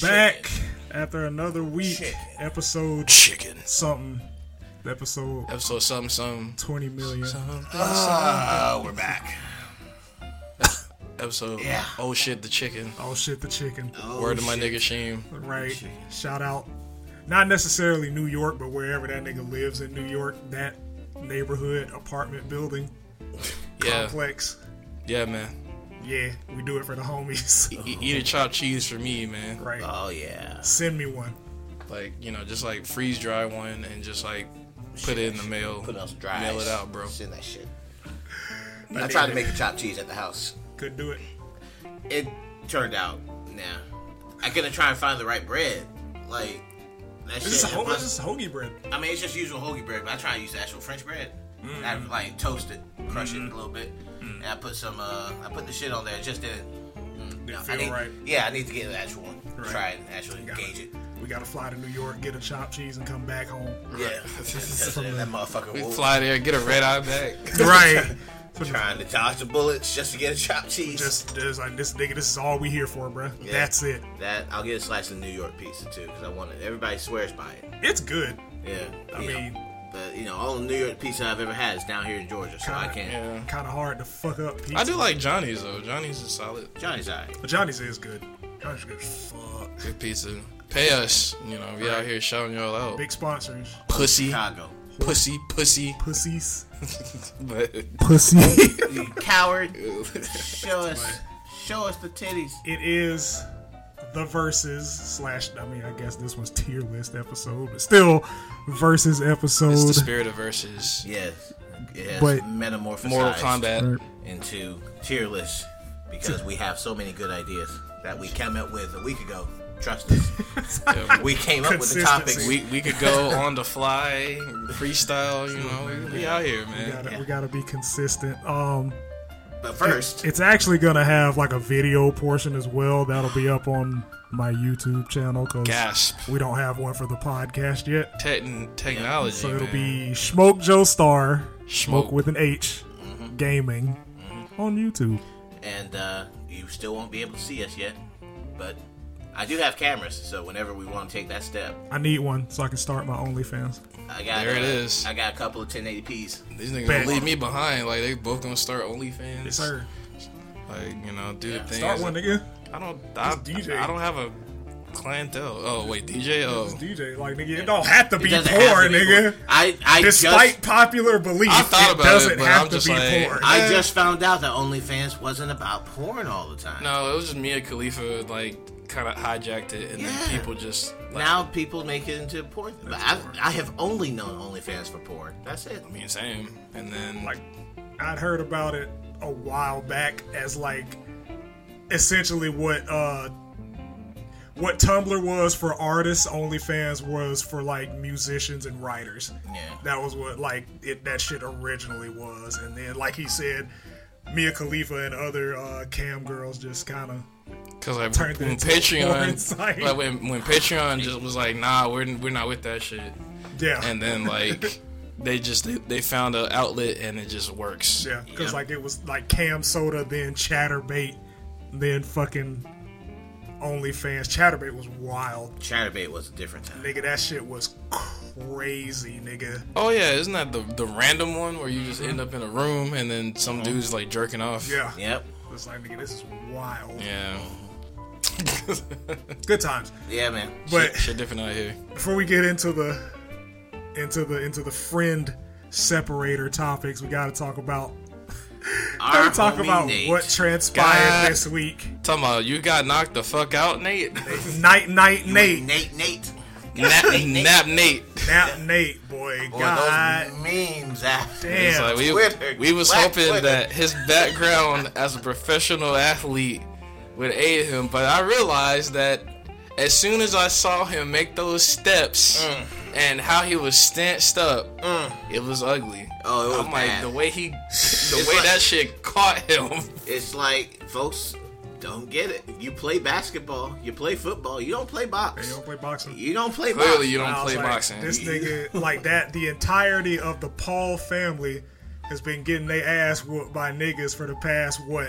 back after another week. Episode Chicken. something. Episode Episode something something. 20 million. something. Uh, we're back. Episode Yeah. Oh shit the chicken. Oh shit, the chicken. Word to my nigga Sheem. Right. Shout out. Not necessarily New York, but wherever that nigga lives in New York, that neighborhood, apartment building, Yeah. complex. Yeah, man. Yeah, we do it for the homies. E- e- eat a chopped cheese for me, man. Right. Oh yeah. Send me one. Like, you know, just like freeze dry one and just like put it in the mail. Put it on some dry. Mail ice. it out, bro. Send that shit. I tried to make a chopped cheese at the house. Could do it. It turned out, nah. I couldn't try and find the right bread. Like that This is, shit. ho- it was- this is hoagie bread. I mean, it's just usual hoagie bread, but I try to use the actual French bread. I like toast it, crush it a little bit, and I put some. uh I put the shit on there. It just didn't. Mm, no, I feel need- right. Yeah, I need to get the actual one. Right. Try it, and actually Got gauge it. We gotta fly to New York, get a chopped cheese, and come back home. Yeah, that motherfucker. We wool. fly there, get a red eye back. Right. trying to dodge the bullets just to get a chopped cheese. just, just like this nigga, this is all we here for, bruh. Yeah. That's it. that I'll get a slice of New York pizza too, because I want it. Everybody swears by it. It's good. Yeah, I you know, mean- but you know, all the New York pizza I've ever had is down here in Georgia, so I Kinda, can't. Yeah. Kind of hard to fuck up pizza. I do like Johnny's though. Johnny's is solid. Johnny's alright. But Johnny's is good. Johnny's good. as Fuck. Good pizza. Pay us. You know, we out here shouting y'all out. Big sponsors. pussy. Chicago, Pussy, pussy. Pussies. But Pussy. it you coward. show us, show us the titties. is the verses slash. I mean, I guess this was tier list episode, but still versus it's the episode. spirit of verses. Yes, yes. But- metamorphosized Mortal Kombat. into tier list because we have so many good ideas that we came up with a week ago. Trust us, Yeah, we came up with the topics. Consistency. We we could go on the fly, freestyle, you know. We, we out here, We man. gotta, we gotta be consistent. Um, but first, it's actually gonna have like a video portion as well. That'll be up on my YouTube channel because Gasp. we don't have one for the podcast yet. Techn technology. So it'll man. be Smoke Joe Star, Smoke. Smoke with an H, gaming on YouTube. and uh, you still won't be able to see us yet, but I do have cameras, so whenever we want to take that step, I need one so I can start my OnlyFans. I got There it uh, is. I got a couple of 1080p's. These niggas Bet. gonna leave me behind. Like they both gonna start OnlyFans. Yes, sir. Like you know, do the thing. Start one, nigga. I don't. I, DJ. I don't have a clientele. Oh wait, DJ. Oh, DJ, like nigga, it don't have to be It doesn't porn, have to be nigga. porn. I I Despite just popular belief, I thought it about it, doesn't but have I'm to just be like- porn. I just found out that OnlyFans wasn't about porn all the time. no, it was just Mia Khalifa like kind of hijacked it, and Yeah. then people just like, Now people make it into porn. But I, I have only known OnlyFans for porn. That's it. I mean, same. And then like I'd heard about it a while back as like essentially what uh what Tumblr was for artists, OnlyFans was for like musicians and writers. Yeah. That was what like it that shit originally was. And then like he said, Mia Khalifa and other uh cam girls just kinda Because like Turned it when into a porn Patreon, site. like when, when Patreon just was like, nah, we're we're not with that shit. Yeah. And then like they just they, they found an outlet and it just works. yeah. Because Yeah. like it was like Cam Soda, then Chatterbait, then fucking OnlyFans. Chatterbait was wild. Chatterbait was a different time. Nigga, that shit was crazy, nigga. Oh yeah, isn't that the the random one where you just end up in a room and then some dude's like jerking off? Mm-hmm. Uh-huh. Yeah. Yep. It's like, nigga, this is wild. Yeah. Good times. Yeah, man. But Shit different out here. before we get into the into the into the friend separator topics, we gotta talk about Our talk homie about Nate. what transpired God. this week. Talking about you got knocked the fuck out, Nate. Night night Nate. Nate Nate. nap, nap Nate. Nap Nate, boy. Boy, God those memes ah. after. It's damn. like we, Twitter, we was Black hoping Twitter. that his background as a professional athlete would aid him, but I realized that as soon as I saw him make those steps Mm. and how he was stanced up, it was ugly. Oh, it was I'm like bad. the way he, the way like- that shit caught him. It's like, folks, don't get it. You play basketball, you play football, you don't play They box. don't play boxing. You don't play box. Clearly, you don't I was play like, boxing. This nigga, like that, the entirety of the Paul family has been getting their ass whooped by niggas for the past what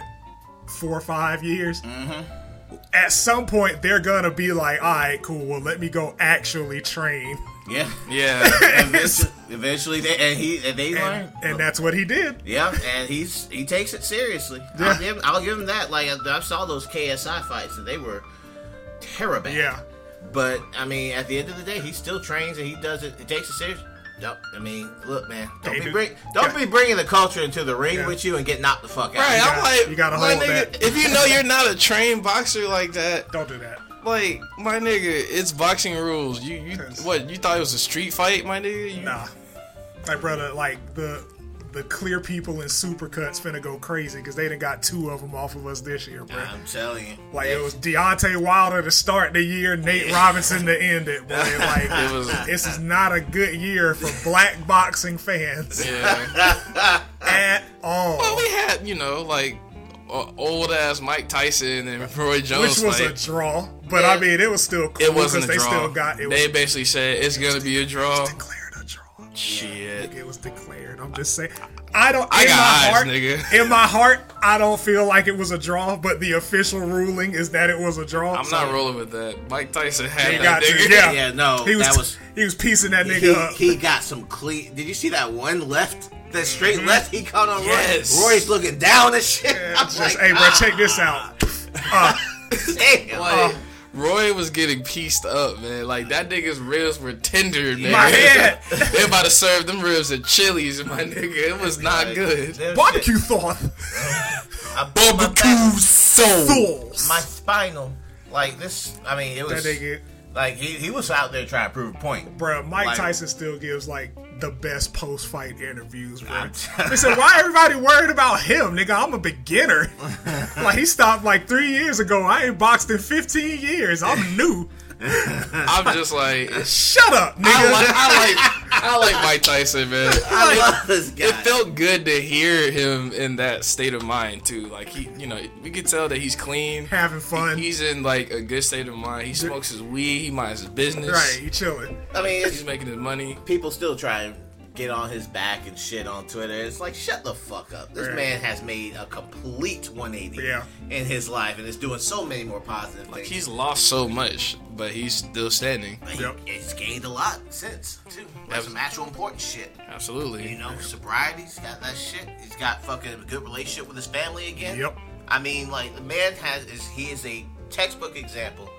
four or five years. Mm-hmm. at some point they're gonna be like, all right, cool. Well, let me go actually train, Yeah. Yeah. Eventually, eventually they and he and they and, learn. and that's what he did. Yeah, and he's he takes it seriously. Yeah. I'll, give, I'll give him that. Like I, I saw those KSI fights, and they were terrible. Yeah, But I mean, at the end of the day, he still trains and he does it. He takes it serious. Don't, I mean, look, man. Don't They be do- bring, don't be bringing the culture into the ring Yeah. with you and get knocked the fuck out. Right, I'm gotta- like, you gotta my hold nigga, that. if you know you're not a trained boxer like that, don't do that. like my nigga, it's boxing rules. You, you, Yes. what? You thought it was a street fight, my nigga? You, Nah, like brother, like the the clear people in supercuts finna go crazy because they done got two of them off of us this year, bro. I'm telling you. Like it was Deontay Wilder to start the year, Nate Robinson to end it, boy. Like It was- this is not a good year for black boxing fans Yeah. at well, all. we had, you know, like old ass Mike Tyson and Roy Jones. Which was like, a draw, but I Yeah. mean it was still cool it because wasn't a they draw. still got it was they basically said it's gonna be a draw. declared a draw. Shit. It was declared. I'm just saying. I don't. I in got my eyes, heart, nigga. In my heart, I don't feel like it was a draw, but the official ruling is that it was a draw. I'm not rolling with that. Mike Tyson He had got that to, nigga. yeah. Yeah, no, He was, that was he was piecing that nigga Mm-hmm. up. he, he got some clean. Did you see that one left? That straight left he caught on Roy. Yes. Roy's looking down and shit. I'm Just, like, hey, bro, "Ah, check this out. Uh, damn." Like, Roy was getting pieced up, man. Like that nigga's ribs were tender, man. my head. they about to serve them ribs at Chili's, my nigga. It was not good. There's shit. Barbecue thought. I broke my back, soul. Fools. My spinal. Like this. I mean, it That was nigga, like he, he was out there trying to prove a point. bro. Mike Like- Tyson still gives like the best post-fight interviews, bro. I'm- They said, "Why everybody worried about him, nigga? I'm a beginner. like he stopped like three years ago. I ain't boxed in 15 years. I'm new. I'm just like, Shut up, I nigga. like, I like, I like Mike Tyson, man. I love this guy. It felt good to hear him in that state of mind too. Like he, you know, we could tell that he's clean. Having fun. He's in like a good state of mind. He smokes his weed. He minds his business. right, you chilling. I mean, it's, He's making his money. people still try and get on his back and shit on Twitter. It's like, shut the fuck up. This Right. man has made a complete 180 Yeah. in his life and is doing so many more positive things. He's lost so much, but he's still standing. But he- Yep. he's gained a lot since too. Like some actual important shit. You Absolutely. know, sobriety. He's got that shit. He's got fucking a good relationship with his family again. Yep. I mean, like the man has is he is a textbook example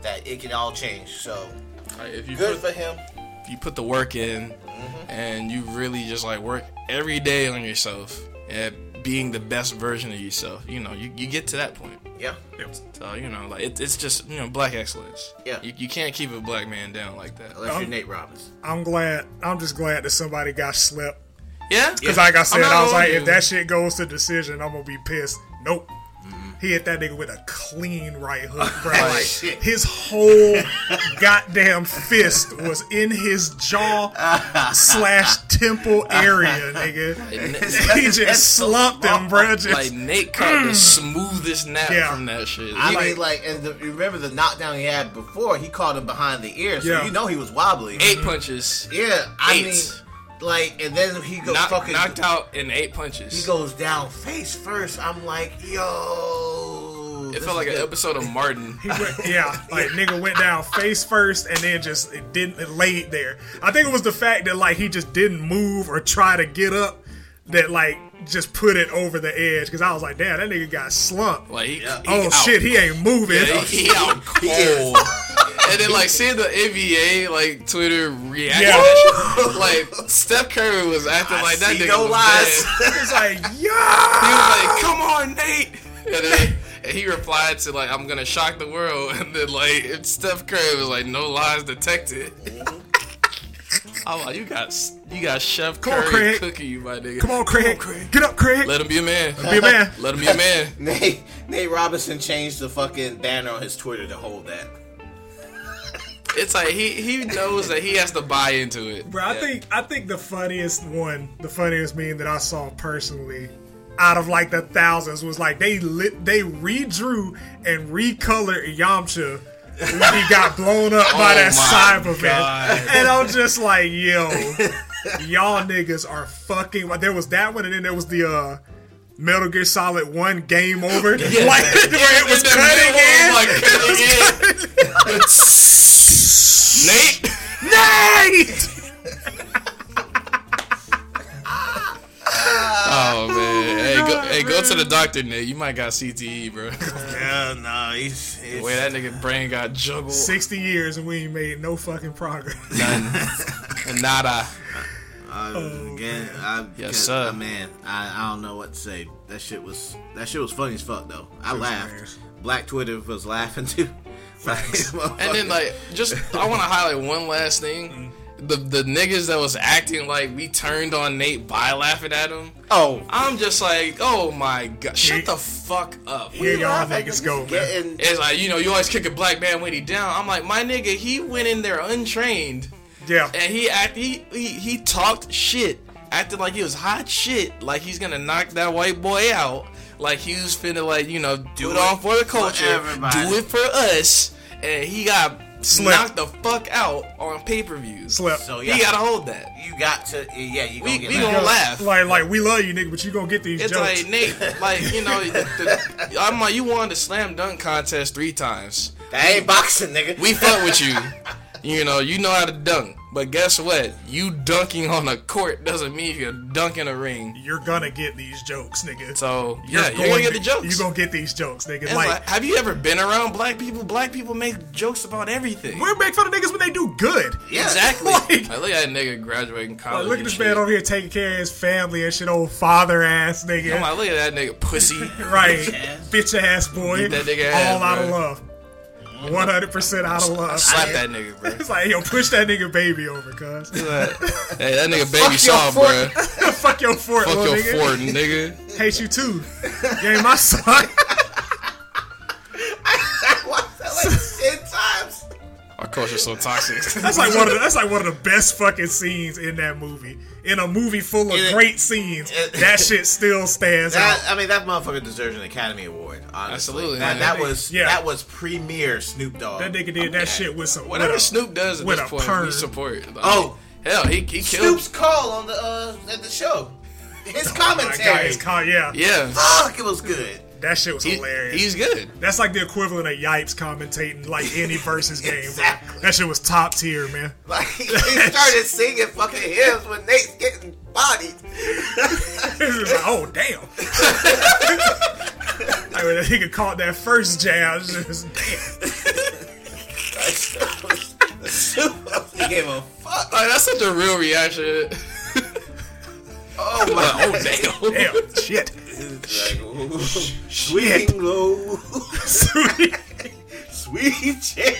that it can all change. So Like, if you good put, for him. if you put the work in, and you really just like work every day on yourself at being the best version of yourself, you know, you, you get to that point. Yeah. So you know, like it, it's just you know, black excellence. Yeah. You, you can't keep a black man down like that. Unless you're Nate Robbins. I'm glad. I'm just glad that somebody got slept. Yeah. Because like I said, not I was on like, you. if that shit goes to decision, I'm gonna be pissed. Nope. Mm-hmm. He hit that nigga with a clean right hook, bro. Like shit. his whole goddamn fist was in his jaw slash temple area, nigga. he just slumped him, bro. Just, Like Nate caught the smoothest nap Mm. Yeah. from that shit. I He mean, like, and the, remember the knockdown he had before? He caught him behind the ear, so Yeah. you know he was wobbly. eight punches. Yeah, I Eight. mean, like, and then he goes Knock- fucking knocked out in eight He punches. goes down face first. I'm like, yo. It felt like an episode of Martin. He went- yeah, like nigga went down face first and then just it didn't it laid there. I think it was the fact that like he just didn't move or try to get up that like just put it over the edge because I was like, damn, that nigga got slumped. Like, he, Yeah. he oh out. shit, he ain't moving. Yeah, he, he out cold. and then like seeing the NBA like Twitter react, to Yeah. that shit, like Steph Curry was acting like that. see nigga no was lies. dead. It's like yeah, He was like, "Come on, Nate." And then and he replied to like, "I'm gonna shock the world." And then like, if Steph Curry was like, "No lies detected." I'm like, "You got you got Chef Mm-hmm. on, Curry Craig. cooking you, my nigga. come on, Craig, get up, Craig, Let him be a man. be a man. Let him be a man." Nate, Nate Robinson changed the fucking banner on his Twitter to hold that. It's like he he knows that he has to buy into it. Bro, I Yeah. think I think the funniest one, the funniest meme that I saw personally, out of like the thousands, was like they lit, they redrew and recolored Yamcha when he got blown up by Oh that my cyberman, God. and I'm just like, yo, y'all niggas are fucking. There was that one, and then there was the uh Metal Gear Solid One Game Over, Yeah. like where it was In the middle, I'm like, cutting cutting in. in. Nate. Nate! Oh man. hey, go, hey, go to the doctor, Nate. You might got CTE, bro. Yeah, no, he's. The way that nigga brain got juggled. Sixty years and we ain't made no fucking progress. E. None. Nada. Uh, again, I, because, sir. uh, man, I, I don't know what to say. That shit was that shit was funny as fuck though. I laughed. hilarious. Black Twitter was laughing too. Like, And then like, just I want to highlight one last thing. The the niggas that was acting like we turned on Nate by laughing at him. oh, I'm just like, oh my god, shut the fuck up. Here y'all niggas go, man. getting It's like you know you always kick a black man when he down. I'm like my nigga, he went in there untrained Yeah, and he act he he, he talked shit, acted like he was hot shit, like he's gonna knock that white boy out, like he was finna like you know do, it, it all for the for culture, everybody. do it for us, and he got knocked Slept. the fuck out on pay per views. slept. so yeah. He gotta hold that. you got to yeah. You gonna We- get we mad. gonna- laugh. Like, like we love you, nigga, but you gonna get these It's jokes. like Nate, like you know, the, I'm like you won the slam dunk contest three times. That ain't boxing, nigga. We fuck with you. You know, you know how to dunk. But guess what? You dunking on a court doesn't mean you're dunking a ring. you're gonna get these jokes, nigga. So yeah, you're gonna get the jokes. You're gonna get these jokes, nigga. It's Like, like, have you ever been around black people? Black people make jokes about everything. we're making fun of niggas when they do good. yeah, Exactly. Like- I look at a nigga graduating college. Like, look at and this shit. man over here taking care of his family and shit, old father ass nigga. I'm like, look at that nigga pussy. right, Bitch ass. bitch ass boy. Beat that nigga ass, all out bro. of love. One hundred percent out of love. Slap that nigga, bro. It's like yo, push that nigga baby over, cuz. hey, that nigga baby your saw, bro. fork. Fuck your fort, Fuck little your nigga. fort, nigga. Hate you too. You ain't my son. I watched that like ten times. Our culture's so toxic. That's like one of the, that's like one of the best fucking scenes in that movie. In a movie full of It- great scenes, it- that shit still stands That, out. I mean, that motherfucker deserves an Academy Award. Honestly, Absolutely, man. That, that was Yeah. that was premier Snoop Dogg. That nigga did that shit with some. Whatever with a- Snoop does at with this a point, we perm. support. Like, Oh. hell, he he killed. Snoop's call on the uh, at the show. His Oh My God, commentary. it's called, yeah, Yeah, Fuck, it was good. that shit was He- hilarious. he's good. That's like the equivalent of Yipes commentating like any versus game. bro. Exactly. That shit was top tier, man. Like he started singing fucking hymns when Nate's getting bodied. It's just like, oh damn. I mean, that nigga caught that first jab. it's Just, damn. he gave a fuck. Like that's such a real reaction. Oh my. oh damn. Damn, shit. Sweet low, sweet chair.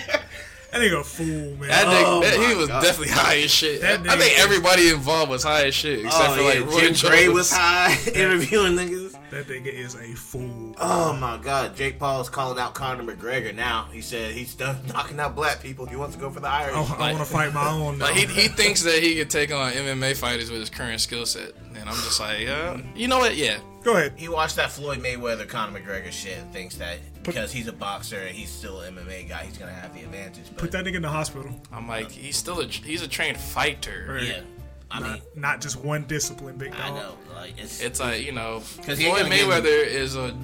that nigga a fool, man. That nigga, Oh that- he my was God. definitely high as shit. That I think nigga- everybody involved was high as shit, except for Oh, like yeah, Roy Jim Gray Jones. was high interviewing niggas. that nigga is a fool. Uh, Oh my god, Jake Paul's calling out Conor McGregor now. He said he's done knocking out black people. He wants to go for the Irish. Oh, I want to fight my own. Like now. he, he thinks that he could take on MMA fighters with his current skill set, and I'm just like, uh, you know what? Yeah, Go ahead. He watched that Floyd Mayweather Conor McGregor shit and thinks that because he's a boxer and he's still an MMA guy, he's gonna have the advantage. But Put that nigga in the hospital. I'm like, he's still a he's a trained fighter. yeah, I mean, Not just one discipline, big dog. I know, like it's, It's like you know, Floyd 'Cause he ain't gonna get- Mayweather is a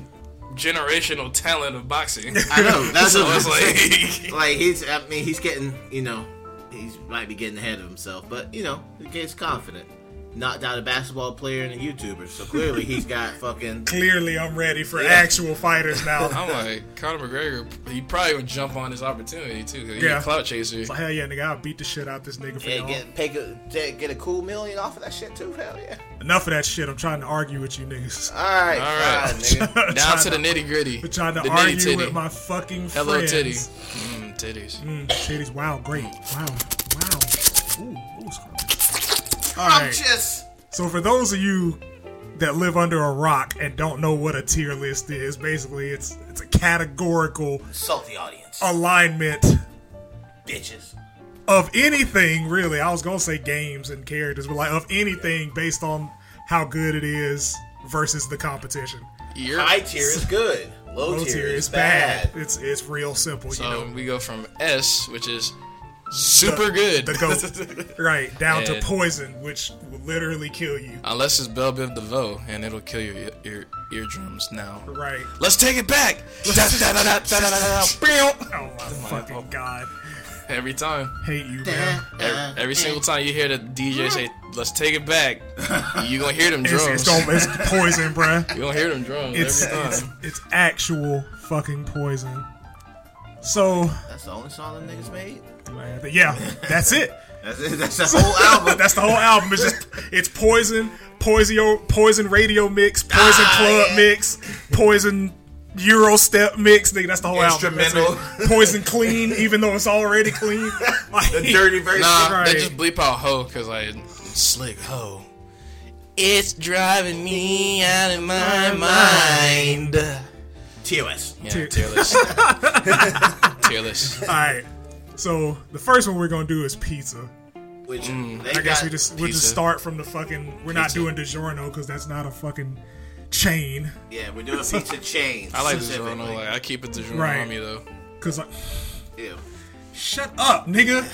generational talent of boxing. I know that's so what it's I'm saying. like. like he's, I mean, he's getting, you know, he's might be getting ahead of himself, but you know, he gets confident. Knocked out a basketball player and a YouTuber, so clearly he's got fucking. Clearly, I'm ready for Yeah. actual fighters now. I'm like Conor McGregor. He probably would jump on his opportunity too. 'cause He's Yeah. a clout chaser. Hell yeah, nigga! I'll beat the shit out this nigga for Yeah, y'all. get pay, good- get get a cool million off of that shit too. Hell yeah! Enough of that shit. I'm trying to argue with you niggas. All right, All right. fine, nigga. I'm Down trying Uh, to the nitty gritty. I'm trying to the argue nitty titty. with my fucking friends. Hello, titty. Mm, titties. Mm, titties. Wow, great. Wow, wow. Ooh, ooh. sorry. All I'm right. just. So for those of you that live under a rock and don't know what a tier list is, basically it's it's a categorical Salt the audience. alignment bitches. of anything really i was gonna say games and characters but like of anything based on how good it is versus the competition You're, High tier is good. Low, low tier, tier is is bad. um, it's it's real simple you so know we go from S, which is super good. the goat, right down to And- poison, which will literally kill you. Unless it's Bell Biv DeVoe, and it'll kill your ear, eardrums now. Right. Let's take it back. Da, da, da, da, da, da, da, da, Oh my fucking god! da. Every time, Hate you, man. every, every Mm. single time you hear the DJ say, "Let's take it back," you gonna hear them It's, drums. it's, gonna- it's poison, bruh. You gonna hear them drums It's, every time. it's it's actual fucking poison. So That's the only song them niggas made. man, but yeah, that's it. That's it. That's the whole album. That's the whole album. It's just it's poison, poison, poison radio mix, poison Ah, club yeah. mix, poison Euro step mix. Nigga, that's the whole album. That's it. Instrumental. Poison clean, even though it's already clean. Like, the dirty version. Nah, Right. they just bleep out hoe because I slick hoe. It's driving me out of my mind. TOS. Yeah, tearless. tearless. All right. So the first one we're gonna do is pizza. Which they I Mm. got, guess we just we'll just pizza. start from the fucking. We're not Pizza. doing DiGiorno because that's not a fucking chain. Yeah, we're doing pizza chain. I like the specifically. Like, I keep it the Right. on me though. Cause like, Ew. shut up, nigga.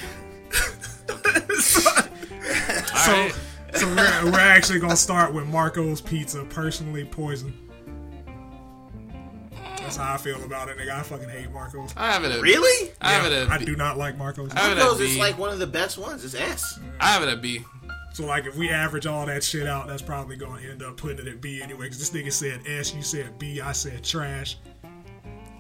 so Alright. so we're, we're actually gonna start with Marco's Pizza. Personally, poison. That's how I feel about it, nigga. I fucking hate Marco's. I have it. At, Really? I have Yeah, it. I At B. do not like Marco's. I have it. At Those is B. like one of the best ones. It's S. I have it at B. So like, if we average all that shit out, that's probably gonna end up putting it at B anyway. Cause this nigga said S, you said B, I said trash.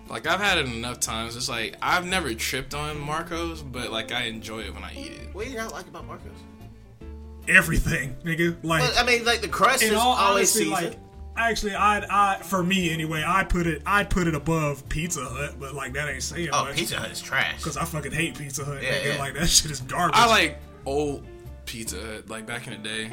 Like I've had it enough times. It's like I've never tripped on Marcos, but like I enjoy it when I eat it. What do you not like about Marcos? Everything, nigga. Like. But, I mean, like the crust is in all always honesty, seasoned. like actually, I'd I for me anyway, I put it I would put it above Pizza Hut, but like that ain't saying oh, much Pizza Hut is trash. because I fucking hate Pizza Hut. Yeah, nigga. yeah. Like that shit is garbage. I like old Pizza Hut, like back in the day.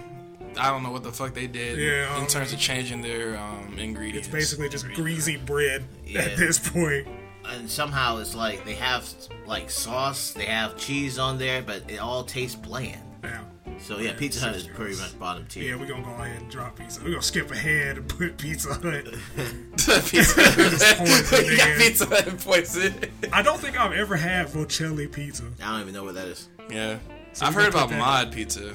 I don't know what the fuck they did Yeah, I in don't terms of changing their um, ingredients. it's basically just greasy bread Yeah. at this point. And somehow it's like they have like sauce, they have cheese on there, but it all tastes bland. Yeah, So yeah, Pizza Hut is pretty much bottom yeah, tier. we gonna go ahead and drop Pizza. We are gonna skip ahead and put Pizza Hut. pizza. poison, You got man. pizza and poison. I don't think I've ever had Vocelli Pizza. I don't even know what that is. Yeah, we I've gonna heard about put that- mod pizza.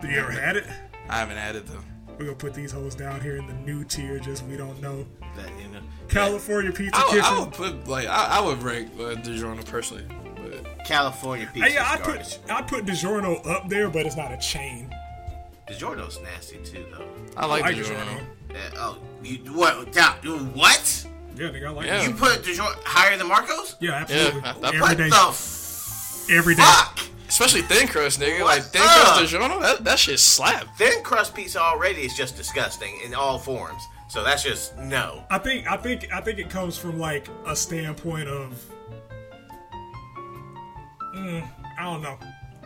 Have you ever had it? I haven't had it though. We're gonna put these hoes down here in the new tier. Just we don't know. That you know, California Pizza I, would- Kitchen. I would put like I, I would rank uh, DiGiorno personally, but California pizza. Hey, yeah, I is garbage. put I put DiGiorno up there, but it's not a chain. DiGiorno's nasty too, though. I like I like DiGiorno. Yeah, oh, you what? Doubt, you- what? Yeah, nigga, I like Yeah. it. You put DiGiorno higher than Marcos? Yeah, absolutely. Yeah, I- I- every What day, the f- every day. fuck? Especially thin crust, nigga. What Like thin the- crust DiGiorno, that, that shit slap. Thin crust pizza already is just disgusting in all forms. So that's just no. I think I think I think it comes from like a standpoint of, Mm, I don't know,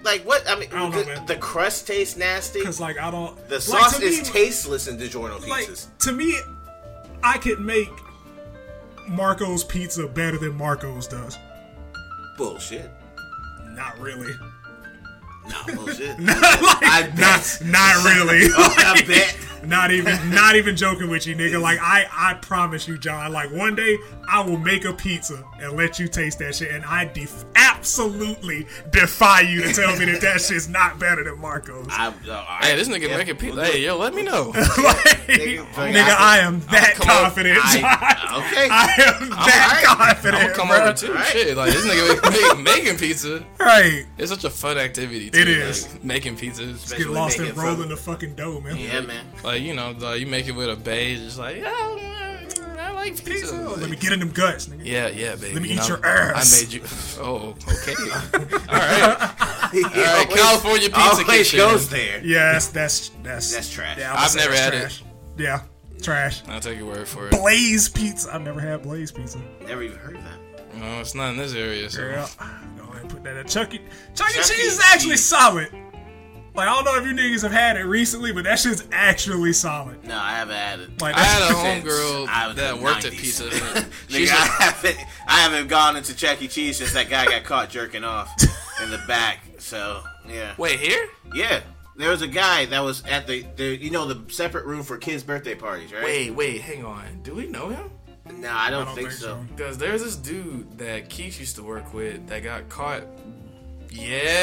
Like what? I mean, don't know, the, man. the crust tastes nasty. cause like I don't. The like, sauce to is me, tasteless in DiGiorno Like pizzas. to me, I could make Marco's pizza better than Marco's does. bullshit. Not really. Nah, bullshit. I bet. Not not really. I bet. Not even, not even joking with you, nigga. Like I, I promise you, John. Like one day, I will make a pizza and let you taste that shit, and I def- absolutely defy you to tell me that that shit's not better than Marco's. I, uh, all right. Hey, this nigga making pizza. Hey, yo, let me know. like, nigga, Nigga, I am that come on. confident. John. I- okay. I am that right. confident. I'm gonna come bruh. over too. Right. Shit, like this nigga make, make, making pizza. Right. It's such a fun activity. Too. It is. like, making pizza. Get lost make in it rolling from- the fucking dough, man. yeah, man. Like you know, like, you make it with a beige. It's like yeah, I like pizza. So, Like, let me get in them guts, nigga. yeah, yeah, baby. me you eat know, your ass. I made you. Oh, okay. All right. All right, California pizza always kitchen. goes there. Yes, that's that's That's trash. I'm gonna I've say never that's had it. trash. Yeah, trash. I'll take your word for it. Blaze pizza. I've never had Blaze pizza. Never even heard of that. No, it's not in this area. So. Yeah, go ahead and put that. At Chuck E. Chuck E. Chuck E. Cheese is actually Cheese. solid. Like I don't know if you niggas have had it recently, but that shit's actually solid. No, I haven't had it. Like I had a Since I homegirl was that in worked at 90s. Pizza Hut. Nigga, She's I like, haven't, I haven't gone into Chuck E. Cheese since that guy got caught jerking off in the back. So yeah, wait, here? yeah. There was a guy that was at the, the you know the separate room for kids' birthday parties, right? Wait, wait, hang on. Do we know him? No, I don't, I don't think, think so. so. Because there's this dude that Keith used to work with that got caught Yeah.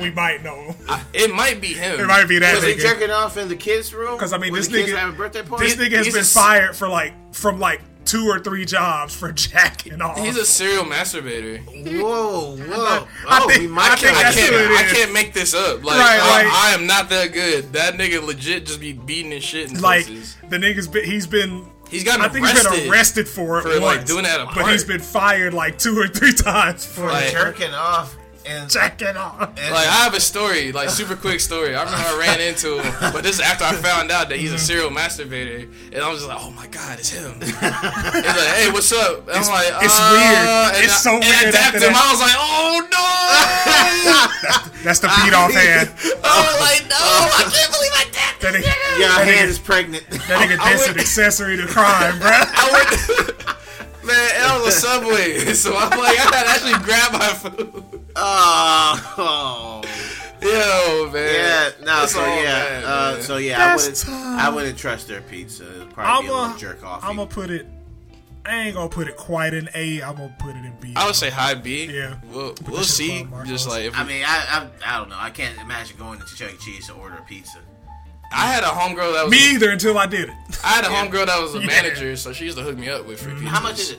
We might know. I- it might be him. It might be that Was he nigga. jerking off in the kids' room? 'Cause, I mean, when this the kids nigga- were having birthday This parties. nigga has he's a been s- fired for like from like two or three jobs for jacking off. He's a serial masturbator. Whoa, whoa! I Oh, think- we might I think I That's can't. who it I is. can't make this up. Like, Right, I, like- I am not that good. That nigga legit just be beating his shit in like places. the nigga's been he's been He's gotten I think he's been arrested for it for, like, once, doing that at a but he's park. been fired like two or three times for Like- jerking off and jacking off. and- Like I have a story, like super quick story. I remember I ran into him, but this is after I found out that he's a serial masturbator, and I was just like, "Oh my god, it's him!" He's like, "Hey, what's up?" And I'm like, it's "Uh," weird. and It's I- so and weird I dapped after him. that. I was like, "Oh no!" That's the beat off hand. I was like, "No, I can't believe I dapped That nigga, your that hand nigga, is pregnant. that nigga I that's would- an accessory to crime, bruh. I went, man, and I was a subway, so I'm like, I had to actually grab my food. oh, oh. Yo, yeah, man. no. It's So all yeah, bad, uh, man. so yeah, That's I wouldn't. time. I wouldn't trust their pizza. It'd probably I'm be a little gonna jerk off. I'm gonna put it. I ain't gonna put it quite in A. I'm gonna put it in B. I would say high B. Yeah. We'll, Put we'll this shit see. above Marco's. Just like if I mean, I, I I don't know. I can't imagine going into Chuck E. Cheese to order a pizza. I had a homegirl that was Me either until I did it. I had a homegirl that was a Yeah. manager, so she used to hook me up with free pizzas. How much is it?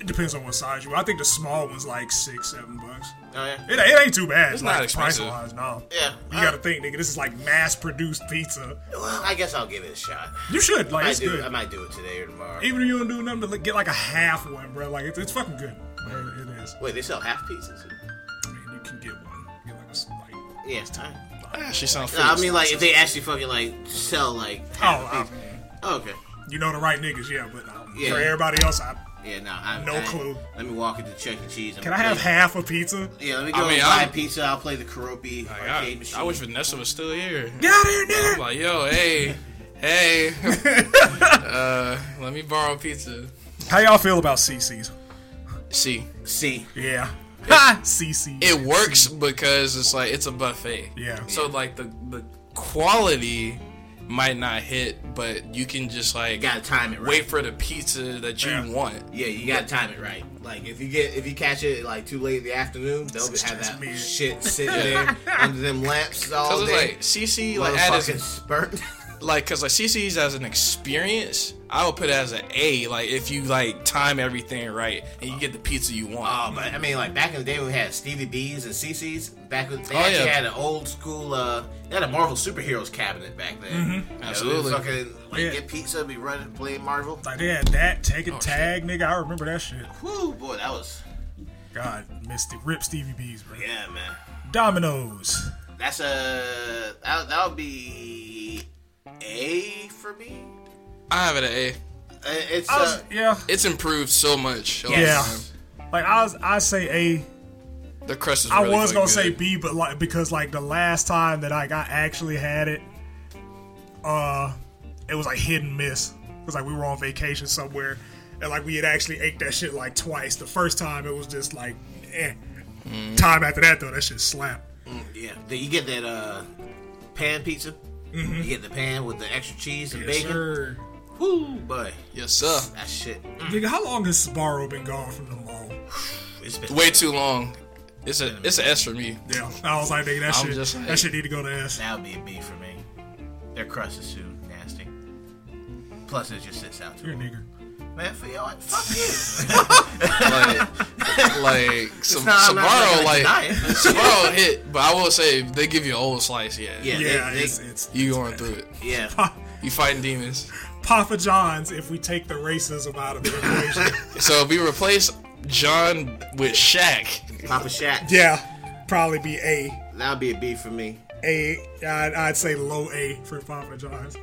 It depends on what size you. Are. I think the small one's like six, seven bucks. Oh yeah, It, it ain't too bad. It's like, not expensive. Price wise, no. yeah. You gotta think, nigga. This is like mass produced pizza. Well, I guess I'll give it a shot. You should like. I It's do. good. I might do it today or tomorrow. Even if you don't do nothing, to like, get like a half one, bro. Like it's, it's fucking good. It- it is. Wait, they sell half pizzas. I mean, you can get one. Get like a s- like. Yeah, it's time. Ah, she sounds No, I mean, like if they actually fucking like sell like. Oh, I mean, Oh, okay. you know the right niggas, yeah. But um, Yeah. for everybody else, I, Yeah, no, I No I- clue. Let me walk into Chuck E. Cheese. can I have half a pizza? Yeah, let me I go mean, and buy I'm- pizza. I'll play the Oh Karopi I, arcade machine. I wish Vanessa was still here. Get out of here, I'm nigga. like, yo, hey, hey, uh, let me borrow pizza. How y'all feel about CC's? See, See, Yeah. Ha! CC. it works because it's like it's a buffet. Yeah. So like the the quality might not hit, but you can just like you gotta time it right. wait for the pizza that you Yeah. want. yeah, you gotta time it right. Like if you get if you catch it like too late in the afternoon, they'll It's have just that me. shit sitting there under them lamps Cause all it's day. like CC like Like, at fucking its spurt. like because like CC's as an experience, I would put it as an A. Like if you like time everything right and you get the pizza you Oh, want. but I mean, like back in the day, we had Stevie B's and CC's. Back when they Oh, actually yeah. had an old school, uh, they had a Marvel superheroes cabinet back then. You know, we Mm-hmm. Absolutely. fucking like, Yeah. get pizza, be running, playing Marvel. Like they had that, take it, Oh, tag, nigga. I remember that shit. Woo, boy, that was God, missed it. Rip Stevie B's, bro. yeah, man. Domino's. That's a that that would be A for me. I have it an A. Uh, It's I was, uh, yeah. It's improved so much. Oh, over Yeah. time. Like I was, I say A. The crust is. I Really was fucking gonna good. say B, but like because like the last time that like I actually had it, uh, it was like hit and miss. Cause like we were on vacation somewhere, and like we had actually ate that shit like twice. The first time it was just like, eh. Time after that though, that shit slapped. yeah. Then you get that uh, pan pizza. Mm-hmm. You get the pan with the extra cheese and bacon. Sure. Woo, boy, Yes, sir. that shit. Nigga, how long has Sbarro been gone from the mall? It's been Way too long. It's a it's an S for me. Yeah, I was like, nigga, that I'm shit, just like- that shit need to go to S. That would be a B for me. Their crust is too nasty. Plus, it just sits out too You're a long. nigga. Man, for y'all, fuck you. Like like some not- I'm not Sbarro gonna like deny it. Sbarro hit, but I will say they give you a whole slice. Yeah. Yeah, Yeah, they, they, it's, it's You going through it. yeah. You fighting demons. Papa John's if we take the racism out of the equation. So if we replace John with Shaq, Papa Shaq. yeah, probably be A. That would be a B for me. A, I'd, I'd say low A for Papa John's.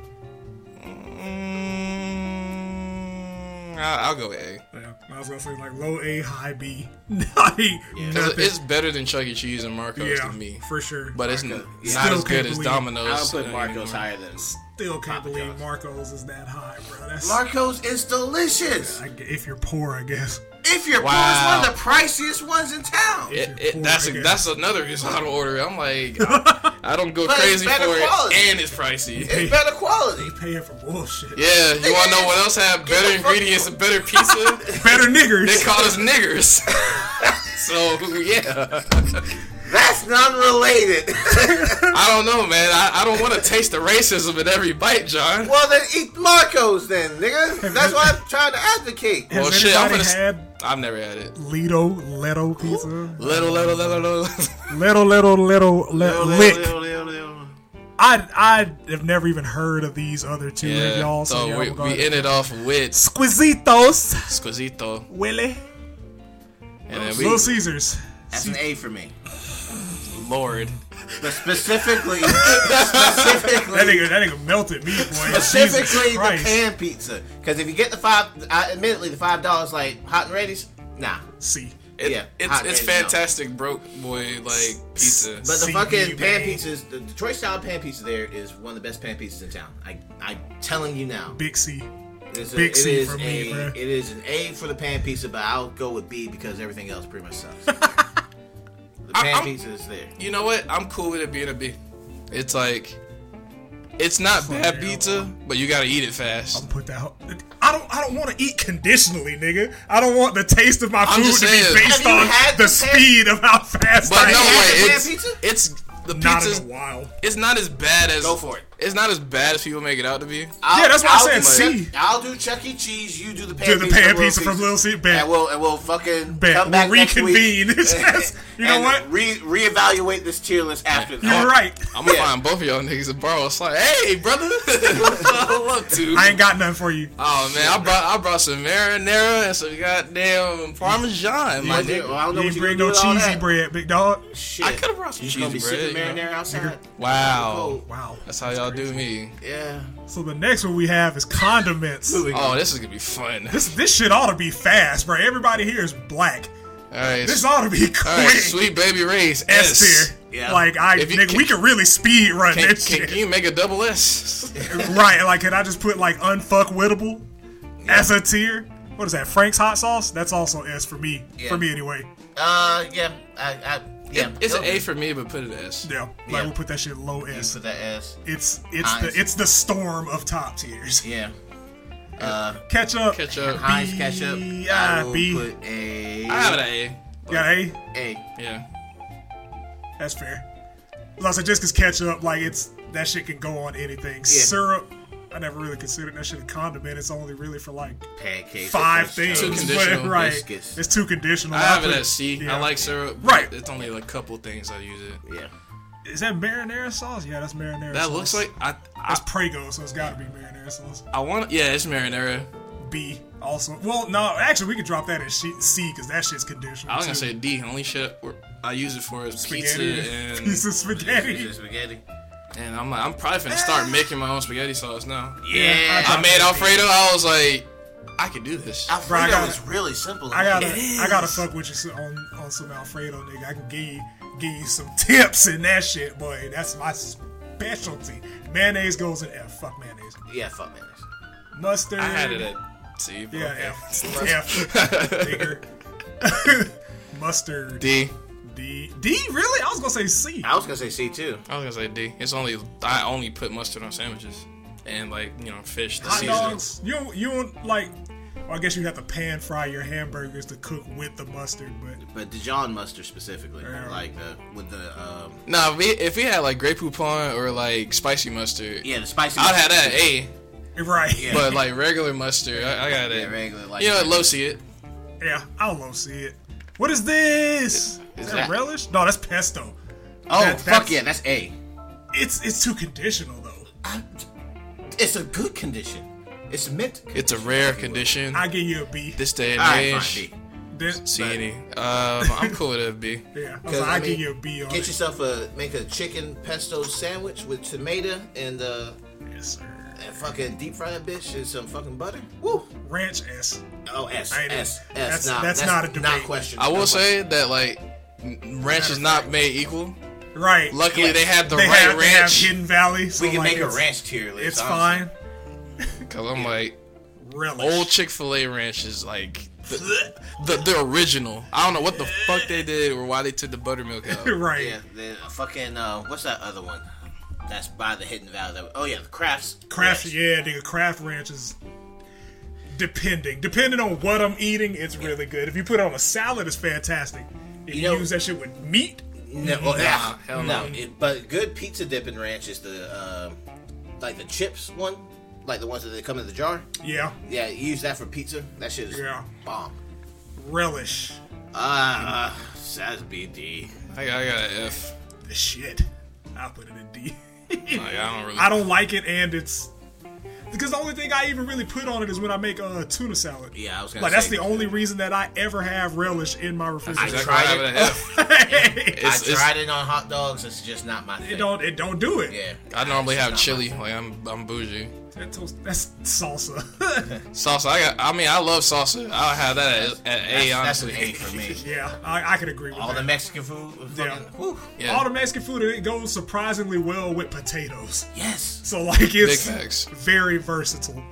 Mm, I- I'll go with A. Yeah, I was gonna say like low A, high B. Like, It's, nothing. it's better than Chuck E. Cheese and Marco's yeah, to me, for sure. but it's Marco. n- Yeah. not Still as can't good as believe- Domino's. I'll put uh, Marcos anymore. higher than. still can't Papa believe John's. Marco's is that high, bro. That's Marcos is delicious. I gue- if you're poor, I guess. If you're Wow. poor, it's one of the priciest ones in town. It- it- that's Poor, I guess. that's another reason I don't order it. I'm like, I, I don't go But it's crazy for better quality. it, and it's pricey. It's better quality. Paying for bullshit. Yeah, you want to know what else have better the fuck- ingredients and better pizza? Better they niggers. call us niggers. so yeah, That's not related. I don't know, man. I, I don't want to taste the racism in every bite, John. well, then eat Marcos, then, nigga. That's what I'm trying to advocate. Well, Has shit, I'm gonna. anybody s- had- I've never had it. Leto, Leto pizza. Little, little, little, little. Leto, Leto, Leto, Lil, Leto, lil, lick. lil, lil, lil. I I have never even heard of these other two. Have Yeah. y'all So seen we, y'all we ended off with Squisitos, Squisito, Willie, and then Little we Caesars. That's an A for me. Lord. But specifically, specifically, That nigga, that nigga melted me, boy. specifically Jesus the Christ. pan pizza. Because if you get the five, I, admittedly, the five dollars like hot and ready's, nah. See, It, Yeah, it's hot it's ready, no. fantastic, broke boy like pizza. But the CB, fucking pan man. pizzas, the Detroit style pan pizza there is one of the best pan pizzas in town. I I'm telling you now. Big C. It's big it C is for me, a- bruh. It is an A for the pan pizza, but I'll go with B because everything else pretty much sucks. the pan I'm- pizza is there. you know what? I'm cool with it being a B. It's like it's not bad real. pizza, but you gotta eat it fast. I'm put that. ho- I don't. I don't want to eat conditionally, nigga. I don't want the taste of my I'm food just to saying. be based Have you on had the the pan- speed of how fast But I no am. had the way, pan it's pizza? it's the Not pizza's in a while. it's not as bad as Go for it. It's not as bad as people make it out to be. I'll, Yeah, that's why I I'll said do C. Chuck- I'll do Chuck E. Cheese. You do the pan Do the pizza. pan from Little pizza from Caesars. Little Caesars. Bet. And we'll and we'll fucking Bet. come We'll back next week reconvene. Yes. You know and what? Re reevaluate this tier list after. You're that. right. I'm gonna Yeah. find both of y'all niggas and borrow a slide. Hey, brother, I love to. I ain't got nothing for you. Oh man, I brought I brought some marinara and some goddamn parmesan, my Well, dude, nigga. well, I don't know You ain't what you gonna bring do no with all cheesy that. bread, big dog. Shit. I could've brought some You just gonna be cheesy bread, sipping you know? marinara outside. Wow, Wow. that's how y'all do me. Yeah. So the next one we have is condiments. Oh, this is gonna be fun. All This this shit ought to be fast, bro. Everybody here is black. right, This ought to be quick. all right, sweet baby rays S S. tier. Yeah. Like I, If you nigga, can- we could really speed run Can, this can, shit. can you make a double S? right? Like, can I just put like unfuckwittable as a tier? What is that? Frank's hot sauce? That's also S for me. Yeah. For me anyway. Uh, yeah. I, I, yeah. It's an Okay. A for me, but put it S. Yeah. Like Yeah. we'll put that shit low for S. that ass. It's it's Nice. the it's the storm of top tiers. Yeah. Uh, Ketchup. Ketchup. I Heinz ketchup. B- I uh, will B. put a. have an A. but- Yeah, hey, A. yeah. that's fair. Plus, just because ketchup, like it's that shit can go on anything. Syrup. I never really considered that shit a condiment. It's only really for like Pancakes. five with fish things. Too but, conditional. right? Biscuits. It's too conditional. I have put- it at C. I yeah. like syrup. but Right. It's only like a couple things I use it. toast. Yeah. Is that marinara sauce? Yeah, that's marinara. That sauce. looks like I. I, That's Prego, so it's gotta be marinara sauce. I want. Yeah, it's marinara. B also. Well, no, actually we could drop that as she- C because that shit's conditional. I was gonna too. say D. Only shit where I use it for is pizza, spaghetti. and Pizza spaghetti. Is it spaghetti. and I'm like, I'm probably finna start making my own spaghetti sauce now. Yeah, I made Alfredo. I was like, I could do this. Bro, I Alfredo gotta- is really simple. I gotta, It is. I gotta fuck with you so- on on some Alfredo, nigga. I can give you, give you some tips and that shit, boy. That's my specialty. Mayonnaise goes in F. Fuck mayonnaise. Yeah, fuck mayonnaise. Mustard. I had it at C. but yeah, okay. F. F. Nigger. Mustard. D. D. D. Really? I was gonna say C. I was gonna say C too. I was gonna say D. It's only I only put mustard on sandwiches and like you know fish. The Hot seasonings. dogs. You don't- you don't like. Well, I guess you have to pan fry your hamburgers to cook with the mustard, but But Dijon mustard specifically, Yeah. like the with the um, Nah, if we, if we had like grape poupon or like spicy mustard, yeah, the spicy. I'd have mustard. that A. eh, right. Yeah. But like regular mustard, I, I got that. Yeah, regular, like- you know, low see it. Yeah, I love see it. What is this? Is that that- relish? No, that's pesto. Oh That- fuck that's- yeah, that's A. It's it's too conditional though. It's a good condition. It's mint. It's a rare condition. I give you a B. this day and All right, age. fine. B. This, See any? Um, I'm cool with a B. yeah, I, was 'Cause, like, I I give mean, you a B on Get it. yourself a make a chicken pesto sandwich with tomato and uh Yes, sir. and fucking deep fry that bitch and some fucking butter. Woo. Ranch S. Oh S I ain't- S S. that's- nah, that's not a debate. question. I No will question. say that like n- ranch is not made equal. Right. Luckily, Yes. they have the they right have, they have ranch. Hidden Valley. So we can like, make a it's- ranch tier list. It's honestly. fine. Cause I'm like, Relish. old Chick Fil A ranch is like the, the the original. I don't know what the fuck they did or why they took the buttermilk out. right. Yeah, the fucking uh, what's that other one? That's by the Hidden Valley. That- Oh yeah, the crafts. Craft. Ranch. Yeah, nigga. Craft ranch is depending. Depending on what I'm eating, it's really good. If you put it on a salad, it's fantastic. If you, know- use that shit with meat, No, well, Nah, ah, hell no. no. It- but good pizza dipping ranch is the uh, like the chips one, like the ones that they come in the jar. Yeah. Yeah, you use that for pizza. That shit is Yeah. bomb. Relish. Ah, uh, that's BD. I, got- I got an F. Shit. I put it in D. Like, I don't really. I don't like it, and it's because the only thing I even really put on it is when I make a uh, tuna salad. Yeah, I was gonna Like say. that's the only reason that I ever have relish in my refrigerator. exactly tried what I it. have an F. I It's- it's- tried it on hot dogs. It's just not my thing. it don't it don't do it. yeah, I normally It's have not chili. Like I'm, I'm bougie. That toast, that's salsa. Salsa. I got. I mean, I love salsa. I'll have that at, at my- A. That's, Honestly, that's an A for me. yeah, I, I could agree with All the that. Mexican food. was Yeah. Fucking, whew, yeah. All the Mexican food it goes surprisingly well with potatoes. yes. So like it's facts. very versatile.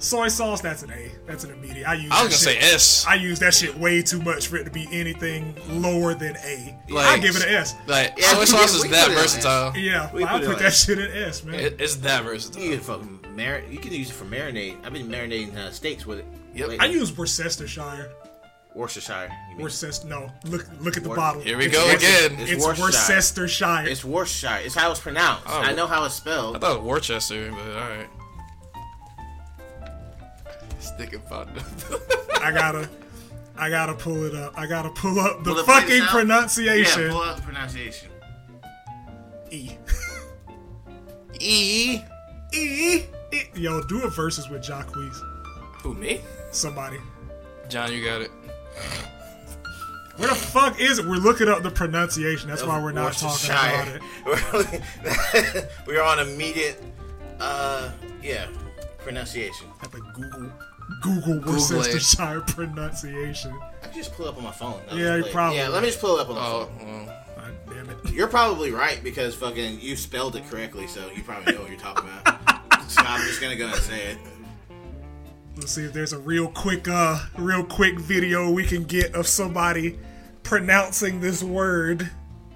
Soy sauce, that's an A. That's an immediate. I use. I that was gonna shit- say S. I use that shit way too much for it to be anything lower than A. I give it an S. Like Yeah, soy we sauce put- we is put that it on S. versatile. Yeah, We I put it put on that S. shit in S, man. It, it's that versatile. You can fucking mar- You can use it for marinating. I've been marinating uh, steaks with it. Yep. lately. I use Worcestershire. Worcestershire. You mean. Worcester. No, look look at the Wor- bottle. Here we It's go Worcester- again. It's- It's Worcestershire. Worcestershire. It's Worcestershire. It's how it's pronounced. Oh. I know how it's I spelled. thought it was Worcester, but all right. Sticking pot. I gotta, I gotta pull it up. I gotta pull up the Pull the fucking place out. pronunciation. Yeah, pull out the pronunciation. e. E. e. E. Yo, do a versus with Jacques. Who me? Somebody. John, you got it. Where the fuck is it? We're looking up the pronunciation. That's why we're not talking about it. Worcestershire. We're on immediate, uh, yeah, pronunciation. Have to Google. Google Worcestershire pronunciation. I can just pull it up on my phone. That Yeah, was you late. probably- Yeah, let me just pull it up on my Oh, phone. well. God damn it. You're probably right because fucking you spelled it correctly, so you probably know what you're talking about. so I'm just gonna go and say it. Let's see if there's a real quick, uh, real quick video we can get of somebody pronouncing this word.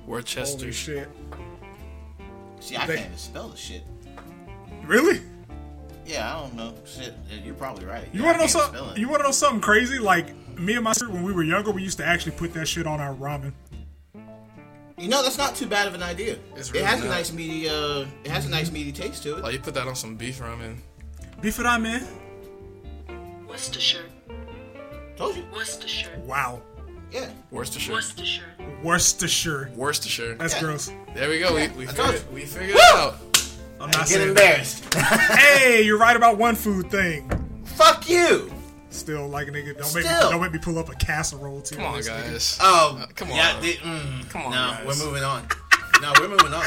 Worcester. Holy shit! See, I They- can't even spell the shit. Really? Yeah, I don't know. Shit, you're probably right. You Yeah, want I to know can't spell something? it. You want to know something crazy? Like me and my sister, when we were younger, we used to actually put that shit on our ramen. You know, that's not too bad of an idea. It's it really has a not. nice meaty, uh, it has a nice meaty taste to it. Like Oh, you put that on some beef ramen. Beef ramen. Worcestershire, Told you. Worcestershire, Wow. Yeah. Worcestershire. Worcestershire. Worcestershire. Worcestershire. That's Yeah. gross. There we go. We, we told figured, you. we figured it out. I'm not Get saying. That. embarrassed. Hey, you're right about one food thing. Fuck you. Still, like a nigga, don't make me, Still. don't make me pull up a casserole to Come on, this nigga. guys. Oh, Uh, come on. Yeah, they- mm, Come on, No, guys. we're moving on. No, we're moving on.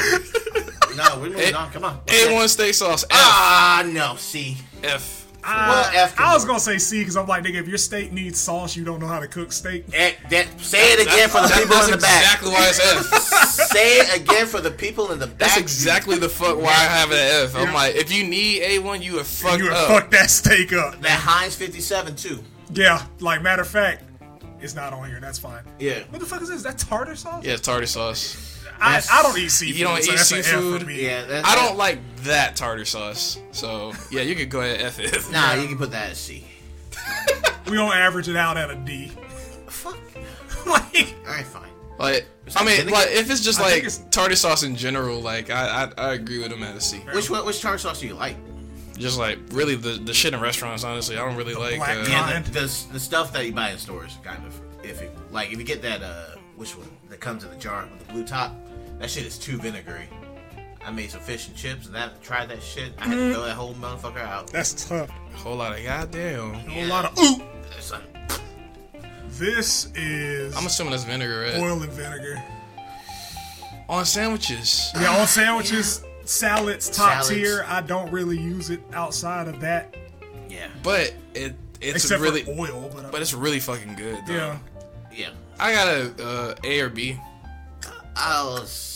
no, we're moving A- on. Come on. A1 steak sauce. F. Ah, no. See, F. I, Well, F can I was work. gonna say C because I'm like, nigga, if your steak needs sauce, you don't know how to cook steak. Eh, that- say it again for the That- people that's in the back. exactly why it's F. Say it again for the people in the back. That's exactly the fuck why I have an F. I'm like, if you need A1, you have fucked You would up. fuck that steak up. That Heinz 57 too. Yeah, like matter of fact, it's not on here. That's fine. Yeah. What the fuck is this? Is that tartar sauce? Yeah, tartar sauce. I, I don't eat seafood. You don't so eat that's an F for seafood? me. Yeah. That, I don't like that tartar sauce. So, yeah, you could go ahead and F it. Nah, you can put that at C. We don't average it out at a D. Fuck. like, All right, fine. Like, that I mean, vinegar? like if it's just I think like it's- tartar sauce in general, like I, I I agree with him at a C. Which one? Which tartar sauce do you like? Just like really the the shit in restaurants, honestly, I don't really like. black Uh, Yeah. Yeah, Mine. the, the, the stuff that you buy in stores is kind of iffy. Like if you get that, uh, which one that comes in the jar with the blue top, that shit is too vinegary. I made some fish and chips and that tried that shit. I had to throw that whole motherfucker out. that's tough. a whole lot of goddamn. A whole lot of ooh. It's like, This is I'm assuming that's vinaigrette oil and vinegar. on sandwiches. Yeah, on sandwiches, salads, top Salads. tier. I don't really use it outside of that, yeah, But it it's except really for oil. But, I- but it's really fucking good. Though. yeah, yeah. I got a uh, A or B. I'll. s-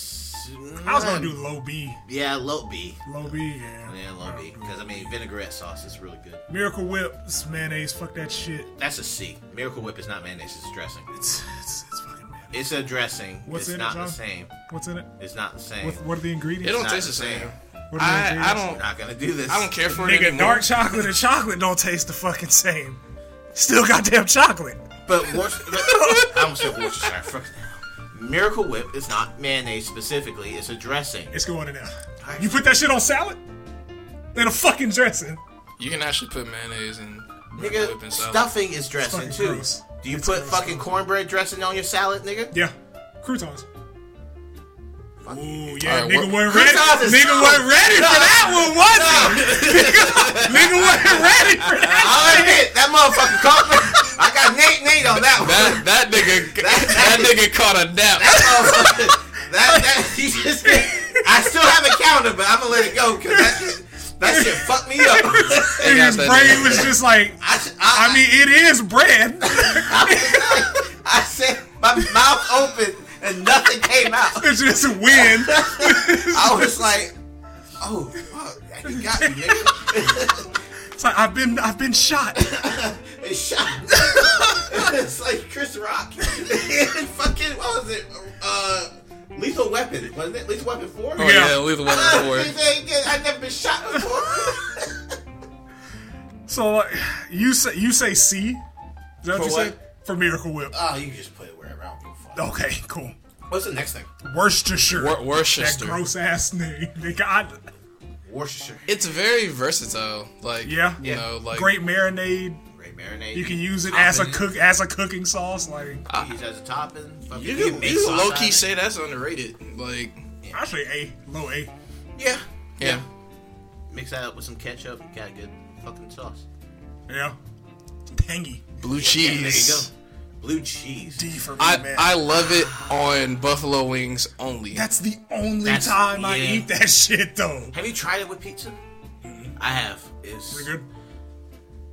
I was gonna do low B. Yeah, low B. Low B, yeah. Yeah, low B. Because I mean, vinaigrette sauce is really good. Miracle Whip, it's mayonnaise. Fuck that shit. That's a C. Miracle Whip is not mayonnaise; it's dressing. It's it's, it's fucking mayonnaise. It's a dressing. What's it's in it, not the John? same. What's in it? It's not the same. What, what are the ingredients? It don't not taste the the same. same. What are the I I ingredients? don't We're not gonna do this. I don't care for it Nigga, anymore. dark chocolate and chocolate don't taste the fucking same. Still goddamn chocolate. But Worcester, I'm gonna say Worcestershire. Fuck now. Miracle Whip is not mayonnaise specifically; it's a dressing. It's going in there. You put that shit on salad? In a fucking dressing. You can actually put mayonnaise and Miracle Whip Nigga, in salad. stuffing is It's dressing fucking too. gross. Do you It's put gross. fucking cornbread dressing on your salad, nigga? Yeah. Croutons. Fuck Ooh, you. yeah, Alright, nigga what- wasn't ready. Croutons is Nigga solid. wasn't ready for that one, was he? nigga, nigga wasn't ready for that. I'll admit that motherfucker caught me. I got Nate Nate on that one. That that nigga that nigga caught a nap. motherfucker. That, that, he just, I still have a counter, but I'm gonna let it go because that, shit- that shit fucked me up. They got His that brain nigga. was just like, I, s- I- I mean, it is bread. I said my mouth open and nothing came out. it's just wind. I was like, oh, fuck, he got me, nigga. It's like I've been, I've been shot. It shot. it's like Chris Rock. and fucking, what was it? Uh, Lethal Weapon, wasn't it? Lethal Weapon 4? Oh Yeah. yeah, lethal Ah, weapon four. see, they ain't get- I've never been shot before. So like, you say, you say C. Is that For what you what? say? For Miracle Whip. Oh, you can just put it wherever. I don't give a fuck. Okay, cool. What's the next thing? Worcestershire. Wor- that Worcester. gross ass name. Nigga, I, Worcestershire. It's very versatile. Like Yeah. you Yeah. know, like great marinade. Great marinade. Uh, You can use it as a Topping. cook as a cooking sauce. Like You can use it as a topping. Fucking You can, make you sauce low out of key it. say that's underrated. Like I say A, low A. Yeah. yeah, Mix that up with some ketchup. You got a good fucking sauce. Yeah. Tangy. blue Yeah, there you go. cheese. Blue cheese. D for me, I man. I love it on buffalo wings only. That's the only That's- time I yeah. eat that shit though. have you tried it with pizza? I have. It's Pretty Mm-hmm. good.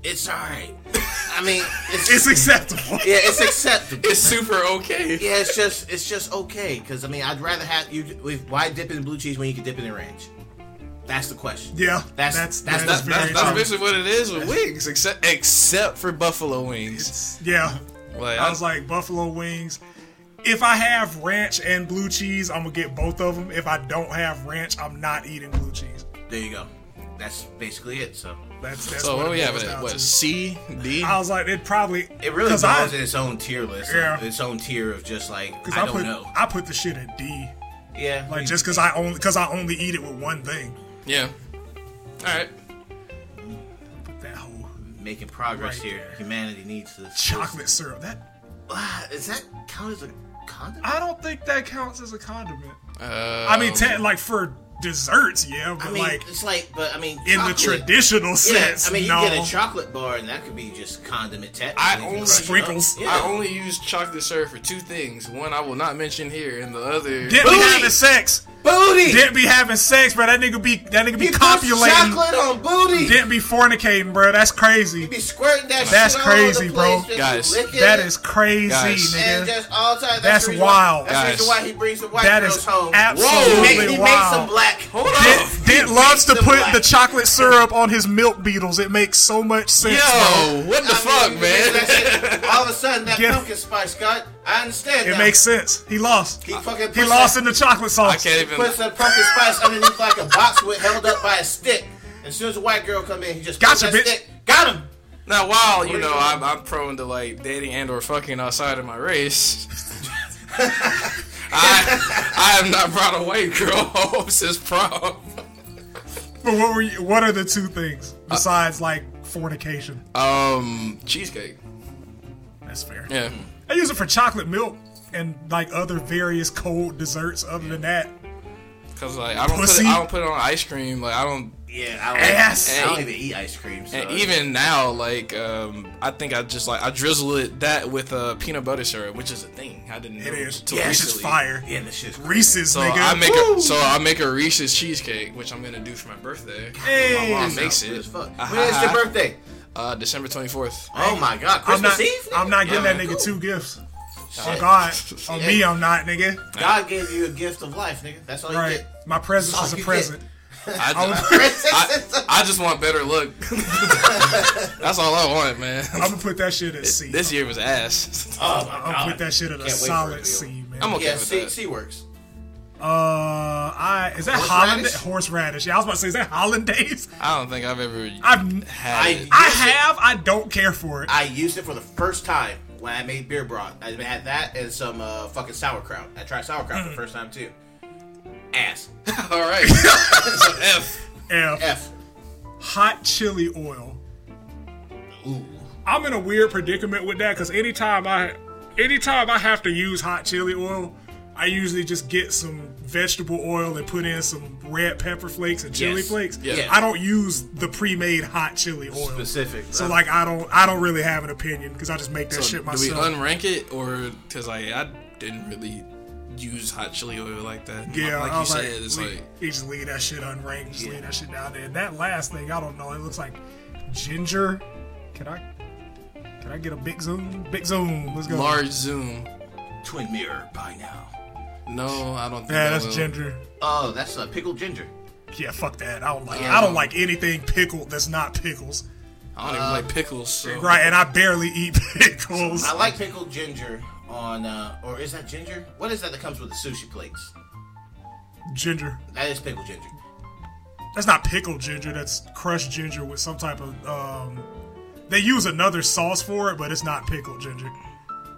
It's alright. I mean, it's, It's acceptable. yeah, it's acceptable. it's super okay. Yeah, it's just it's just okay because I mean I'd rather have you. With, why dip it in blue cheese when you can dip it in ranch? That's the question. Yeah, That's- that's that's- That, that's that's, very that's true. basically what it is with wings, except except for buffalo wings. Yeah, Like I was like buffalo wings. If I have ranch and blue cheese, I'm gonna get both of them. If I don't have ranch, I'm not eating blue cheese. There you go. That's basically it. So That's that's so what, what we it have boils it at? down What to. C D? I was like, it probably it really because goes I in its own tier list. Yeah. Its own tier of just like because I, I, don't put know. Mm. I put the shit at D. yeah. Like you- just because I only because I only eat it with one thing. Yeah. All right. That whole making progress Right. here. Humanity needs this. chocolate syrup. That Ah, Does that count as a condom? I don't think that counts as a condiment. Uh, I mean, te- like for desserts, yeah, but I mean, like it's like, but I mean, in chocolate- the traditional Yeah, sense, I mean, you no. get a chocolate bar, and that could be just condiment. technically. I You can only- crush it up. Sprinkles. Yeah. I only use chocolate syrup for two things. One I will not mention here, and the other. Didn't be Booty! having sex. booty. Didn't be having sex, bro. That nigga be that nigga be You put copulating. Chocolate on booty. Didn't be fornicating, bro. That's crazy. be squirting that That's shit all over the crazy, bro. place, just Guys, licking That it. is crazy, Guys. nigga. And just all the time. That's the reason why- wild. That's the reason Guys. why he brings the white That girls is home. absolutely he make, he makes wild. them black. Hold Dent, Dent loves to the put black. the chocolate syrup on his milk beetles. It makes so much sense. bro. Yo, what the fuck, man? All of a sudden, that Get- pumpkin spice, Scott. I understand. It now. makes sense. He lost. He fucking puts He lost That, in the chocolate sauce. I can't even. puts that pumpkin spice underneath like a box with held up by a stick. As soon as a white girl come in, he just puts Gotcha, that bitch. stick. Got him. Now, while you know I'm, I'm prone to like dating and or fucking outside of my race, I I have not brought a white girl home since prom. But what were you, what are the two things Uh, besides like fornication? Um, cheesecake. That's fair. Yeah. I use it for chocolate milk and like other various cold desserts. Other than that, Cause like I don't Pussy. put it, I don't put it on ice cream. Like I don't. Yeah, I don't, Ass. I don't even eat ice cream. So And even now, like um, I think I just like I drizzle it that with uh, peanut butter syrup, which is a thing. I didn't. it know is. till Yeah, it's just recently. fire. yeah, this shit's great. Reese's, So nigga. I make Woo! a so I make a Reese's cheesecake, which I'm gonna do for my birthday. Hey. my mom makes Good as it. fuck. When is your birthday? Uh, December 24th. Oh my god, I'm Christmas not. Eve? nigga? I'm not getting Yeah, that nigga cool. two gifts. Oh Shit. God, on me, I'm not, nigga. God gave you a gift of life, nigga. That's all you Right, get. my presence Oh, is a you present. I just, I, I just want better look. That's all I want, man. I'm gonna put that shit at C. This year was ass. oh my I'm gonna put that shit at a Can't wait for it solid to be C, man. I'm okay yeah, with C, that. C works. uh, I is that Horseradish? hollandaise? Horseradish. Yeah, I was about to say, is that hollandaise? I don't think I've ever I've had I- it. I have. I don't care for it. I used it for the first time when I made beer broth. I had that and some uh, fucking sauerkraut. I tried sauerkraut Mm. for the first time too. Ass. All right. so F. F. F. hot chili oil. Ooh. I'm in a weird predicament with that because anytime I, anytime I have to use hot chili oil, I usually just get some vegetable oil and put in some red pepper flakes and chili Yes. flakes. Yes. I don't use the pre-made hot chili oil. Specific. So Uh, like I don't, I don't really have an opinion because I just make that So shit do we myself. unrank it or because like I didn't really use hot chili oil like that? yeah, like I you was said, like, it's le- like you just leave that shit unranked, just leave that shit down there. And that last thing, I don't know. It looks like ginger. Can I? Can I get a big zoom? Big zoom. Let's go. large zoom. twin mirror by now. No, I don't think. Yeah, I that's will. ginger. Oh, that's uh, pickled ginger. Yeah, fuck that. I don't like. Yeah. I don't like anything pickled that's not pickles. I don't even like pickles. So. Uh, Right, and I barely eat pickles. I like pickled ginger on, uh, or is that ginger? What is that that comes with the sushi plates? Ginger. That is pickled ginger. That's not pickled ginger. That's crushed ginger with some type of. um They use another sauce for it, but it's not pickled ginger.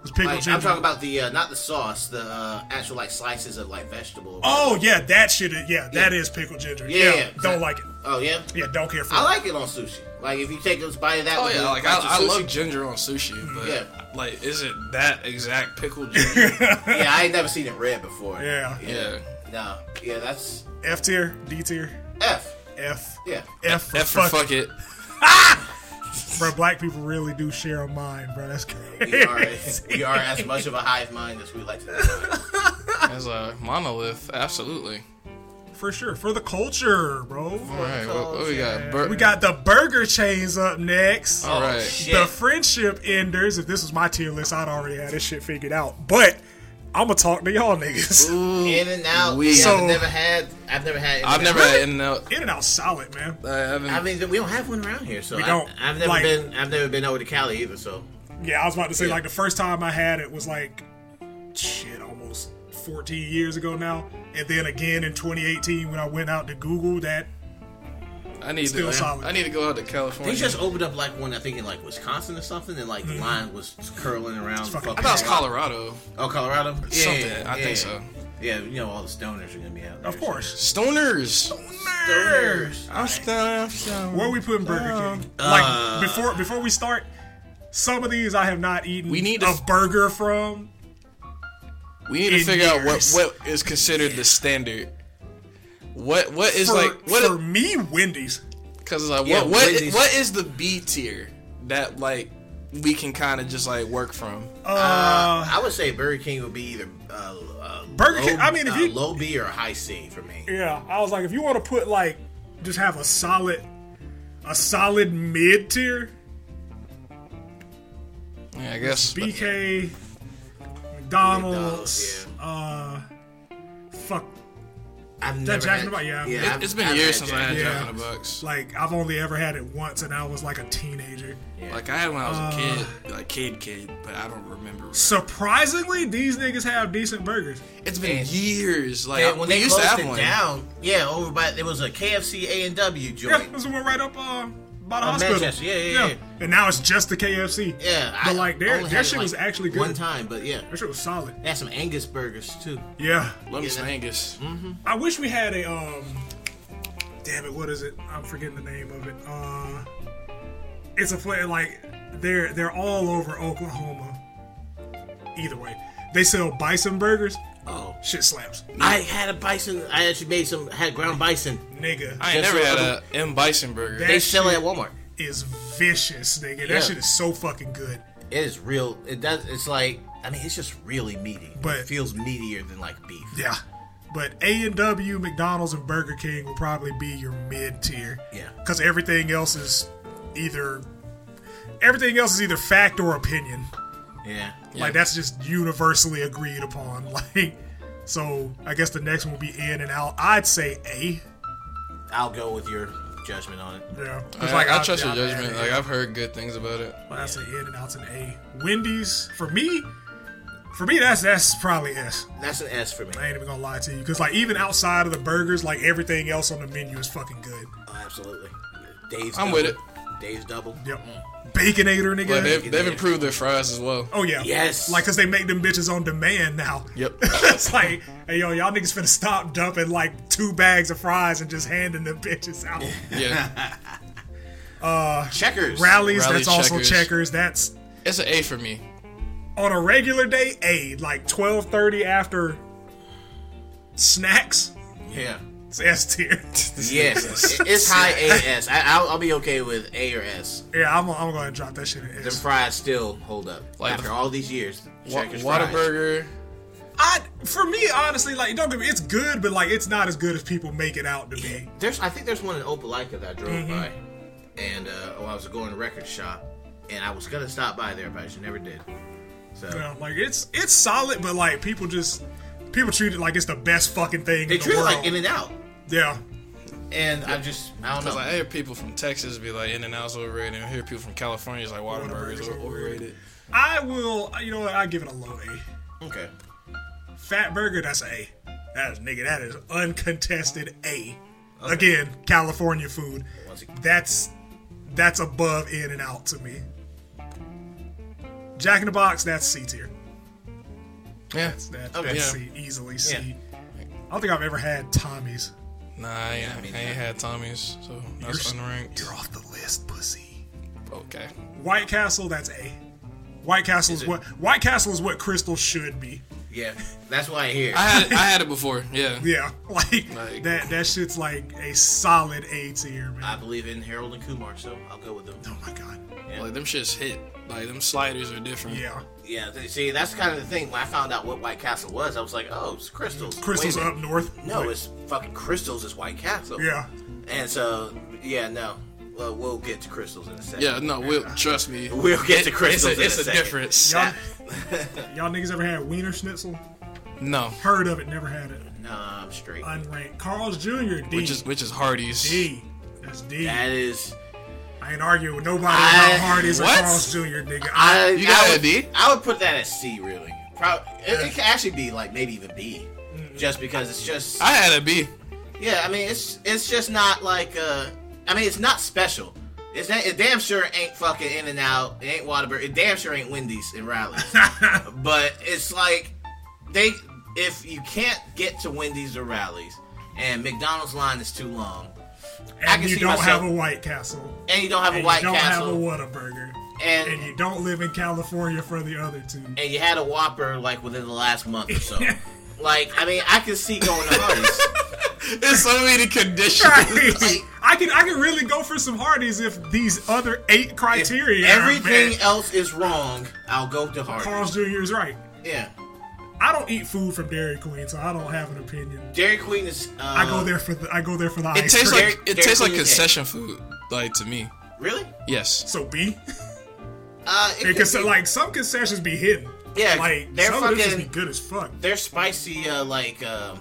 It's pickled Like, ginger. I'm talking about the uh, not the sauce, the uh, actual like slices of like vegetable. Oh yeah, that shit. Is, yeah, that is pickled ginger. Yeah, Yeah, yeah. don't like it. Oh yeah, Yeah, don't care for I it. like it on sushi. Like if you take a bite of that, Oh with yeah, the- like I, the I sushi- love ginger on Mm, sushi, but Yeah. like, is it that exact pickle ginger? Yeah, I ain't never seen it red before. Yeah. yeah, No. Yeah, that's F tier, D tier, F. F. Yeah. F for F for fuck, fuck it. bro. Black people really do share a mind, bro. That's crazy. We are, we are as much of a hive mind as we like to. Define. As a monolith, absolutely. For sure, for the culture, bro. All right, what, what we got? Bur- We got the burger chains up next. All right. shit. the friendship enders. If this was my tier list, I'd already had this shit figured out. But I'm gonna talk to y'all niggas. In and out. We- We, So- I've never had. I've never had. I've never had in out. In and out, solid man. I haven't. I mean, we don't have one around here, so We don't. I, have never Like- been. I've never been over to Cali either, so Yeah, I was about to say Yeah. like the first time I had it was like shit, almost 14 years ago now. And then again in 2018 when I went out to Google that. I need Still to. solid. I need to go out to California. they just opened up like one. I think in like Wisconsin or something, and like the line was curling around. fucking- I thought it was Colorado. Colorado. Oh, Colorado. Yeah, Something. yeah, I think yeah. so. Yeah, you know all the stoners are gonna be out. There, Of course. Stoners. Stoners. I'm stoned. I'm stoned. Where we putting Burger King? Uh. Like before before we start, some of these I have not eaten We need to a f- burger from. We need to in figure years. out what what is considered the standard. What what is for, like what for me, Wendy's. Because like, Yeah, what what i- Wendy's- what is the B tier that like we can kind of just like work from? Uh, I would say Burger King would be either uh, uh, Burger Oh low- King- I mean, if uh, you- low B or high C for me. Yeah, I was like, if you want to put like, just have a solid, a solid mid tier, Yeah, I guess. but- BK, McDonald's, uh, fuck. I've never Jack in had, the Box? Yeah. It- I've- it's been I've years since I Jack- had Yeah. Jack in the Box. Like I've only ever had it once, and I was like a teenager. Like I had when I was a kid, like kid kid, but I don't remember. Surprisingly, these niggas have decent burgers. It's been years. Like Yeah, when we they used to closed have it one. down, yeah, over by there was a KFC A and W Yeah, joint. this one right up uh, by the Uh, hospital. Manchester, yeah, yeah, yeah. And now it's just the KFC. Yeah, but like only their had their it, shit like, was actually good. One time, but yeah, Their shit was solid. they had some Angus burgers too. Yeah. Let me Yeah. Mm-hmm. say Angus. I wish we had a um damn it, what is it? I'm forgetting the name of it. Uh it's a place like they're they're all over Oklahoma. Either way. They sell bison burgers. Oh, Shit slaps. I had a bison. I actually made some. Had ground bison. Nigga. I ain't That's never had the a M Bison burger. That They sell it shit at Walmart. is vicious, nigga. That Yeah. shit is so fucking good. It is real. It does. It's like I mean, it's just really meaty. But- it feels meatier than like beef. Yeah. But A and W, McDonald's, and Burger King will probably be your mid tier. Yeah. Because everything else is either everything else is either fact or opinion. Yeah. Like that's just universally agreed upon. Like so I guess the next one will be in and out. I'd say A. I'll go with your judgment on it. Yeah. 'Cause, I, like, I trust your I'd- judgment. I'd- Like I've heard good things about it. I'd say in and out's an A. Wendy's for me for me that's that's probably S. That's an S for me. I ain't even gonna lie to you. Cause like even outside of the burgers, like everything else on the menu is fucking good. Oh, absolutely. Dave's I'm got with one. it. Dave's double. Yep. Mm. Baconator, nigga. But they've, they've improved their fries as well. Oh yeah. Yes. Like, cause they make them bitches on demand now. Yep. it's like, hey yo, y'all niggas finna stop dumping like two bags of fries and just handing the bitches out. Yeah, Rallies, Checkers. Rally that's also checkers. checkers. That's it's an A for me. on a regular day, a like twelve thirty after snacks. Yeah. It's S tier. Yes. It- it's high A S. I, I'll, I'll be okay with A or S. yeah, I'm, I'm gonna drop that shit in Them S. fries still hold up Like after the- all these years. Wa- Checkers fries. Whataburger. I, for me, honestly, like don't get me, it's good, but like it's not as good as people make it out to be. There's, I think there's one in Opelika that I drove Mm-hmm. by, and uh, oh, I was going to record shop, and I was gonna stop by there, but I just never did. So You know, like it's it's solid, but like people just people treat it like it's the best fucking thing they in the treat it world. like In and Out, yeah, and I just, I don't know. Cause I hear people from Texas be like In and Out's overrated, and I hear people from California is like Whataburger's Whataburger's overrated. overrated. I will. You know what? I give it a low A. okay, Fat burger, that's a. That is nigga. That is uncontested A. Again, California food. Once ag- That's that's above In and Out to me. Jack in the Box, that's C tier. Yeah. That, Okay. that's Yeah. C, easily C. I don't think I've ever had Tommy's. Nah, I ain't, I ain't had Tommy's, so that's unranked. You're off the list, pussy. Okay. White Castle, that's A. White Castle is, it? what White Castle is what Crystal should be. yeah, that's why I hear. I had it, I had it before. Yeah. Yeah, like, Like- that that shit's like a solid A tier, man. I believe in Harold and Kumar, so I'll go with them. oh my god. Like them shits hit. Like them sliders are different. Yeah, Yeah, th- see, that's kind of the thing. When I found out what White Castle was, I was like, oh, it's crystals. Wait a Crystal's minute. up north. No, Like, it's fucking crystals. Is White Castle. yeah. And so, yeah, no, well, we'll get to crystals in a second. Yeah. No. We'll trust me. We'll get to It's crystals a, in a it's a second. difference. Y'all, y'all niggas ever had Wiener Schnitzel? No. Heard of it? Never had it. Nah, I'm straight. Unranked. Carl's Jr. D. Which is which is Hardee's. D. That's D. I That is. ain't arguing with nobody I- about Hardy's or What? Carl's Jr. Nigga. I, You got I a would, B? I would put that at C, really. Probably, it, it could actually be like maybe even B, Mm-hmm. just because it's just. I had a B. yeah, I mean, it's it's just not like. uh I mean, it's not special. It's not, it damn sure ain't fucking In and Out. It ain't Whataburger. It damn sure ain't Wendy's and Riley's. but it's like they if you can't get to Wendy's or Riley's, and McDonald's line is too long, and I can you see don't have myself- a White Castle. and you don't have And a White you don't Castle, have a Whataburger. and And you don't live in California for the other two. and you had a Whopper like within the last month or so. like, I mean, I can see going to Hardee's. There's so many conditions. Right. I can I can really go for some Hardee's if these other eight If criteria. everything man. else is wrong, I'll go to Hardee's. Carl's Jr. is right. yeah, I don't eat food from Dairy Queen, so I don't have an opinion. Dairy Queen is. Uh, I go there for the I go there for the It ice tastes cream. like it Dairy tastes like Queen is it. concession food. Like to me. Really? Yes. so B Uh, it because could be- like some concessions be hidden. Yeah, like they're some of this fucking- be good as fuck. their spicy uh, like um,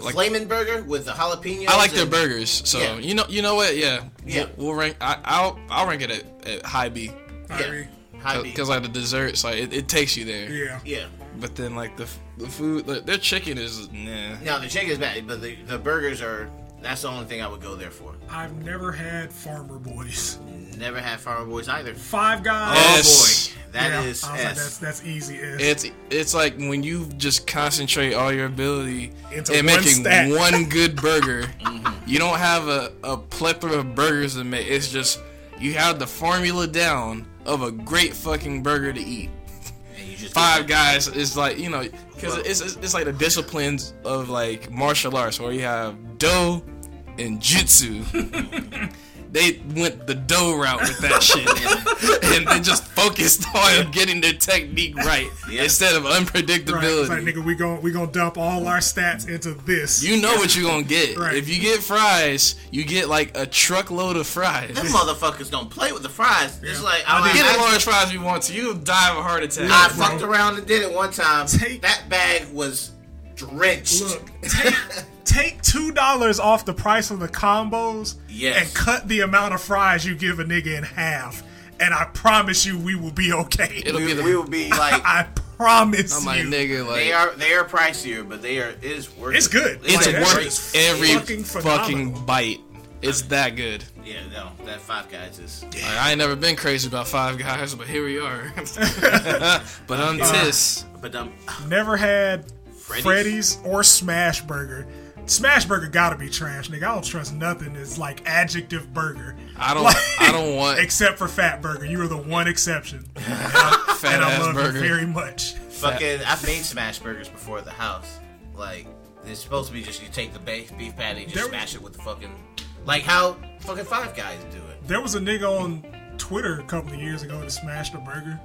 Like- flamin' burger with the jalapenos. I like their and- burgers. So Yeah. you know, you know what? Yeah, Yeah. We'll, we'll rank. I, I'll I'll rank it at, at high B I mean, Yeah, high B. because like the desserts, like it, it takes you there. yeah. yeah. But then like the f- the food, like, their chicken is nah. No, the chicken's bad, but the, the burgers are. That's the only thing I would go there for. I've never had Farmer Boys. Never had Farmer Boys either. Five Guys. Oh S. boy, that Yeah, is I was like, that's S. that's easy. S. It's it's like when you just concentrate all your ability Into in one making stack. one good burger. Mm-hmm. You don't have a, a plethora of burgers to make. It's just you have the formula down of a great fucking burger to eat. And you just Five Guys is like you know because it's, it's it's like the disciplines of like martial arts where you have do and jutsu. they went the do route with that shit, and they just focused on getting their technique right Yeah. instead of Right. It's unpredictability. like nigga, we gon' we gonna dump all our stats into this. you know what you're gonna get. Right. If you get fries, you get like a truckload of fries. Them motherfuckers don't play with the fries. It's like I'm like, Get as I, large fries as you want to. You'll die of a heart attack. I bro. fucked around and did it one time. Take- that bag was drenched. Look, take, take two dollars off the price of the combos Yes. and cut the amount of fries you give a nigga in half, and I promise you we will be okay. It'll we, be the. we will be like I promise I'm like you. nigga, like they are they are pricier, but they are it is worth. It's it. good. It's Like, like, that worth shit is every fucking fucking, phenomenal. bite. It's that good. Yeah, no, that Five Guys is. Like, I ain't never been crazy about Five Guys, but here we are. but on Uh, this, But um, Never had Freddy's? Freddy's, or Smash Burger. Smash Burger gotta be trash, nigga. I don't trust nothing. It's like adjective burger. I don't- I don't want- except for Fat Burger. You are the one exception, and I, Fat and I ass love burger. you very much. fucking, I've made smash burgers before at the house. Like, it's supposed to be just you take the ba- beef patty, just There- smash it with the fucking, like how fucking Five Guys do it. There was a nigga on Twitter a couple of years ago that smashed a burger.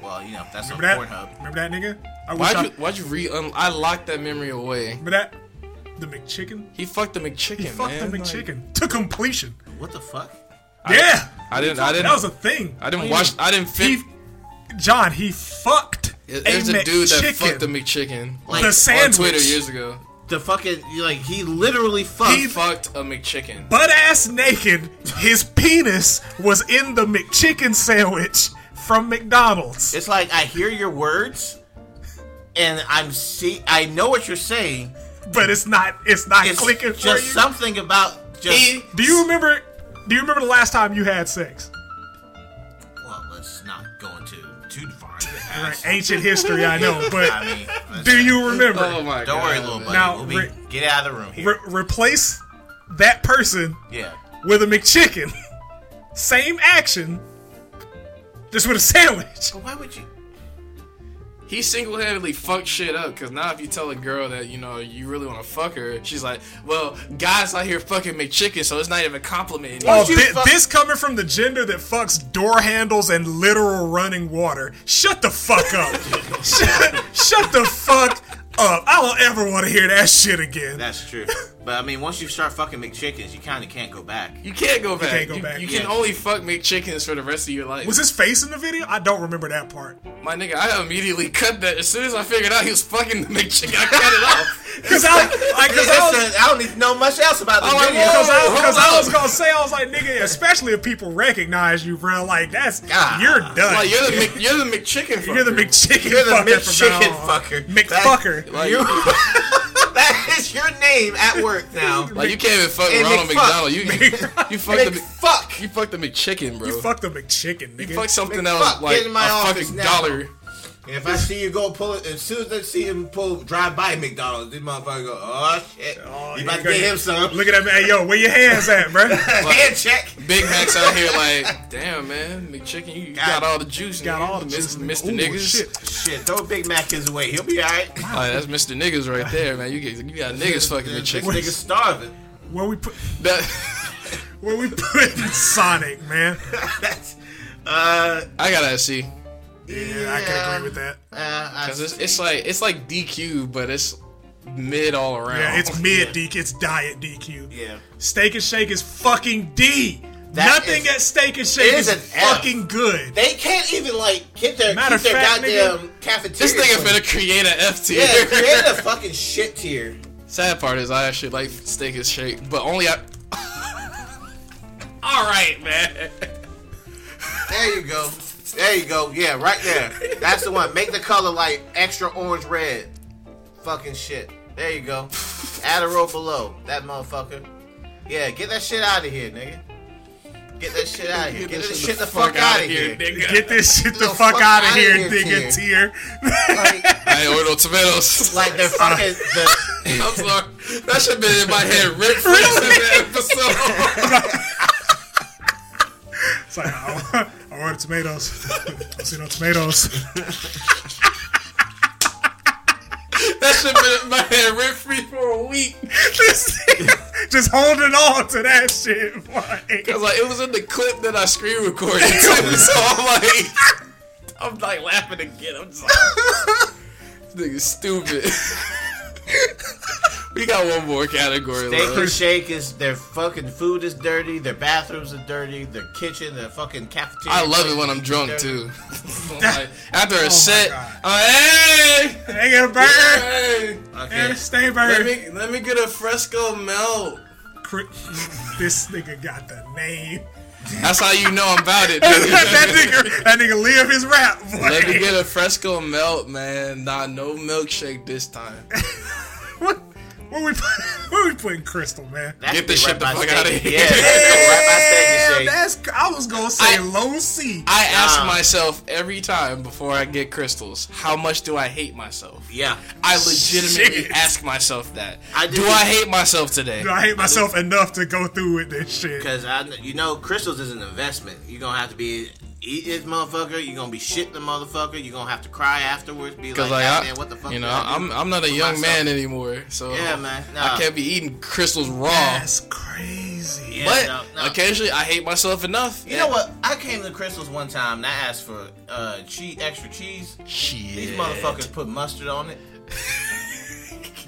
Well, you know that's on Remember that? Pornhub. Remember that nigga? I wish I, why'd you why'd you re? un- I locked that memory away. remember that the McChicken. He fucked the McChicken, Fuck man. the Like, McChicken to completion. What the fuck? yeah, I didn't. I didn't. that was a thing. I didn't watch. I didn't. Fin- He, John, he fucked there's a, a, dude that McChicken. fucked the McChicken Like the on sandwich. Twitter years ago. the fucking, you like he literally fucked. He fucked a McChicken. butt ass naked. His penis was in the McChicken sandwich from McDonald's. It's like I hear your words, and I'm see. I know what you're saying. but it's not. It's not It's clicking for you. just something about just. He- do you remember? Do you remember the last time you had sex? well, let's not go into too far into the Right, past. ancient history, I know, I but mean, let's- do you remember? Oh my Don't god. worry, little buddy. man. Now, we'll be, Rick- get out of the room here. Re- replace that person yeah. with a McChicken. Same action, just with a sandwich. But why would you? He single-handedly fucked shit up because now if you tell a girl that you know you really want to fuck her, she's like, "Well, guys out here fucking McChicken, so it's not even a compliment." anymore." Oh, you thi- fuck- this coming from the gender that fucks door handles and literal running water. Shut the fuck up. shut, shut the fuck up. I don't ever want to hear that shit again. That's true. But I mean, once you start fucking McChickens, you kind of can't go back. You can't go back. You, can't go back. you Yeah. can only fuck McChickens for the rest of your life. was his face in the video? I don't remember that part. My nigga, I immediately cut that as soon as I figured out he was fucking the McChicken. I cut it off. Cause I, like, cause I was, Listen, I don't need to know much else about this Oh, video. oh, yeah. cause I, Hold cause I up. was gonna say, I was like, nigga, especially if people recognize you, bro. Like that's God. you're done. Like you're the Mc, you're the McChicken. You're the fucker. McChicken. You're the fucker from now McChicken on. fucker. McFucker. Like, You- that is your name at work now. like you can't even fuck Hey, Ronald McFuck. McDonald. You you fuck the Mc- Mc- fuck. you fuck the McChicken, bro. You fuck the McChicken, nigga. You fuck something McFuck, else like get in my a office fucking now. dollar. If I see you go pull, as soon as I see him pull drive by McDonald's, this motherfucker go, oh shit, Oh, you here about to go. get him some Look at that man. Hey, yo, where your hands at, bro? hand check. Big Macs out here like, damn man, McChicken, you, you got all the juice. Got nigga. all the Mis- juice, Mr. Ooh, Niggas. shit. Shit, throw Big Mac his way, he'll be all right. Like, that's Mr. Niggas right there, man. You get you got niggas fucking This McChicken. nigga's starving. Where we put? That- Where we put Sonic, man? That's, uh, I gotta see. Yeah, I can agree with that. uh, I, Cause it's, it's like it's like DQ, but it's mid all around. Yeah, it's mid DQ. It's diet DQ. yeah. Steak and Shake is fucking D. That Nothing is- at Steak and Shake it is is, an F. fucking good. They can't even like get their Matter keep their of fact, goddamn this cafeteria. nigga clean. finna create an F tier. Yeah, create a fucking shit tier. Sad part is I actually like steak and shake, but only I. all right, man. There you go. There you go. Yeah, right there. That's the one. Make the color like extra orange red. Fucking shit. There you go. Add a row below. That motherfucker. Yeah, get that shit out of here, nigga. Get that shit out of here. Get, this shit the fuck, out of here. nigga. Get this shit the, The fuck, fuck out of outta here, here, nigga. Tier. Like, I ain't order no tomatoes. like they're fucking. The, I'm sorry. That should been in my head rip free since the episode. It's like I, I ordered tomatoes. I see no tomatoes. that should been in my head rip free for a week. This nigga just holding on to that shit. Like, Cause like it was in the clip that I screen recorded too, so I'm like, I'm like laughing again. I'm just like, this nigga stupid. we got one more category Steak left. and Shake is their fucking food is dirty, their bathrooms are dirty, their kitchen, their fucking cafeteria. I love it when I'm drunk too. I'm like, after a set, I'm like, they get a bird. hey, hey, And Okay. a stay let bird. me let me get a fresco melt. Cri- this nigga got the name. That's how you know I'm about it. that Dude. nigga, that nigga live his rap. Boy. Let me get a fresco melt, man. Nah, no milkshake this time. what, what Where we put, where we putting Crystal, man? That Get should be this shit the by fuck Steak- outta here. Yeah, that should be right by Steak Damn, and Shake. that's I was gonna say I- low C. I ask Nah. myself every time before I get crystals, how much do I hate myself? Yeah. I legitimately Shit. ask myself that. I do do- I hate myself today? Do I hate myself enough to go through with this shit. Because I, kn- you know, crystals is an investment. You're gonna have to be eat this motherfucker. You're gonna be shit the motherfucker. You're gonna have to cry afterwards. Be like, Because like, "God I, damn, what the fuck? you did know, I do?" I'm I'm not a For young myself. man anymore, so Yeah, man. I Nah. can't be eating crystals raw. That's crazy. Yeah, but no, no. occasionally, I hate myself enough. You know what? I came to Crystals one time and I asked for uh, cheese, extra cheese. Shit. These motherfuckers put mustard on it.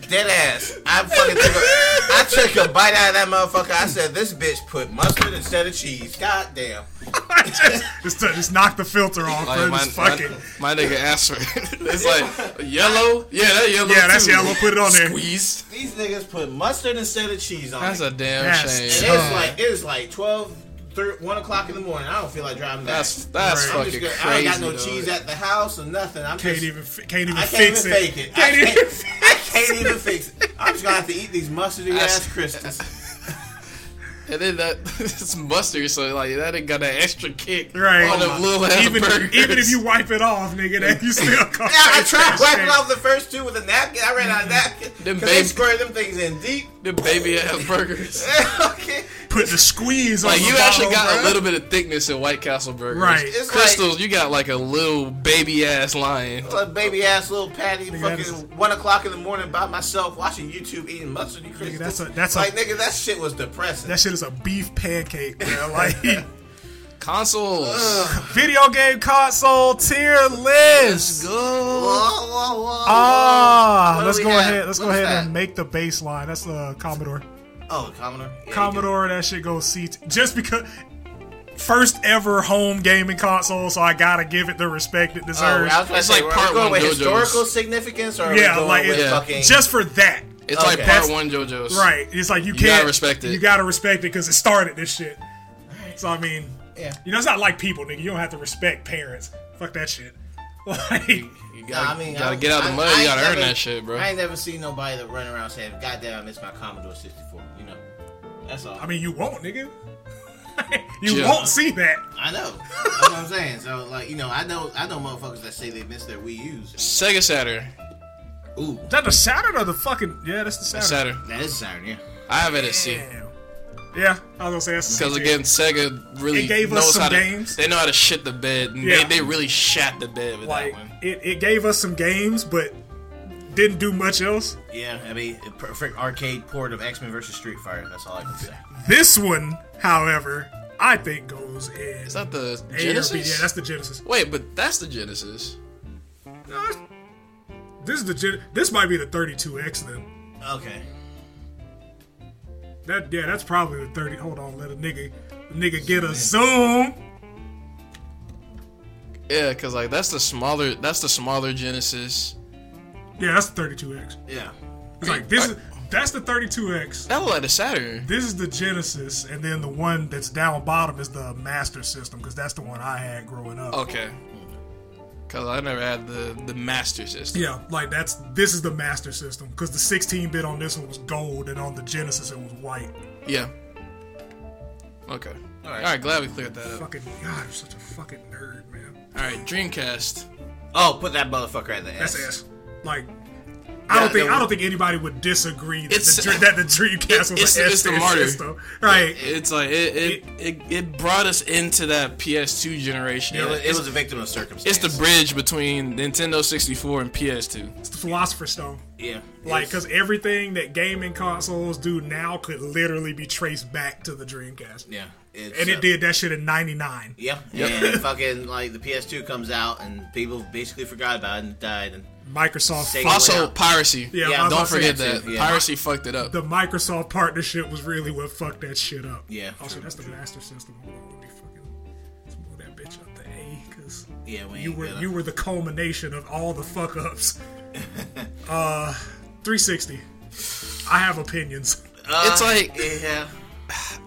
Dead ass. I fucking took a, I took a bite out of that motherfucker. I said, this bitch put mustard instead of cheese. God damn. just, to, just knock the filter off. Like, bro. my, just fuck my- it. my nigga answer. it's like yellow. Yeah, that yellow. Yeah, that's too. yellow. Put it on there. Squeeze. These niggas put mustard instead of cheese on That's it. a damn That's shame. and it was like, it was like 12, 3, 1 o'clock in the morning. I don't feel like driving back. That's that's Right. I'm fucking just gonna- crazy. I ain't got no dog. cheese at the house or nothing. I'm Can't just, even fi- can't even I can't fix even it. fake it. I Can't even can't, I can't even fix it. I'm just gonna have to eat these mustardy That's- ass crystals. And then that it's mustard, so like that ain't got that extra kick. Right. On them little ass even, burgers. even if you wipe it off, nigga, that you still come. Yeah, I tried wiping off the first two with a napkin. I ran out of Mm-hmm. napkin. Them Cause they baby- squared them things in deep. the baby ass burgers. okay. Put the squeeze on Like the you actually bottle, got bro. a little bit of thickness in White Castle burgers. Right. It's Crystals, you got like a little baby ass lion. like a baby ass little patty, Nigga, that fucking one o'clock in the morning by myself watching YouTube eating mustard and crystals. that's a- that's a- like nigga, that shit was depressing. That shit is a beef pancake, man. Like Consoles. video game console tier Let's list. whoa, go. whoa, whoa, Ah, whoa. What let's do go we have? ahead. Let's go What's ahead that? and make the baseline. That's the uh, Commodore. Oh, Commodore. Yeah, you Commodore, that shit goes C. t- Just because first ever home gaming console, so I gotta give it the respect it do. Oh, deserves. I was gonna It's say, like we're part going one with JoJo's. historical significance, or are we yeah, going like with it- fucking just for that. It's like Okay. part That's- one JoJo's. Right. It's like you, You can't gotta respect it. You gotta respect it because it started this shit. So I mean, Yeah. you know, it's not like people, nigga. You don't have to respect parents. Fuck that shit. Like, You Nah, gotta, I mean, you gotta I- get out I- the mud. I you ain't gotta earn never- that shit, bro. I ain't never seen nobody that run around saying, "God damn, I miss my Commodore 64." You know, that's all. I mean, you won't, nigga. you Yeah. won't see that. I know. that's what I'm saying. So, like, you know, I know, I know motherfuckers that say they miss their Wii U's. Sega Saturn. Ooh, Is that the Saturn or the fucking? Yeah, that's the Saturn. Saturn. that is Saturn, yeah. I have it at C. Damn. Yeah, I was gonna say that's the Because same again, Sega really It gave us knows some how to. games. They know how to shit the bed. and Yeah. They, they really shat the bed with like that one. it, it gave us some games, but didn't do much else. Yeah, I mean, a perfect arcade port of X Men versus Street Fighter. That's all I can say. This one, however, I think goes in. Is that the A or B. Genesis? Yeah, that's the Genesis. Wait, but that's the Genesis. Uh, This is the gen- this might be the 32X then. Okay. That yeah, that's probably the 30. Hold on, let a nigga the nigga get a zoom. Yeah, cause like that's the smaller. That's the smaller Genesis. Yeah, that's the 32X. Yeah. It's like this is that's the 32X. That look like the Saturn. This is the Genesis, and then the one that's down bottom is the Master System because that's the one I had growing up. Okay. Cause I never had the the Master System. Yeah, like that's this is the Master System because the 16 bit on this one was gold, and on the Genesis it was white. Yeah. Okay. All right. right. Glad we cleared that up. Fucking God, you're such a fucking nerd, man. All right. Dreamcast. Oh, put that motherfucker at the S. That's ass. Like. I don't Yeah, think that I don't think anybody would disagree that, It's- the, Dr- that the it's- Dreamcast was an it's S the tier martyr. system, right? It's like it it, it it brought us into that PS2 generation. It, was, it's, it was a victim of circumstance. it's the bridge between Nintendo 64 and PS2. It's the Philosopher's Stone, Yeah. like because everything that gaming consoles do now could literally be traced back to the Dreamcast, Yeah. It's, and uh, it did that shit in '99. Yeah. Yep. And fucking like the PS2 comes out and people basically forgot about it and died and Microsoft, Sega fucked- Also, out. piracy. yeah, yeah, I Don't was about to say- forget Piracy, that yeah. piracy fucked it up. the Microsoft partnership was really what fucked that shit up. Yeah, Also, true, that's the true. master system. Hold on, let me fucking let's move that bitch up to A because Yeah, we you ain't were gonna- you were the culmination of all the fuck ups. uh, 360. I have opinions. it's like yeah.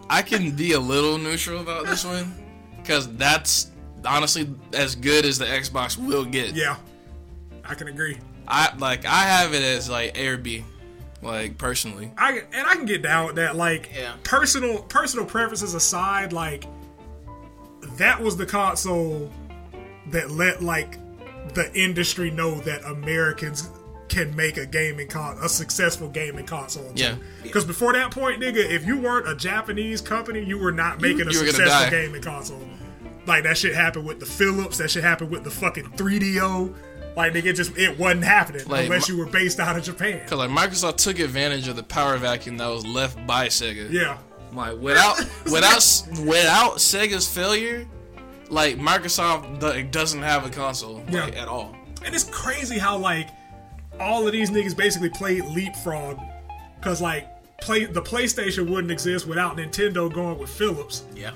I can be a little neutral about this one because that's honestly as good as the Xbox will get. Yeah, I can agree. I like I have it as like A or B. Like personally, I and I can get down with that. Like Yeah. personal personal preferences aside, like that was the console that let like the industry know that Americans can make a gaming con a successful gaming console. Yeah. Because before that point, nigga, if you weren't a Japanese company, you were not making a you were gonna die. successful gaming console. Like that shit happened with the Philips. That shit happened with the fucking 3DO. Like nigga, it just it wasn't happening Like, unless my- you were based out of Japan. because like Microsoft took advantage of the power vacuum that was left by Sega. Yeah. Like without without without Sega's failure, like Microsoft like, doesn't have a console like, Yeah. at all. And it's crazy how like all of these niggas basically played leapfrog because like play the PlayStation wouldn't exist without Nintendo going with Philips. Yeah.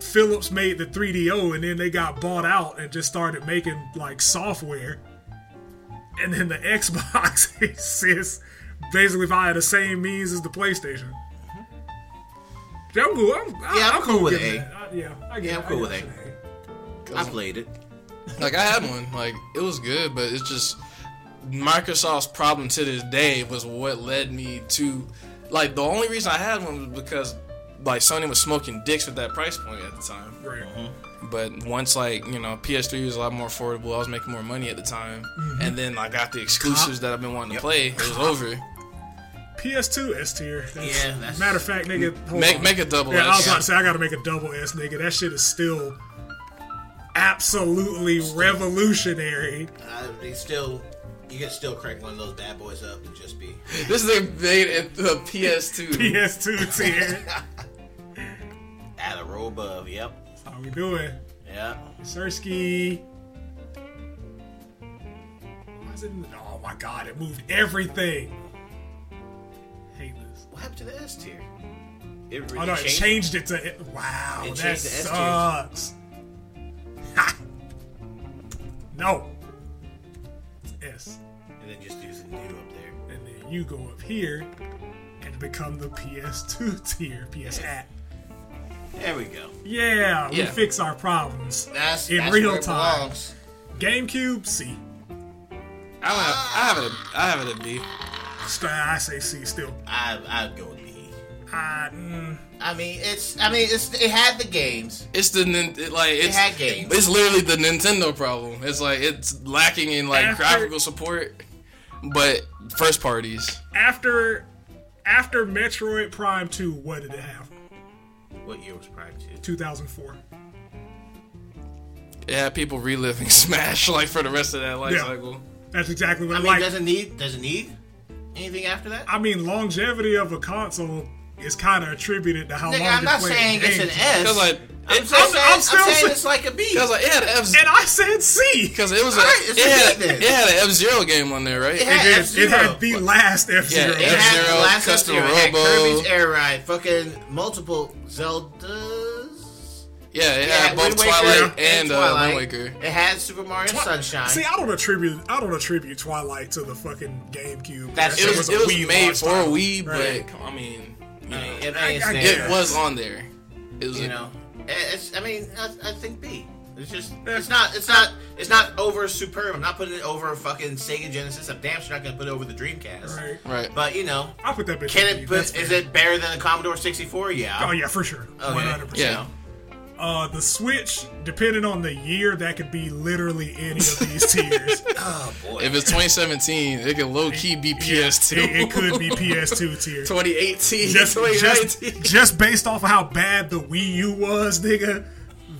Philips made the 3DO and then they got bought out and just started making like software. And then the Xbox exists basically via the same means as the PlayStation. Yeah, I'm cool. I'm, I, Mm-hmm. Yeah, I'm cool with giving A. that. I, yeah, I get Yeah, I'm I get cool with what A. you're saying. I played it. Like I had one. Like it was good, but it's just Microsoft's problem to this day was what led me to like the only reason I had one was because like Sony was smoking dicks with that price point at the time. Right. Mm-hmm. But once like, you know, PS3 was a lot more affordable, I was making more money at the time. Mm-hmm. And then I got the exclusives that I've been wanting to play. It was over. PS2 S tier. That's- Yeah, that's- Matter of fact, nigga, hold Make on. make a double Yeah, I was S. about to say I gotta make a double S, nigga. That shit is still absolutely revolutionary. I, they still, you can still crank one of those bad boys up and just be. This nigga made it the PS2. PS2 tier. At a roll above. Yep. How we doing, Yeah. Sersky? Why is it? in the- Oh my god, it moved everything. Hate this. What happened to the S tier? It really Oh no, it changed. changed it to. Wow, It that changed the S tier. sucks. Ha. No. It's S. And then just using new up there. and then you go up here and become the PS2 tier, PS at. There we go. Yeah, we Yeah. fix our problems That's in that's real where it time. belongs. GameCube C. I don't have I have it I have it at B. St- I say C still. I I'd go with B. I, mm, I mean, it's I mean, it's it had the games. It's the nin- it, like it's had games. It's literally the Nintendo problem. It's like it's lacking in like After- graphical support, but first parties. after after Metroid Prime 2, what did it have? What year was Prime Two? 2004. It had people reliving Smash like for the rest of that life Yeah. cycle. That's exactly what I I mean, like. doesn't need doesn't need anything after that. I mean, longevity of a console is kind of attributed to how long Nigga, I'm you not play saying it's an games. S. Cause like I'm, it, just saying, I'm I'm, still saying saying- it's like a B. cause like it had F And I said C. because it was a, Alright, it, it's a B had, then. it had an F Zero game on there, right? It had- It, it had F-Zero. the last F Zero. it had F-Zero, the last Custom F-Zero, it had Robo. Kirby's Air Ride, fucking multiple Zeldas. yeah, it It had had both Wind Waker Twilight and, uh, Wind Twilight. Waker. It had Super Mario Sunshine. See, I don't attribute I don't attribute Twilight to the fucking GameCube. That's- shit It was a it was Wii made launch for title. Wii, Right. but come on, I mean, you I know, mean, it ain't I- I there. it was on there. It was you a- know. It's, I mean, I, I think B. It's just, it's not, it's not, it's not over superb. I'm not putting it over fucking Sega Genesis. I'm damn sure not gonna put it over the Dreamcast. Right. right. But you know, I put that bitch. can in it? B. Put, That's is fair. it better than the Commodore 64? Yeah. Oh yeah, for sure. Okay. One hundred Yeah. percent. Uh, the Switch, depending on the year, that could be literally any of these tiers. If it's 2017, it could low key be PS2. It, it could be PS2 tier. 2018, Just, 2019. just, just based off of how bad the Wii U was, nigga,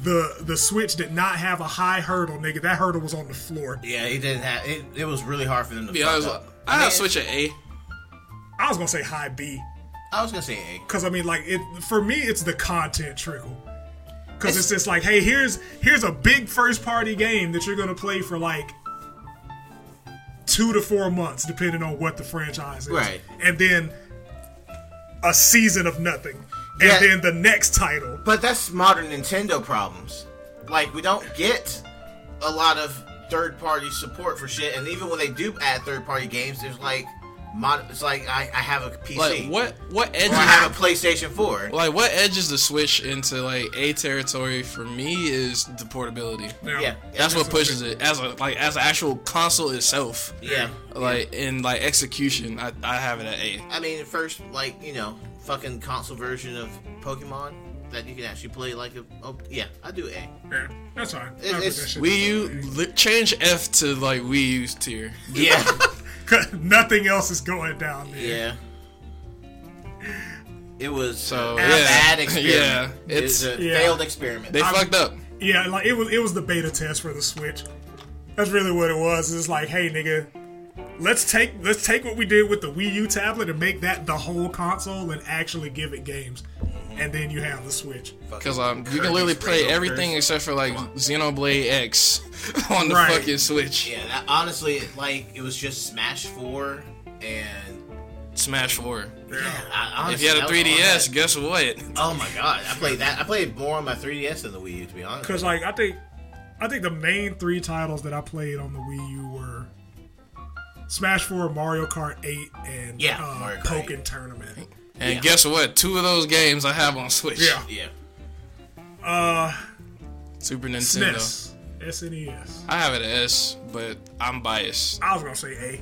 the the Switch did not have a high hurdle, nigga. That hurdle was on the floor. Yeah, he didn't have. It, it was really hard for them to. Be fuck honest, up. I mean, gotta switch an A. I was gonna say high B, I was gonna say A. Cause I mean, like it for me, it's the content trickle. Cause it's, just like, hey, here's here's a big first party game that you're gonna play for like two to four months, depending on what the franchise is, Right. And then a season of nothing, and Yeah. then the next title. But that's modern Nintendo problems. Like we don't get a lot of third party support for shit, and even when they do add third party games, there's like Mod- it's like I, I have a PC. Like what what edges Or I have a PlayStation 4. like what edges the switch into like a territory for me is the portability. Yeah. That's what pushes it as a like as an actual console itself. Yeah. Like in like execution, I, I have it at A. I mean, first, like, you know, fucking console version of Pokemon that you can actually play like a. Oh, yeah, I do A. Yeah, that's fine. It- it's- Wii U li- change F to like Wii U's tier. Yeah. Nothing else is going down there. yeah. It was So, so, yeah. a bad Yeah, experiment. it it's- was a Yeah. failed experiment. They I'm- fucked up. Yeah, like it was it was the beta test for the Switch. That's really what it was. It's like, hey nigga, let's take let's take what we did with the Wii U tablet and make that the whole console and actually give it games. Mm-hmm. And then you have the Switch. Because um, you can literally play everything except for like Xenoblade X on the Right. fucking Switch. Yeah, that, honestly, like, it was just Smash 4 and. Smash 4. Yeah, I, honestly, If you had a that was all 3DS, that- guess what? Oh my god, I played that. I played more on my 3DS than the Wii U, to be honest. Cause like I think I think the main three titles that I played on the Wii U were Smash 4, Mario Kart 8, and Yeah, uh, Mario Kart 8. Pokken Tournament. And Yeah. guess what? Two of those games I have on Switch. Yeah. Yeah. Uh E Super Nintendo. SNES. SNES. I have it at S, but I'm biased. I was gonna say A.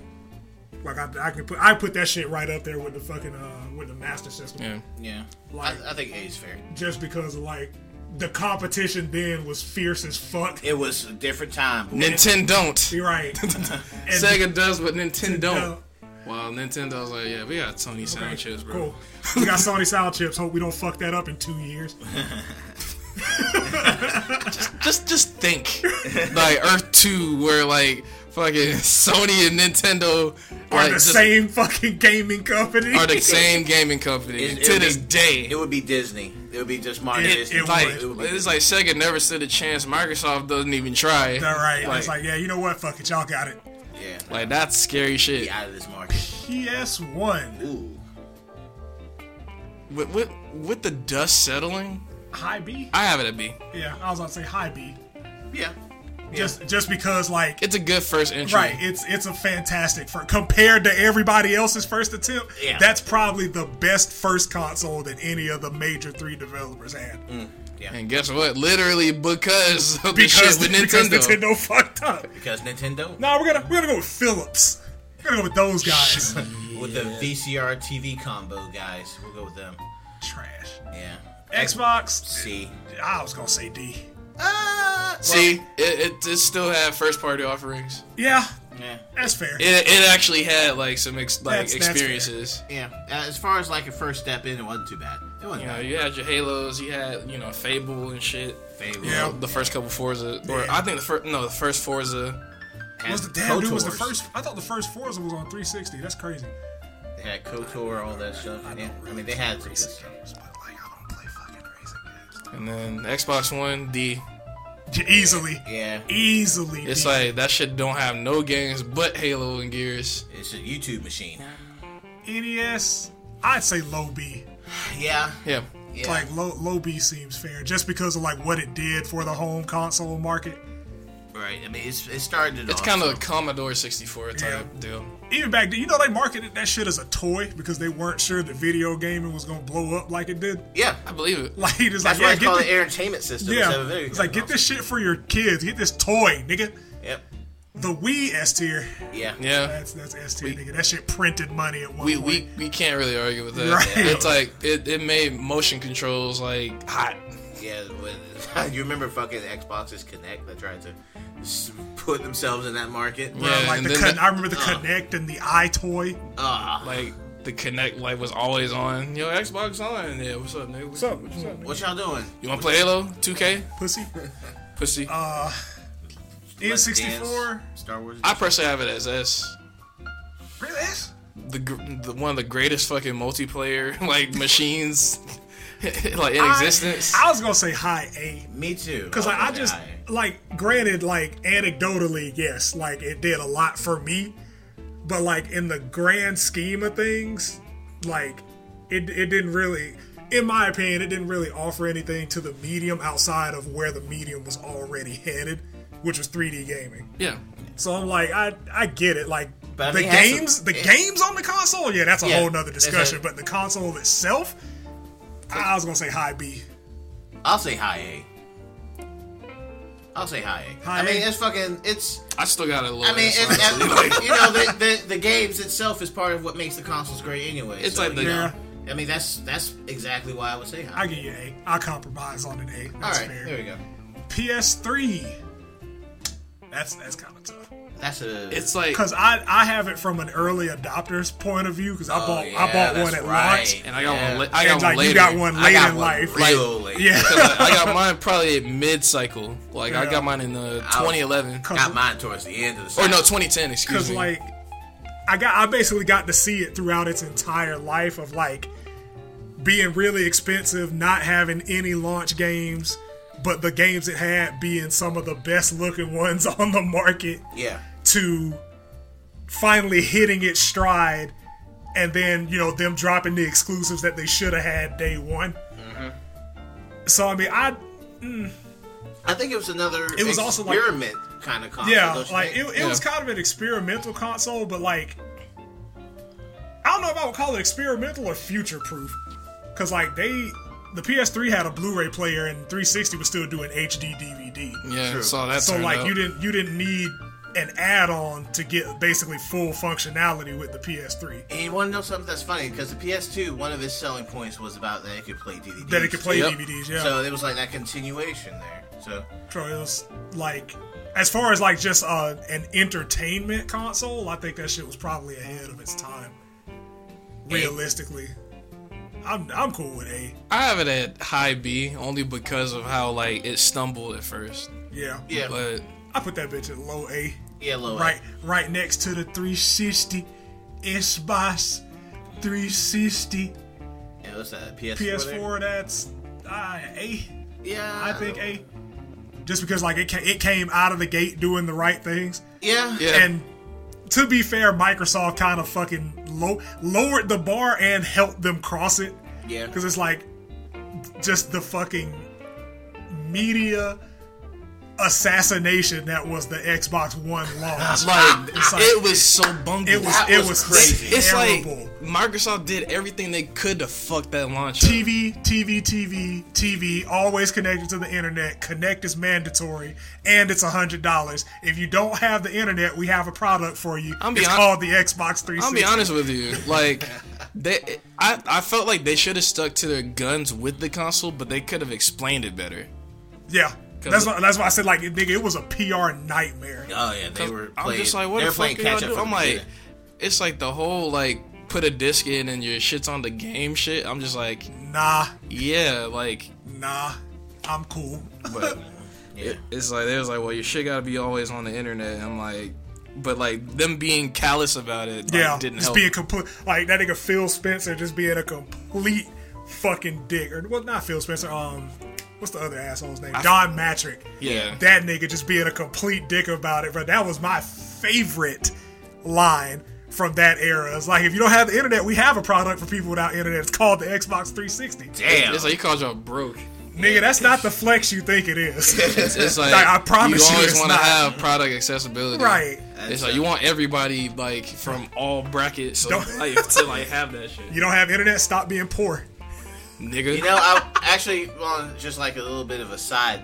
Like I, I can put I put that shit right up there with the fucking uh with the master system. Yeah. Yeah. Like- I, I think A is fair. Just because like the competition then was fierce as fuck. It was a different time. but- Nintendo don't. You're right. And Sega does, but Nintendo uh, don't. Well, Nintendo's like, yeah, we got Sony sound chips, bro. Cool. We got Sony sound chips. Hope we don't fuck that up in two years. Just, just think, like Earth Two, where like fucking Sony and Nintendo Are like, the just same fucking gaming company. are the same gaming company It- it to would this be- day. It would be Disney. It would be just Mario It- Disney. it like would. would be it's like Sega never stood a chance. Microsoft doesn't even try. All right. Like, it's like yeah, you know what? Fuck it. Y'all got it. yeah. like, that's scary shit. Be out of this market. PS One. Ooh. With, with with the dust settling, High B. I have it at B. Yeah, I was about to say high B. Yeah. Just just because like It's a good first entry. Right. It's it's a fantastic for compared to everybody else's first attempt. Yeah. That's probably the best first console that any of the major three developers had. Mm. And guess what? Literally because of Because, the shit with Nintendo. because Nintendo. Nintendo fucked up. Because Nintendo Nah, we're gonna we're gonna go with Philips. We're gonna go with those guys. with the VCR TV combo guys, we'll go with them. Trash. Yeah. Xbox. C. I was gonna say D. Ah. See, it, it, it still had first party offerings. Yeah, Yeah. that's fair. It, it actually had like some ex, like That's- that's fair. experiences. Yeah. Uh, As far as like a first step in, it wasn't too bad. It wasn't You know, bad. you had your Halos, you had you know Fable and shit. Fable. Yeah. The first couple Forza, or Yeah. I think the first no, the first Forza. Had was the damn dude was the KOTORs. first? I thought the first Forza was on 360. That's crazy. They had KOTOR, all that stuff. Yeah. I mean, they had some good stuff. But like, I don't play fucking racing And then Xbox One D. games. Easily, Yeah. easily. It's D. like that shit don't have no games but Halo and Gears. It's a YouTube machine. NES. E I'd say low B. Yeah. Yeah. Yeah. Like low low B seems fair, just because of like what it did for the home console market. right. I mean, it's, it started It's off- kind of a Commodore 64 type Yeah. deal. Even back then, you know, they marketed that shit as a toy because they weren't sure the video gaming was gonna blow up like it did. Yeah. I believe it. Like he just That's like, why yeah, it's called get an this, entertainment system. instead of yeah. a video It's game like get console. this shit for your kids. Get this toy, nigga. Yep. The Wii S tier. Yeah. Yeah. That's that's S tier, nigga. That shit printed money at one we, point. we we can't really argue with that. Right. It's like it, it made motion controls like hot. Yeah. When, you remember fucking Xbox's Connect that tried to s- put themselves in that market? Bro, Yeah, like and the then con- the- uh, I remember the Connect and the iToy. Ah. Like the connect light was always on. Yo, Xbox on. Yeah, what's up, nigga? What's up? What's up? What y'all doing? You wanna play Halo? 2K? Pussy. Pussy. Uh, Let's N64. dance, Star Wars. I personally have it as S. Really? S? The, gr- the one of the greatest fucking multiplayer like machines like in existence. I was gonna say high A. Me too. Because like, I I'll just die. like granted like anecdotally yes like it did a lot for me, but like in the grand scheme of things, like it it didn't really in my opinion it didn't really offer anything to the medium outside of where the medium was already headed, which was 3D gaming. yeah. So I'm like, I I get it. Like But I the mean, it has to- games, the it- games on the console, yeah, that's a Yeah, whole nother it's a- discussion. but the console itself, I was gonna say high B. I'll say high A. I'll say high A. I High mean, A? it's fucking. It's. I still got a little. I mean, ass, it's, honestly. you know, the, the the games itself is part of what makes the consoles great anyway. It's so, like the- you know, Yeah. I mean, that's that's exactly why I would say high. I give you an A. I compromise on an A. All That's right, fair. there we go. PS3. That's that's kind of tough That's a. it's like, because I I have it from an early adopter's point of view because I bought Oh, yeah, I bought one that's at launch. right. and I got Yeah. one. La- I got And, like, one later. you got one I late got in one life. Like, real late. Yeah, 'cause I, I got mine probably at mid-cycle. Like I Yeah. got mine in the 2011 Got mine towards the end of the. Oh, or cycle. no 2010. Excuse because me. like I got I basically got to see it throughout its entire life of like being really expensive, not having any launch games, but the games it had being some of the best looking ones on the market Yeah. to finally hitting its stride and then you know them dropping the exclusives that they should have had day one. So I mean I I think it was another. It was also like- experiment kind of console. Yeah, don't you like it, think? it was kind of an experimental console, but like I don't know if I would call it experimental or future proof, because like they the PS3 had a Blu-ray player and 360 was still doing HD DVD. yeah, so that's So like you didn't you didn't need an add-on to get basically full functionality with the PS3 And you want to know something that's funny? Because the PS2, one of its selling points was about that it could play DVDs. that it could play Yep. DVDs. Yeah, So it was like that continuation there. So so it was like as far as like just uh, an entertainment console, I think that shit was probably ahead of its time. Realistically, I'm I'm cool with A. I have it at high B only because of how like it stumbled at first. Yeah, yeah, But I put that bitch at low A, yeah, low A. right right next to the 360 Xbox 360 Yeah, what's that? PS4. there? PS4. That's uh, A. Yeah, I think A. Just because like it ca- it came out of the gate doing the right things. Yeah, yeah, And to be fair, Microsoft kind of fucking low, lowered the bar and helped them cross it yeah. because it's like just the fucking media assassination that was the Xbox One launch. like, It's like- it was so bungled. it was That it was was crazy. It's like terrible. Microsoft did everything they could to fuck that launch. up. TV, TV, TV, TV, always connected to the internet. Connect is mandatory, and it's hundred dollars. If you don't have the internet, we have a product for you. I'm be it's hon- called the Xbox 360. I'll be honest with you, like they, I, I felt like they should have stuck to their guns with the console, but they could have explained it better. Yeah, that's why, that's why I said like, nigga, it was a PR nightmare. Oh yeah, they were. Playing, I'm just like, what they the were playing fuck are y'all catch up. doing? I'm from the like, beginning. it's like the whole like put a disc in and your shit's on the game shit. I'm just like, Nah, yeah, like nah, I'm cool. but it, it's like they was like, well, your shit gotta be always on the internet. I'm like, but like them being callous about it, like, yeah, didn't just help. being complete like that nigga Phil Spencer just being a complete fucking dick, or well, not Phil Spencer. Um, what's the other asshole's name? Don Matrick. yeah, That nigga just being a complete dick about it, but that was my favorite line from that era. It's like if you don't have the internet, we have a product for people without internet. It's called the Xbox 360. damn. it's like you called y'all broke. Nigga, that's not the flex you think it is. It's, it's like, Like, I promise you you always it's want to not. have product accessibility, right. It's like you want everybody like from all brackets of Don't- life to like have that shit, You don't have internet, stop being poor. nigga. you know, I actually on just like a little bit of a side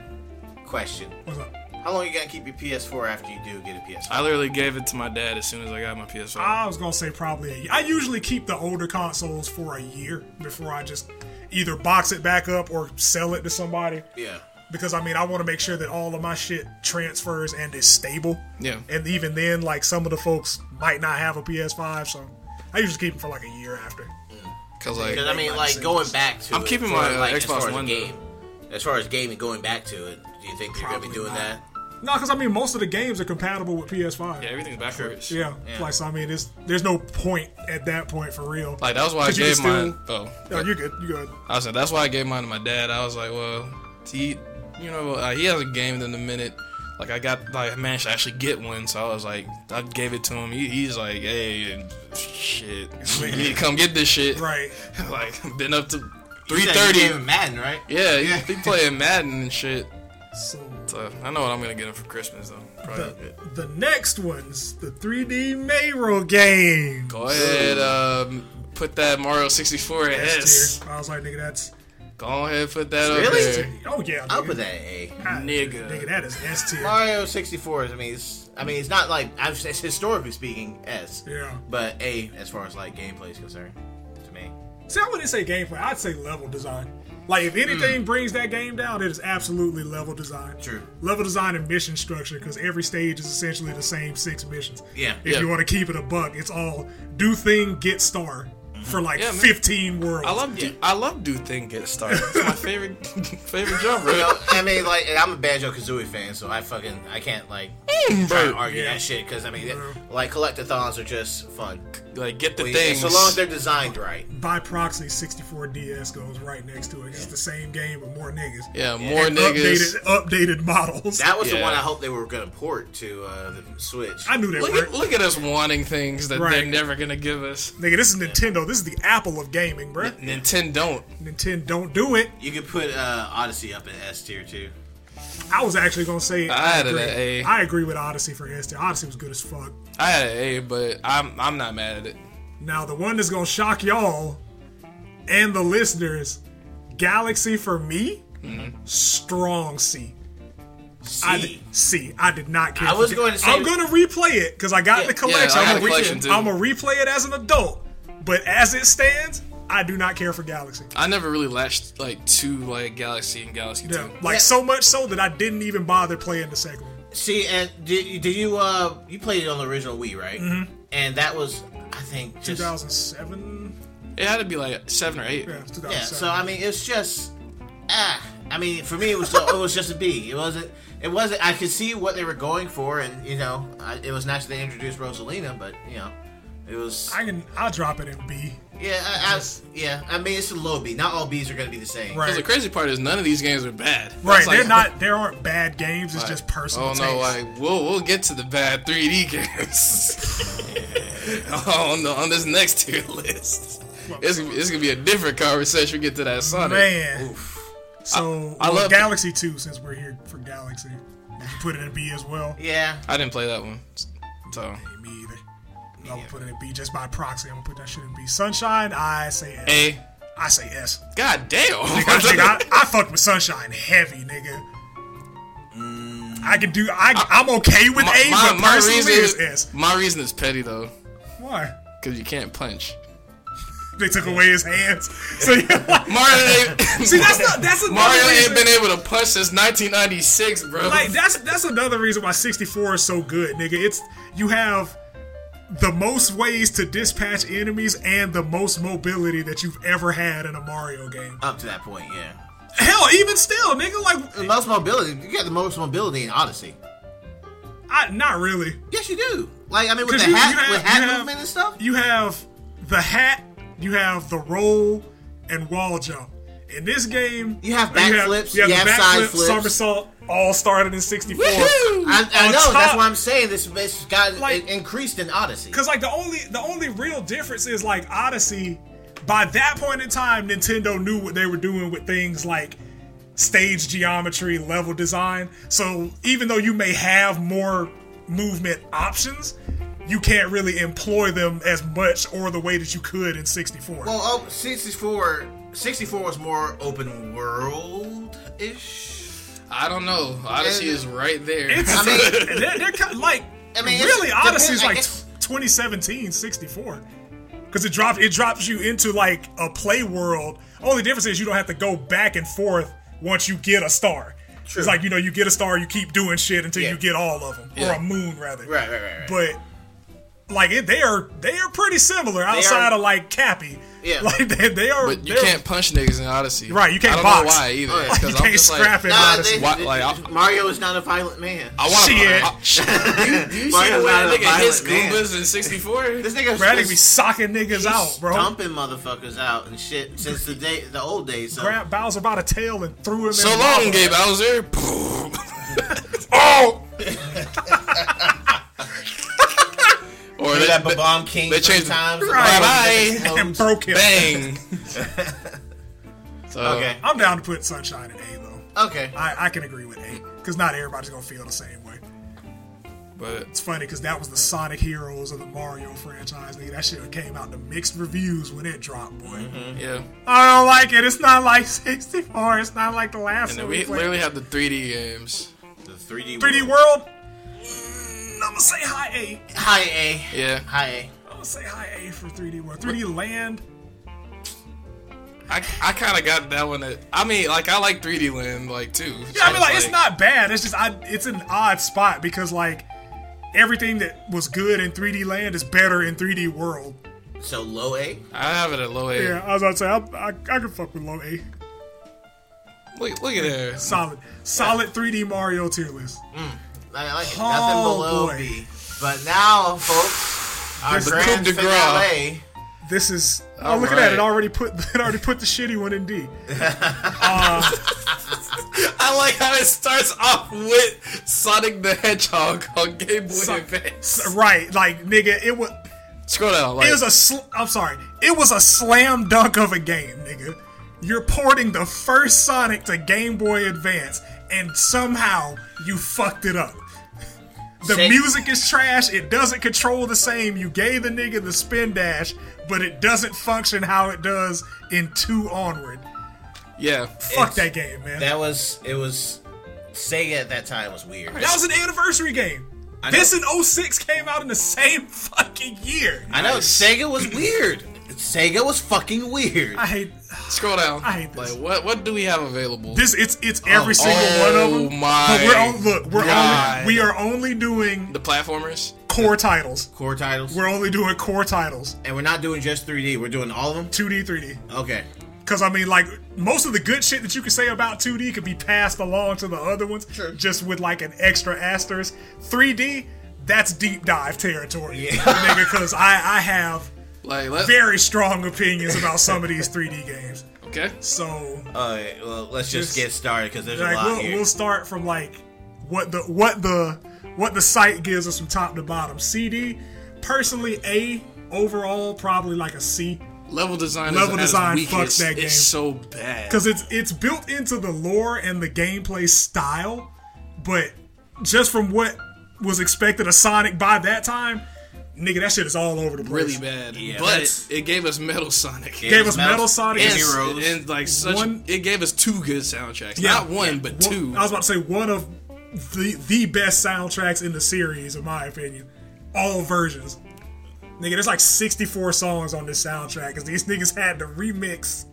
question. What's up? How long you gotta keep your PS4 after you do get a PS5? I literally gave it to my dad as soon as I got my PS5. I was gonna say probably. A year. I usually keep the older consoles for a year before I just either box it back up or sell it to somebody yeah. because I mean I want to make sure that all of my shit transfers and is stable. Yeah. And even then, like some of the folks might not have a PS5, so I usually keep them for like a year after. Cause like Because I mean, might like say going back to I'm it keeping for, my, uh, like, as Xbox far as One, a though. game. As far as gaming, going back to it, do you think they're gonna be Probably doing not. that? No, because I mean most of the games are compatible with PS5. yeah, everything's backwards. Yeah. Yeah. Like so, I mean, it's, there's no point at that point for real. Like that was why I 'Cause you can gave mine. still- Oh, No, you're good. You good? I said that's why I gave mine to my dad. I was like, well, he, you know, uh, he hasn't gamed in a minute. Like I got like I managed to actually get one, so I was like, I gave it to him. He, he's like, hey, shit, you need to come get this shit. Right. like been up to You three said you thirty. gave him Madden, right? Yeah, he, he playing Madden and shit. So So I know what I'm gonna get him for Christmas though. Probably the, the next one's the 3D Mario game. go ahead, um, put that Mario 64 in That's S. tier. I was like, nigga, that's Go ahead, put that up Really? there. oh yeah, I'll nigga, put that at A. God, Nigga. Ah, nigga, that is S tier. Mario 64 is, I mean, it's, I mean, it's not like, i it's historically speaking, S. Yeah. But A, as far as like gameplay is concerned, to me. See, I wouldn't say gameplay. I'd say level design. Like, if anything Hmm. brings that game down, it is absolutely level design. True. Level design and mission structure, because every stage is essentially the same six missions. Yeah. If Yeah. you want to keep it a buck, it's all do thing, get star for like Mm-hmm. Yeah, man. 15 worlds. I love do I love do thing get started. It's my favorite favorite You know, genre. I mean, like, I'm a Banjo Kazooie fan, so I fucking, I can't, like, try to argue Yeah. that shit, because, I mean, like, collectathons are just fun. Like get the Well, yeah, things. So long as they're designed right. By proxy, 64 DS goes right next to it. It's the same game, but more niggas. yeah, more And niggas. Updated, updated models. That was the Yeah. one I hope they were going to port to uh, the Switch. I knew they Look were. at look at us wanting things that Right. they're never gonna give us. Nigga, this is Nintendo. This is the apple of gaming, bruh. Nintendo don't. Nintendo don't do it. You could put uh, Odyssey up in S tier too. I was actually gonna say I had agree. an A. I agree with Odyssey for Instant. Odyssey was good as fuck. I had an A, but I'm I'm not mad at it. Now the one that's gonna shock y'all and the listeners, Galaxy for me, Mm-hmm. strong C. C. I did, C. I did not care. I for was Ga- going to say- I'm gonna replay it because I got the yeah, collection. I got I'm, the gonna re- collection, too. I'm gonna replay it as an adult, but as it stands, I do not care for Galaxy. I never really latched like to like Galaxy and Galaxy Yeah, Two. like Yeah. so much so that I didn't even bother playing the second one. See, and did you, did you uh you played it on the original Wii, right? Mm-hmm. And that was, I think, just 2007. It had to be like seven or eight. Yeah, it was 2007. yeah. So I mean, it's just ah. I mean, for me, it was it was just a B. It wasn't. It wasn't. I could see what they were going for, and you know, I, it was nice that they introduced Rosalina, but you know, it was. I can. I'll drop it in B. yeah, I, I, yeah. I mean, it's a low B. Not all Bs are going to be the same. Right. Because the crazy part is none of these games are bad. Right, It's like- they're not. There aren't bad games. It's just personal. Oh no, taste. like we'll we'll get to the bad 3D games on the, on this next tier list. It's, it's gonna be a different conversation. We get to that Sonic. man. So I well, love- Galaxy Two. Since we're here for Galaxy, Did you put it in B as well. Yeah. I didn't play that one, so Me either. I'm gonna put it in B just by proxy. I'm gonna put that shit in B. Sunshine, I say S. I a say S. god I, think damn. I, I fuck with Sunshine heavy, nigga. I can do. Uh, I, I'm okay with A, but personally, it's S. my reason is petty though, Why? because you can't punch. They took away his hands. So yeah. Mario ain't, See, that's not. That's another Mario ain't reason- been able to punch since 1996, bro. like that's that's another reason why 64 is so good, nigga. It's you have the most ways to dispatch enemies and the most mobility that you've ever had in a Mario game. Up to that point, yeah. Hell, even still, nigga, like The most mobility. You got the most mobility in Odyssey. I not really. Yes, you do. Like I mean, with 'Cause the you- hat, you have- with hat you have- movement and stuff. You have the hat, you have the roll and wall jump. In this game, You have backflips, you have, you the have side backflip, flips. somersault, all started in 64. Woohoo! I, I on know. That's top- why I'm saying this. This got Like- it increased in Odyssey. Cause like the only the only real difference is like Odyssey. By that point in time, Nintendo knew what they were doing with things like stage geometry, level design. So even though you may have more movement options, you can't really employ them as much or the way that you could in 64. Well, oh, 64, 64 was more open world ish. I don't know. Odyssey is right there. it's I mean- they're, they're kind of like I mean, it's- really depends- Odyssey's I like guess- 2017 64 because it dropped it drops you into like a play world. Only difference is you don't have to go back and forth once you get a star. True. It's like you know you get a star, you keep doing shit until Yeah. you get all of them or Yeah. a moon rather. Right, right, right, right. But like it, they are they are pretty similar outside of like Cappy. Yeah. like they, they are. But you they're- can't punch niggas in Odyssey. Right, you can't I don't know box. why either. Oh, yeah. Because You I'm can't just scrap like, it. Nah, Odyssey. they- Why- they- like, I- Mario is not a violent man. I want Shit. to. Do you see Mario's the way not a a nigga hits violent man. Goombas in '64? this nigga's Bradley just- be socking niggas he's out, bro. Dumping motherfuckers out and shit since the day, the old days. So. Grabbed Bowser by the tail and threw him. So in the long, lava. Gabe Bowser. oh. or Remember they, that bomb king they three changed- times. Right. Bye-bye. and broke him. bang. so Okay. I'm down to put Sunshine in A though. Okay. I, I can agree with eight because not everybody's gonna feel the same way. But It's funny because that was the Sonic Heroes of the Mario franchise. Nigga, that shit came out to mixed reviews when it dropped, boy. yeah, I don't like it. It's not like 64. It's not like the last and one. then we we played. literally have the 3D games. The 3D 3D World. Mm, I'm gonna say high A. High A. Yeah, High A. I'm gonna say high A for 3D World. 3D Land. I, I kind of got that one. At, I mean, like I like 3D Land like too. Yeah, I mean, like, it's not bad. It's just I, it's an odd spot because like everything that was good in 3D Land is better in 3D World. So low A. I have it at low A. Yeah, I was about to say I, I, I can fuck with low A. Look, look at there. Solid, solid 3D Mario tier list. I like it. Oh, Nothing below boy. B. But now, folks, our This is grand coup de grace. finale. This is oh All look at that it right. already put it already put the shitty one in D. I like how it starts off with Sonic the Hedgehog on Game Boy So- Advance. so- right, like nigga, it was Scroll down. Like, it was a sl- I'm sorry, it was a slam dunk of a game, nigga. You're porting the first Sonic to Game Boy Advance, and somehow you fucked it up. The Shake- music is trash. It doesn't control the same. You gave the nigga the spin dash, but it doesn't function how it does in two onward. yeah. Fuck that game, man. That was it. Was Sega at that time was weird. That was an anniversary game. I know. This and 06 came out in the same fucking year. I know Sega was weird. Sega was fucking weird. I hate Scroll down. I hate this. Like what what do we have available? this. It's it's every single oh one of them. my but we're on, look. We're God. only, we are only doing the platformers. core titles. Core titles, We're only doing core titles. and we're not doing just 3D. We're doing all of them. 2D, 3D. Okay. Because I mean, like most of the good shit that you could say about 2D could be passed along to the other ones, Sure. just with like an extra asterisk. 3D, that's deep dive territory, nigga. Because I I have Like let very strong opinions about some of these 3D games. okay. So All right. Well, let's just, Just- get started because there's a like lot we'll, here. we'll start from like what the what the what the site gives us from top to bottom. CD, personally A overall probably like a C Level design. is at Level its design weakest. fucks that game. It's so bad. because it's it's built into the lore and the gameplay style, but just from what was expected of Sonic by that time, nigga, that shit is all over the really place. bad. Yeah, but that's- it gave us Metal Sonic. Yeah, Gave us Metal- Metal Sonic And, and Heroes. and like such, One- it gave us two good soundtracks. Yeah. Not one, but One- two. I was about to say one of the the best soundtracks in the series, in my opinion. All versions. Nigga, there's like 64 songs on this soundtrack because these niggas had to remix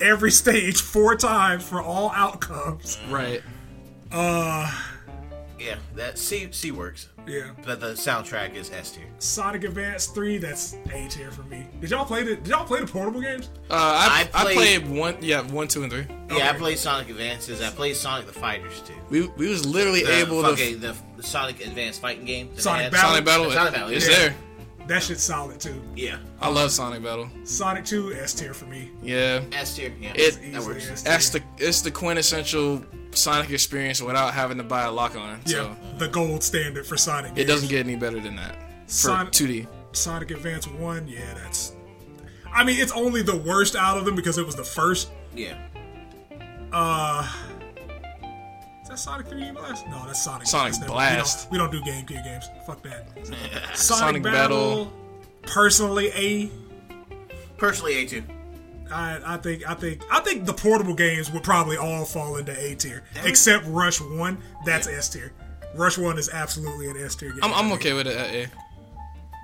every stage four times for all outcomes. Uh, right. yeah. That C C works, Yeah. but the soundtrack is S tier. Sonic Advance 3, that's A tier for me. Did y'all play the Did y'all play the portable games? Uh, I, I I played- played, one. Yeah, one, two, and three. Yeah, I Okay. played Sonic Advances. I played Sonic the Fighters too. We we was literally The, able to fucking, Uh, the, the Sonic Advanced fighting game. that they Sonic had. Battle. Sonic Battle. Sonic Battle, It's yeah. there. That shit's solid too. Yeah. I love Sonic Battle. Sonic 2, S tier for me. Yeah, S tier. Yeah. It- that Easily works. S tier. that's the it's the quintessential Sonic experience without having to buy a lock on. So Yeah, the gold standard for Sonic. it games. doesn't get any better than that for Sonic- 2D. Sonic Advance 1, yeah, that's. I mean, it's only the worst out of them because it was the first. uh, Yeah. Is that Sonic 3D Blast? No, that's Sonic Sonic That's Blast. We don't, we don't do GameCube games. Fuck that. Sonic, Sonic Battle, Battle. Personally, a. Personally, A two. I, I think I think I think the portable games would probably all fall into A tier, except Rush One. That's S tier. Rush One is absolutely an S tier game. I'm, I'm okay with it. uh, yeah.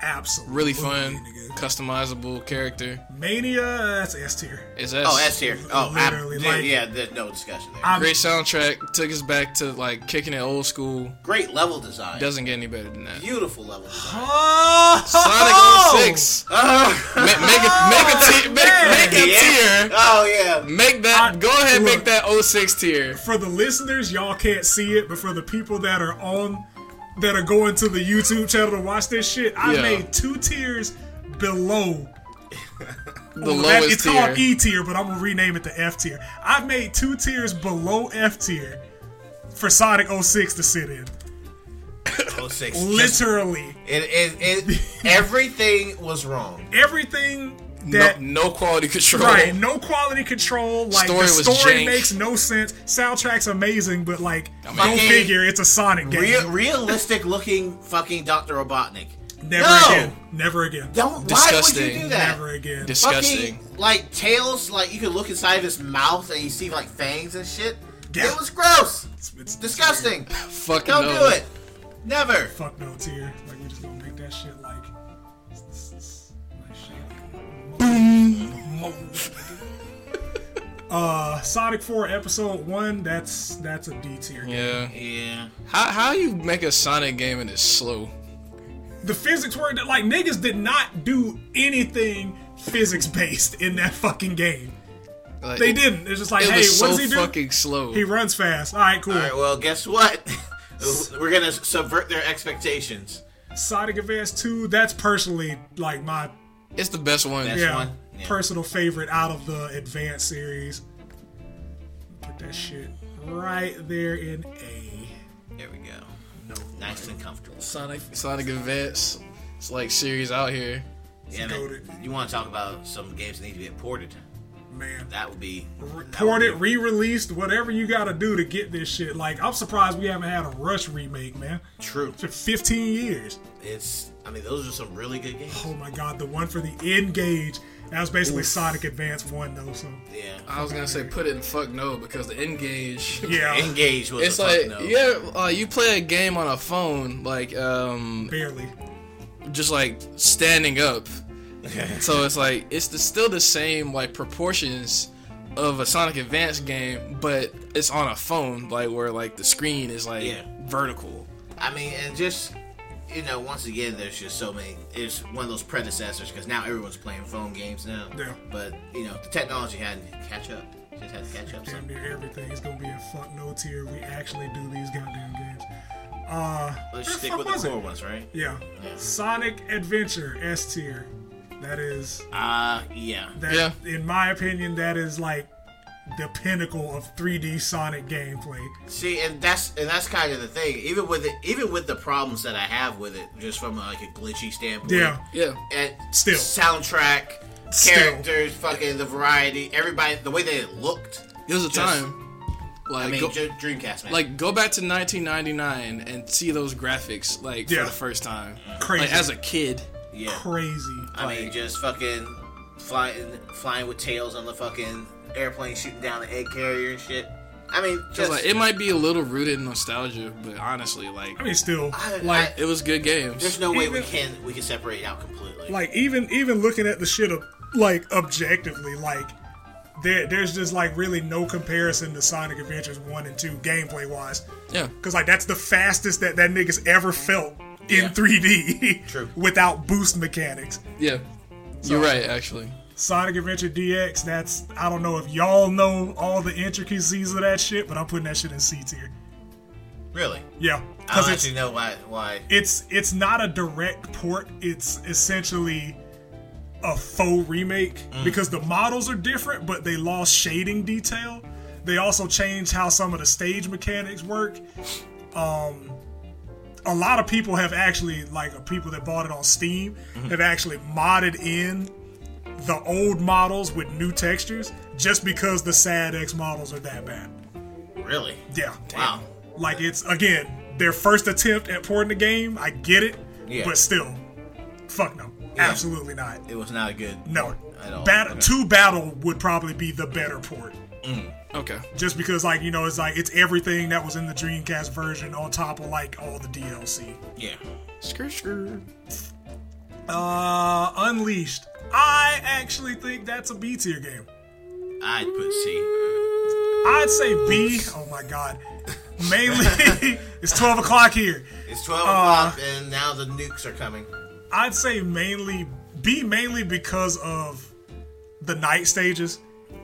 Absolutely Really fun, nigga. customizable character. Mania. That's S tier. Is that Oh, S tier. Oh, I- Literally, yeah, like- yeah. There's no discussion there. I'm- great soundtrack? Took us back to like kicking it old school. Great level design. Doesn't get any better than that. Beautiful level design. Oh, Sonic 06. Ma- make it, make a tier. Make, make a Oh! Yeah. tier. Oh yeah. Make that. I- go ahead. look. Make that 06 tier. for the listeners, y'all can't see it, but for the people that are on that are going to the YouTube channel to watch this shit, I Yeah. made two tiers below. The That- lowest it's tier. called E tier, but I'm gonna rename it to F tier. I made two tiers below F tier for Sonic 06 to sit in. Oh six. Just- Literally, It, it, it, everything was wrong. everything that no, no quality control. right, no quality control. Like Story the was story jank. makes no sense. Soundtrack's amazing, but like, mean- don't Fucking- figure it's a Sonic game. Real, realistic looking fucking Dr. Robotnik. Never No! again. Never again. Don't. Why would Disgusting. you do that? Never again. Dis- Disgusting. Fucking like tails, like you could look inside of his mouth and you see like fangs and shit. Yeah. It was gross. It's- it's- Disgusting. Fucking Don't no. do it. Never. Fuck no tier. Like we just gonna make that shit like. it's- it's- it's like shit. Uh, Sonic Four Episode One. That's that's a D tier. game. Yeah. Yeah. How how you make a Sonic game and it's slow? The physics were like niggas did not do anything physics based in that fucking game. Like, They it- didn't. It's just like, It hey, was what so does he do? fucking slow. He runs fast. All right, cool. All right. Well, guess what? We're gonna subvert their expectations. Sonic Advance Two. That's personally like my It's the best one. That's- yeah, one? Yeah. personal favorite out of the advanced series. Put that shit right there in A. There we go. Nice and comfortable. Sonic Sonic Advance. It's like series out here. Yeah, goated. man. You want to talk about some games that need to get ported? Man, That would be that would port be- it, re-released, whatever you gotta do to get this shit. Like, I'm surprised we haven't had a Rush remake, man. True. It's been 15 years. It's. I mean, those are some really good games. Oh my god, the one for the N gauge. That was basically Sonic Advance One, though. So Yeah. I was gonna say put it in fuck no because the engage. yeah, Engage was. It's a fuck like no. yeah, uh, you play a game on a phone like um barely. just like standing up. so it's like it's the, still the same like proportions of a Sonic Advance game, but it's on a phone like where like the screen is like Yeah. vertical. I mean, and just you know, once again, there's just so many. It's one of those predecessors because now everyone's playing phone games now. Yeah. But you know, the technology had to catch up. Just had to catch up. Damn Some. near everything is gonna be a fuck no tier. if We actually do these goddamn games. Uh, Let's Where the stick fuck with the was core it? ones, right? Yeah. Sonic Adventure S tier. That is Uh, yeah. that Yeah. in my opinion that is like the pinnacle of 3D Sonic gameplay. See, and that's and that's kind of the thing. Even with it, even with the problems that I have with it, just from uh, like a glitchy standpoint. Yeah. Yeah. And Still. soundtrack, Still. characters, fucking the variety, everybody, the way that it looked. It was a Just- time. Like I mean, go, ju- Dreamcast man. like go back to 1999 and see those graphics like Yeah. for the first time. Crazy. Like as a kid. yeah. Crazy. I mean, just fucking flying, flying with tails on the fucking airplane, shooting down the egg carrier and shit. I mean, It's just Like, it might be a little rooted in nostalgia, but honestly, like I mean still I- like I- it was good games. there's no way we even- can we can separate it out completely. like even even looking at the shit of, like objectively like there there's just like really no comparison to Sonic Adventures 1 and 2 gameplay wise. Yeah. Cause like that's the fastest that that nigga's ever felt in Yeah. 3D True. without boost mechanics. Yeah. You're right actually. Sonic Adventure DX, that's I don't know if y'all know all the intricacies of that shit, but I'm putting that shit in C tier. really, Yeah, I because don't it's actually know why. Why? it's it's not a direct port. It's essentially a faux remake because the models are different, but they lost shading detail. They also changed how some of the stage mechanics work. Um, a lot of people have actually like uh, people that bought it on Steam have actually modded in the old models with new textures just because the sad X models are that bad. Really? Yeah. Wow. Like it's again their first attempt at porting the game. I get it, Yeah. but still, fuck no, absolutely not. It was not a good. No, At all. Bat- Okay. two battle would probably be the better port, Okay. just because like you know it's like it's everything that was in the Dreamcast version on top of like all the DLC. Yeah. Skr skr. Uh, Unleashed. I actually think that's a B tier game. I'd put C. I'd say B. Oh my god. Mainly, it's twelve o'clock here. It's twelve Uh, o'clock, and now the nukes are coming. I'd say mainly B mainly because of the night stages.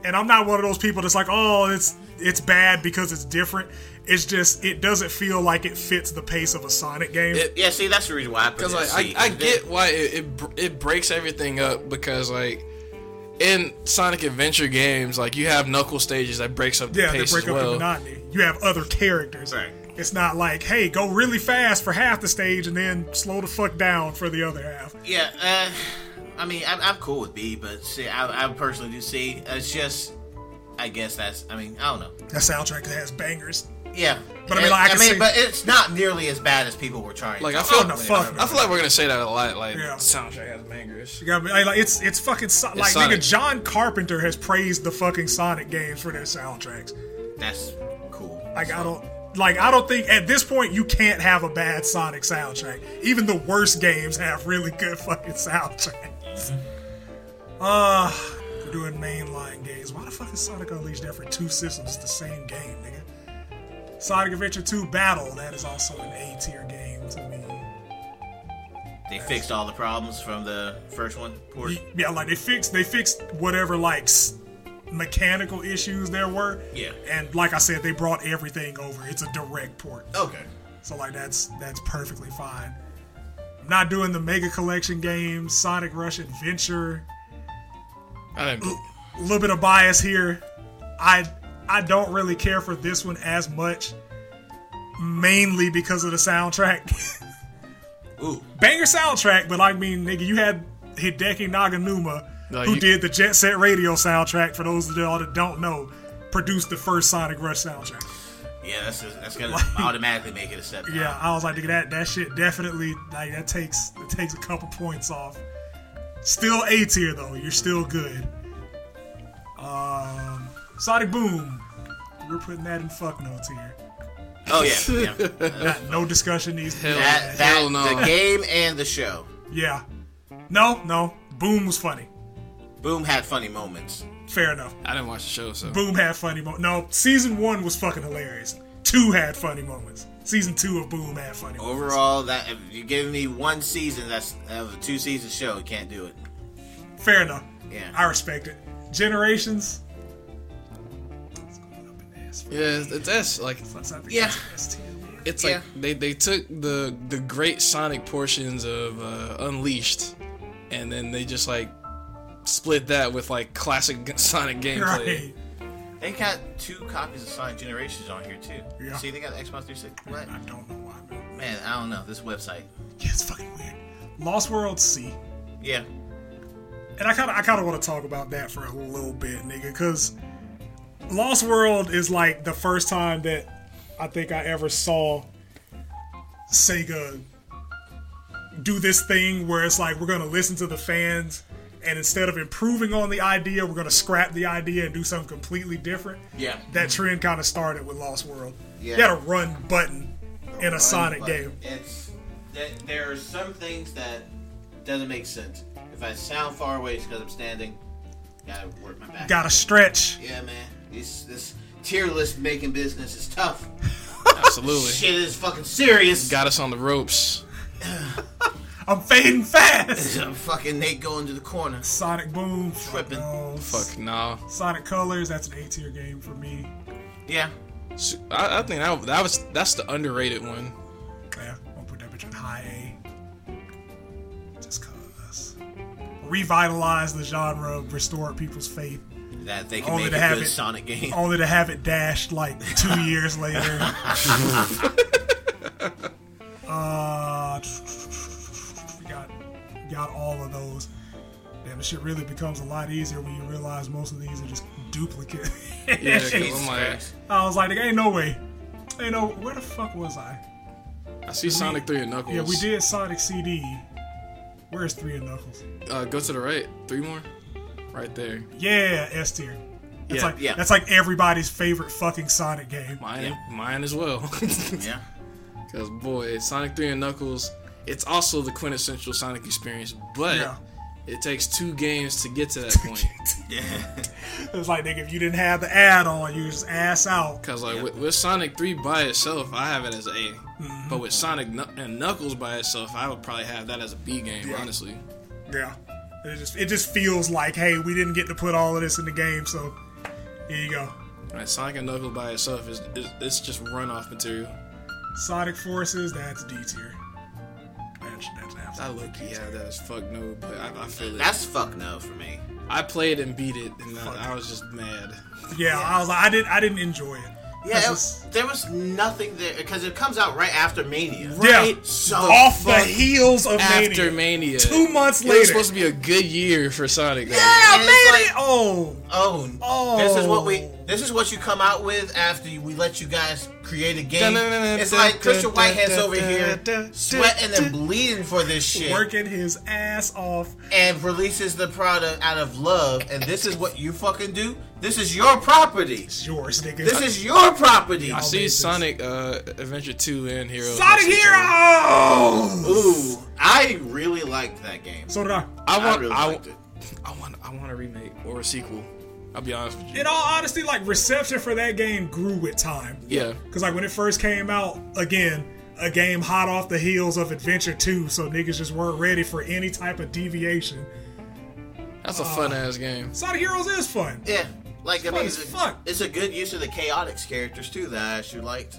And I'm not one of those people that's like, oh, it's it's bad because it's different. It's just it doesn't feel like it fits the pace of a Sonic game. It- Yeah. See, that's the reason why I put it Because at like C, I, I 'cause get they- why it, it br- it breaks everything up because like in Sonic Adventure games like you have knuckle stages that breaks up the yeah, they pace break as up the well. monotony. You have other characters. Right. It's not like, hey, go really fast for half the stage and then slow the fuck down for the other half. Yeah. Uh, I mean, I'm, I'm cool with B, but see, I, I personally do C. It's just, I guess that's. I mean, I don't know. That soundtrack has bangers. Yeah, But I mean, like, I can see- but it's not nearly as bad as people were trying. Like to I feel, Oh, no, fuck no. I feel like we're gonna say that a lot. Like Yeah. soundtrack has bangers. You got like, like it's it's fucking so- like Sonic. nigga John Carpenter has praised the fucking Sonic games for their soundtracks. that's cool. Like I don't like I don't think at this point you can't have a bad Sonic soundtrack. Even the worst games have really good fucking soundtracks. Uh we're doing mainline games. Why the fuck is Sonic Unleashed there for two systems? It's the same game, nigga. Sonic Adventure 2 Battle, that is also an A tier game to me. They fixed all the problems from the first one. Poor. yeah, like they fixed they fixed whatever like s- mechanical issues there were. Yeah. And like I said, they brought everything over. It's a direct port. Okay. So like that's that's perfectly fine. I'm not doing the Mega Collection game, Sonic Rush Adventure. I didn't. A little bit of bias here. I I don't really care for this one as much, mainly because of the soundtrack. Ooh. banger soundtrack, but I mean, nigga, you had Hideki Naganuma, No, who you- did the Jet Set Radio soundtrack. For those of y'all that don't know, produced the first Sonic Rush soundtrack. Yeah, that's that's gonna automatically make it a step. down. Yeah, I was like, nigga, that that shit definitely like that takes it takes a couple points off. Still A tier though, you're still good. Um, Sonic Boom, we're putting that in fuck notes here. Oh yeah. yeah. No discussion needs to be had. that, Hell that no. the game and the show. Yeah, no, no, Boom was funny. Boom had funny moments. Fair enough. I didn't watch the show, so Boom had funny moments. No, season one was fucking hilarious. Two had funny moments. Season two of Boom had funny moments. Overall, that if you're giving me one season that's of a two season show, you can't do it. Fair enough. Yeah. I respect it. Generations. yeah, it's, that's like That's- I think Yeah. that's- that's tier, man. it's Yeah. like they, they took the the great Sonic portions of uh, Unleashed, and then they just like split that with like classic g- Sonic gameplay. Right. They got two copies of Sonic Generations on here too. Yeah. See, they got the Xbox 360. What? I don't know why, man. Man, I don't know this website. Yeah, it's fucking weird. Lost World C. Yeah. and I kind of I kind of want to talk about that for a little bit, nigga, because Lost World is like the first time that I think I ever saw Sega do this thing where it's like we're gonna listen to the fans, and instead of improving on the idea, we're gonna scrap the idea and do something completely different. Yeah. That trend kind of started with Lost World. Yeah. You had a run button in a Sonic But game. It's th- there are some things that doesn't make sense. If I sound far away, it's because I'm standing. Gotta work my back. Got to stretch. yeah, man. This this tier list making business is tough. Absolutely, Shit is fucking serious. got us on the ropes. I'm fading fast. fucking Nate going to the corner. Sonic Boom. Fuck Tripping. no. Fuck no, Sonic Colors, that's an A tier game for me. Yeah. S- I, I think that, that was that's the underrated one. Yeah, I'll put that bitch in high A. Just cause. Revitalize the genre, restore people's faith, That they can Only make to a have good it- Sonic game. only to have it dashed like two years later. uh, we got, we got all of those. Damn, the shit really becomes a lot easier when you realize most of these are just duplicate. Yeah, 'cause I'm like, Christ. I was like, ain't no way. Ain't no, where the fuck was I? I see Sonic Three and Knuckles. Mm-hmm. Yeah, we did Sonic CD. Where's Three and Knuckles? Uh, go to the right, three more, right there. Yeah, S tier. That's Yeah, like yeah. that's like everybody's favorite fucking Sonic game. Mine, mine as well. Yeah. Because boy, Sonic Three and Knuckles, it's also the quintessential Sonic experience, but Yeah. it takes two games to get to that point. Yeah. It's like nigga, if you didn't have the add on, you just ass out. Because like with, with Sonic Three by itself, I have it as an A, Mm-hmm. but with Sonic Knu- and Knuckles by itself, I would probably have that as a B game, honestly. Yeah. It just it just feels like, hey, we didn't get to put all of this in the game, so here you go. Right, Sonic and Knuckles by itself is, is it's just runoff material. Sonic Forces, that's D tier. That's that's I absolutely. look yeah, that is fuck no, but I, I feel it. That's fuck no for me. I played and beat it, and I, I was just mad. Yeah, I was like, I didn't I didn't enjoy it. Yeah, That's it, just- there was nothing there because it comes out right after Mania. Yeah, So off the fuck- heels of after Mania. Mania. Two months It was later. supposed to be a good year for Sonic. though. yeah, And it's Mania. oh, Oh, Oh. this is what we. This is what you come out with after you- we let you guys create a game. It's like Christian Whitehead's over here sweating and bleeding for this shit, working his ass off. and releases the product out of love. And this is what you fucking do. This is your property. It's yours, nigga. This is your property. I see basis. Sonic uh, Adventure 2 and Heroes. Sonic versus each other. Heroes. Ooh, I really liked that game. So did I. I I want, I, really liked it. I want, I want a remake or a sequel. I'll be honest with you. In all honesty, like reception for that game grew with time. Yeah. Cause like when it first came out, again, a game hot off the heels of Adventure 2, so niggas just weren't ready for any type of deviation. That's a fun ass game. Sonic Heroes is fun. Yeah, like I Fun mean, as it's, fuck. it's a good use of the chaotix characters too that I actually liked.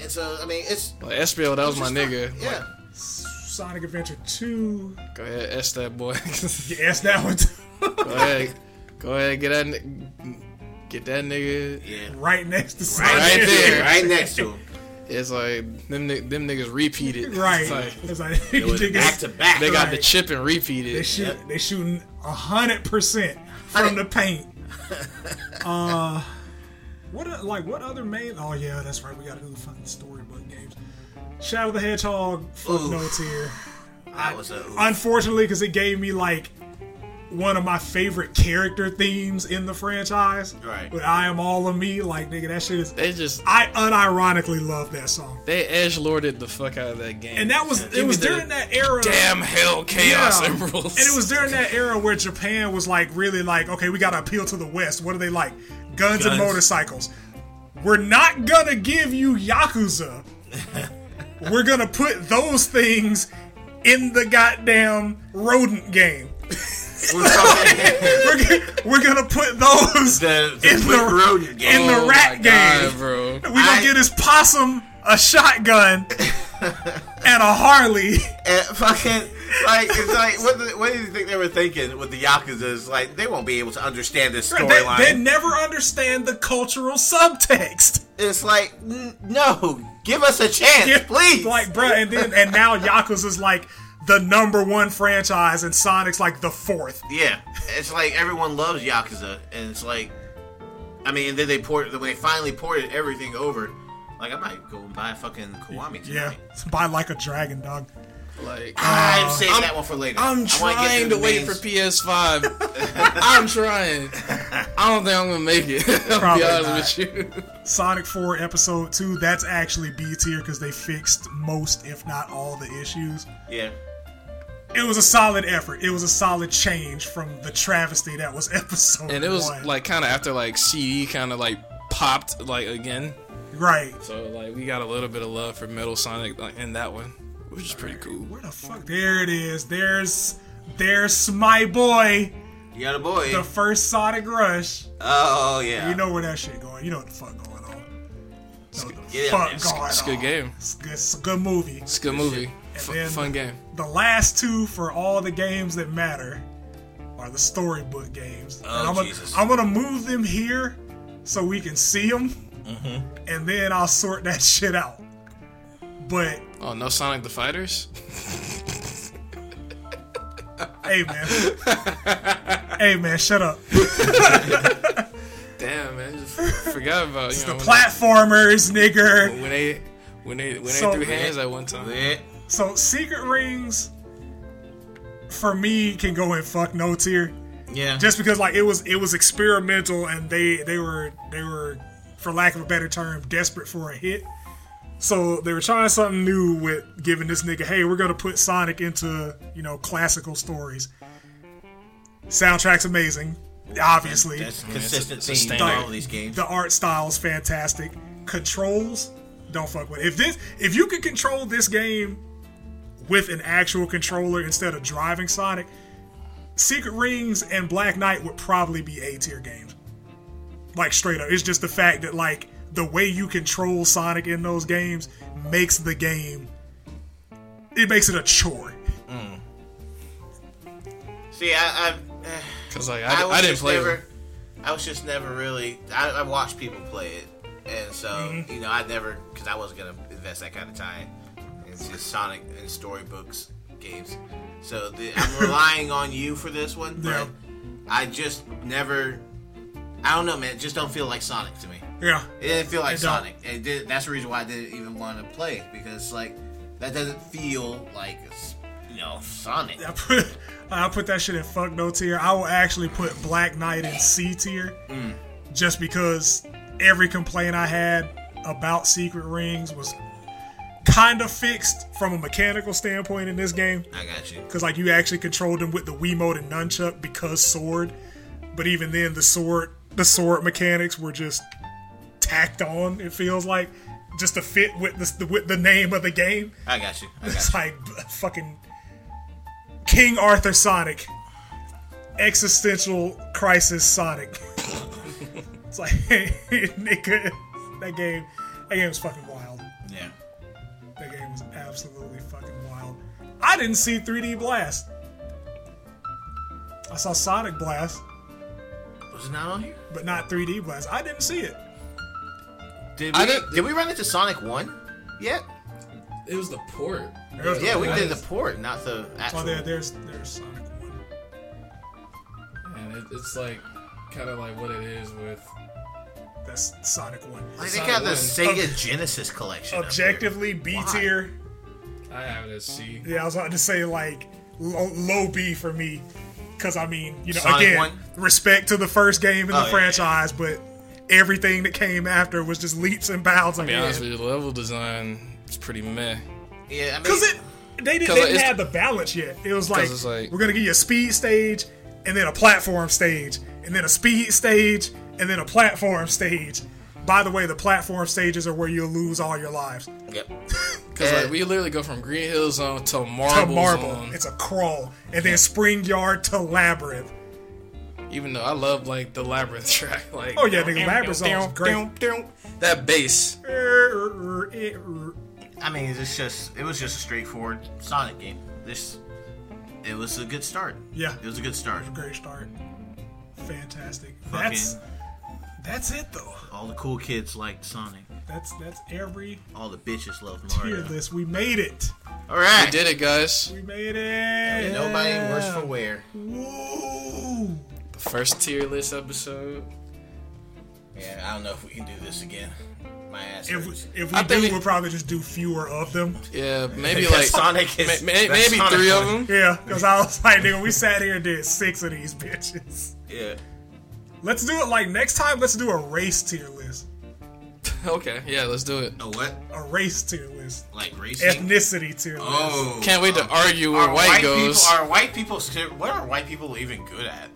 And so I mean, it's Like Espiel, that was my it's nigga. fun. Yeah. Sonic Adventure 2. Go ahead, S that boy. You asked that one too. go ahead, go ahead, get that, ni- get that nigga. Yeah. right next to Sonic. Right there. right next to him. It's like them, ni- them niggas repeated. Right. It's like, It's like, It was back to back. they got the Right. chip and They repeated. shoot. Yep. They shooting hundred percent from the paint. uh, what o- like what other main? Oh yeah, that's right. We gotta do the fucking storybook games. Shadow the Hedgehog, fuck Oof. no tier. that was a Unfortunately, because it gave me like one of my favorite character themes in the franchise. Right. But I am all of me. Like nigga, that shit is. They just, I unironically love that song. they edge lorded the fuck out of that game. And that was Give it me was the during that era. damn hell chaos Yeah. emeralds. And it was during that era where Japan was like really like, okay, we gotta appeal to the West. What are they like? Guns, Guns. and motorcycles. We're not gonna give you Yakuza. We're gonna put those things in the goddamn rodent game. We're, g- we're gonna put those The- the in quick rodent game. in the Oh my rat game. God, bro. We're gonna I- get his possum a shotgun and a Harley. and fucking like it's like what, the, what do you think they were thinking with the yakuza's? Like they won't be able to understand this They, they storyline. never understand the cultural subtext. It's like n- no, give us a chance, Yeah, please. Like, bruh, and then and now Yakuza's like the number one franchise, and Sonic's like the fourth. Yeah, it's like everyone loves Yakuza, and it's like, I mean, and then they port when they finally ported everything over. Like I might go and buy a fucking Kiwami Yeah, tonight. by like a dragon dog. Like, I'm saving Oh, I'm- that one for later. I I'm wanna get trying to the wait main for PS5. I'm trying. I don't think I'm gonna make it. I'll Probably be not. honest with you. Sonic Four Episode Two. That's actually B tier because they fixed most, if not all, the issues. Yeah. It was a solid effort. It was a solid change from the travesty that was Episode. And it was one. like kind of after like CD kind of like popped like again. right. So like we got a little bit of love for Metal Sonic like, in that one, which is pretty cool. Where the fuck? There it is. There's there's my boy. You got a boy. The first Sonic Rush. oh yeah. You know where that shit going. You know what the fuck going on. Know what the yeah, fuck it's- going It's a on. good game. It's good, it's a good movie. It's a good movie. And Fu- then- fun game. The last two for all the games that matter are the storybook games. Oh, I'm gonna, Jesus. I'm gonna move them here so we can see them, Mm-hmm. and then I'll sort that shit out. But Oh no, Sonic the Fighters. hey, man, hey, man, shut up. Damn man, just forgot about you know The when- platformers, nigger. when they when they when So- they threw hands at one time. Eh, So secret rings for me can go in fuck no tier Yeah. just because like it was it was experimental and they they were they were for lack of a better term desperate for a hit. So they were trying something new with giving this nigga, hey, we're gonna put Sonic into you know classical stories. Soundtrack's amazing, obviously. That's a consistent it's a theme in standard. all of these games. The art style is fantastic. Controls, don't fuck with. it. If this, if you could control this game with an actual controller instead of driving Sonic, Secret Rings and Black Knight would probably be A tier games. Like straight up, it's just the fact that like the way you control Sonic in those games makes the game. It makes it a chore. See, I, I, eh, Cause like I, I, was I didn't just play. never, them. I was just never really. I, I watched people play it, and so Mm-hmm. you know I never because I wasn't gonna invest that kind of time into Sonic and storybooks games. So the, I'm relying on you for this one, but Yeah. I just never. I don't know, man. It just don't feel like Sonic to me. Yeah. It didn't feel like It don't. Sonic. It did, that's the reason why I didn't even want to play it, because like that doesn't feel like it's, you know Sonic. I put I put that shit in fuck no tier. I will actually put Black Knight in C tier, just because every complaint I had about Secret Rings was kind of fixed from a mechanical standpoint in this game. I got you. Because like you actually controlled them with the Wiimote and nunchuck because sword, but even then the sword the sword mechanics were just tacked on. It feels like just to fit with the with the name of the game. I got you. I got It's you. like b- fucking King Arthur Sonic, existential crisis Sonic. it's like, nigga, that game, that game was fucking wild. Yeah. That game was absolutely fucking wild. I didn't see 3D Blast. I saw Sonic Blast, Was it not on here? but not 3D Blast. I didn't see it. Did we, I did didn't- we run into Sonic One yet? It was the port. Yeah, we Nice. did the port, not the actual. Oh, there, there's, there's Sonic One. And it, it's like kind of like what it is with That's Sonic One. Like, they Sonic got the one. Sega Genesis collection. up here. Objectively B Why? tier. I have it as C. Yeah, I was about to say like low, low B for me, because I mean, you know, Sonic again, one? respect to the first game in Oh, the yeah, franchise, but everything that came after was just leaps and bounds. To be Because honest with you, the level design is pretty meh. Yeah, I mean, it, they didn't, 'Cause they didn't it's- have the balance yet. It was like, it's like- we're gonna give you a speed stage, and then a platform stage, and then a speed stage, and then a platform stage. By the way, the platform stages are where you'll lose all your lives. Yep. Because Yeah. like we literally go from Green Hill Zone to To Marble, marble, Zone. it's a crawl, and then spring yard to labyrinth. Even though I love like the labyrinth track, like Oh, yeah, nigga, Labyrinth Zone's great. That bass. Yeah, I mean, it's just it was just a straightforward Sonic game. This it was a good start. It was a good start. great start. Fantastic. Fucking That's that's it though. all the cool kids liked Sonic. That's that's every All the bitches loved tier Mario. list. We made it. All right. We did it, guys. We made it. Nobody worse for wear. Woo! The first tier list episode. Yeah, I don't know if we can do this again. My ass. If we, hurts. if we I do, think we, we- will probably just do fewer of them. Yeah, maybe Because like Sonic is- ma- ma- that maybe Sonic three one. of them. Yeah, because I was like, nigga, we sat here and did six of these bitches. Yeah. Let's do it like next time. Let's do a race tier list. Okay, yeah, let's do it. Oh what? A race tier list. Like racing? Ethnicity tier list. Oh. Can't wait to argue where Are white, goes. people are white people scared- what are white people even good at?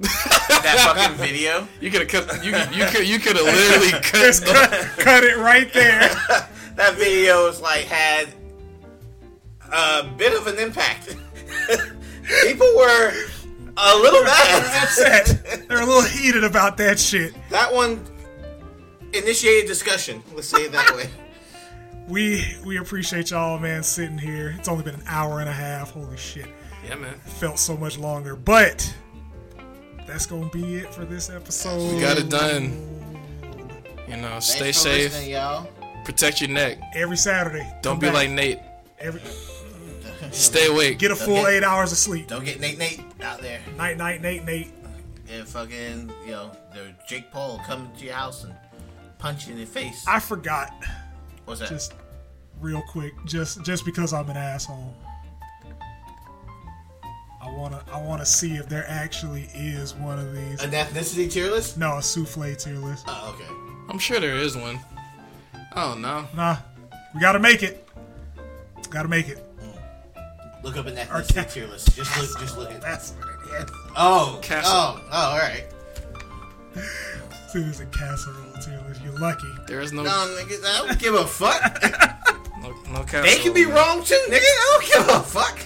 that fucking video? you could have cut. You could. You could. You could have literally cut. Just cut, cut it right there. That video was like had a bit of an impact. people were a little mad. upset. They're a little heated about that shit. That one initiated discussion. Let's say it that way. We we appreciate y'all, man, sitting here. It's only been an hour and a half. Holy shit, yeah, man. felt so much longer. But that's gonna be it for this episode. We got it done. You know, stay Thanks for listening, safe. y'all. Protect your neck. Every Saturday. Don't come be back. like Nate. Every, Stay awake. get a full Okay. eight hours of sleep. Don't get Nate Nate out there. Night, night, Nate, Nate. And fucking, you know, the Jake Paul coming to your house and punch you in the face. I forgot What's that? just real quick, just just because I'm an asshole. I wanna I wanna see if there actually is one of these. An ethnicity tier list? No, a souffle tier list. Oh, okay. I'm sure there is one. I don't know. Nah, we gotta make it. Gotta make it. Look up an ethnicity tier list. Just look, just look at. That's what it is. Oh, Castle. oh, oh, all right. See, there's a casserole tier list. You're lucky. There is no No, nigga, Um, I don't give a fuck. no, no casserole. They can be wrong too, nigga. I don't give a fuck.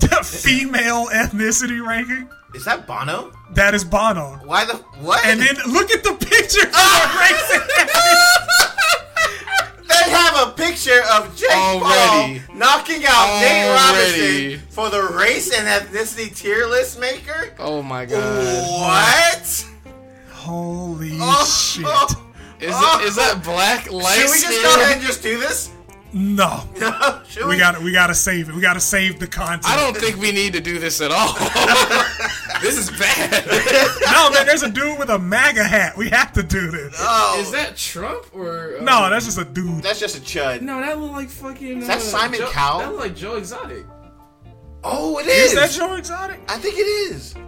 Female ethnicity ranking. Is that Bono? That is Bono. Why the what? And then look at the picture. of they have a picture of Jake Already. Paul knocking out Nate Already. Robinson for the race and ethnicity tier list maker. Oh my god. What? Holy Oh, shit. Is, that is that black light Should we just go ahead and just do this? No, Should we got to we got to save it. We got to save the content. I don't think we need to do this at all. this is bad. No, man, there's a dude with a MAGA hat. We have to do this. Oh, Is that Trump or? uh, No, that's just a dude. that's just a chud. No, that looked like fucking. that uh, Simon Joe, Cowell? That looked like Joe Exotic. Oh, it Is is. that Joe Exotic? I think it is.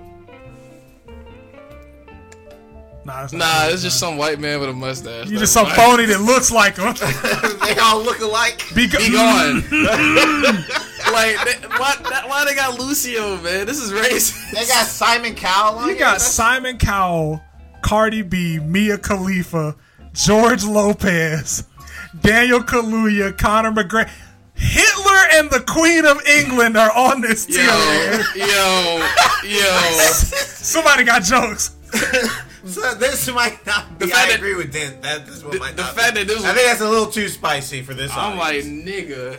Nah, that's not Nah, Joe it's just Exotic. some white man with a mustache. you just some phony that looks like him. they all look alike. Be, go- Be gone. like, they, why, that, why they got Lucio, man? This is racist. They got Simon Cowell. On You here? got That's- Simon Cowell, Cardi B, Mia Khalifa, George Lopez, Daniel Kaluuya, Conor McGregor. Hitler and the Queen of England are on this Yo, tier. man. yo, yo. Somebody got jokes. So uh, this might not be. fact I that- agree with Dan. That this one The- might the not. fact be. that this I was- think that's a little too spicy for this. I'm like, audience. nigga.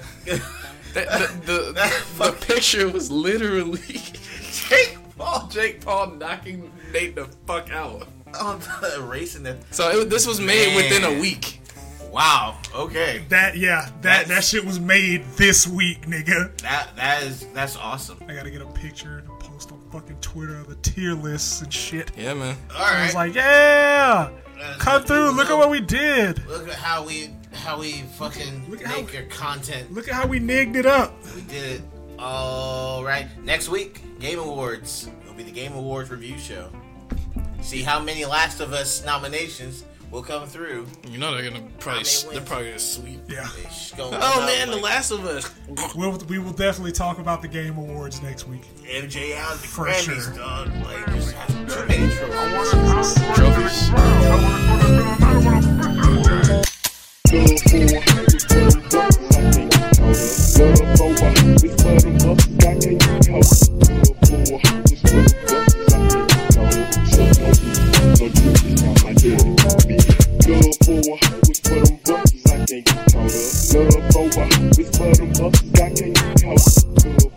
That- the, the, the, the picture was literally Jake Paul Jake Paul knocking Nate the fuck out. on Oh, the racing. That So it, this was made within Man. a week. wow. Okay. That yeah, that that That's- shit was made this week, nigga. That that is that's awesome. I gotta get a picture to post on fucking Twitter of the tier lists and shit. Yeah, man. All I right. was like, yeah, That's come what through. we Look at love. what we did. Look at how we how we fucking Look at how make we- your content. Look at how we nigged it up. We did it. All right. Next week, Game Awards. It'll be the Game Awards review show. See how many Last of Us nominations will come through. You know they're gonna probably s- they're probably gonna sweep. Yeah, It's gonna Oh come man, up The like Last of Us. we'll, we will definitely talk about the Game Awards next week. MJ out of the For Grammys, sure. dog. Like, just have too many trophies. Trophies. Love over, it's for them bucks, I can't get caught.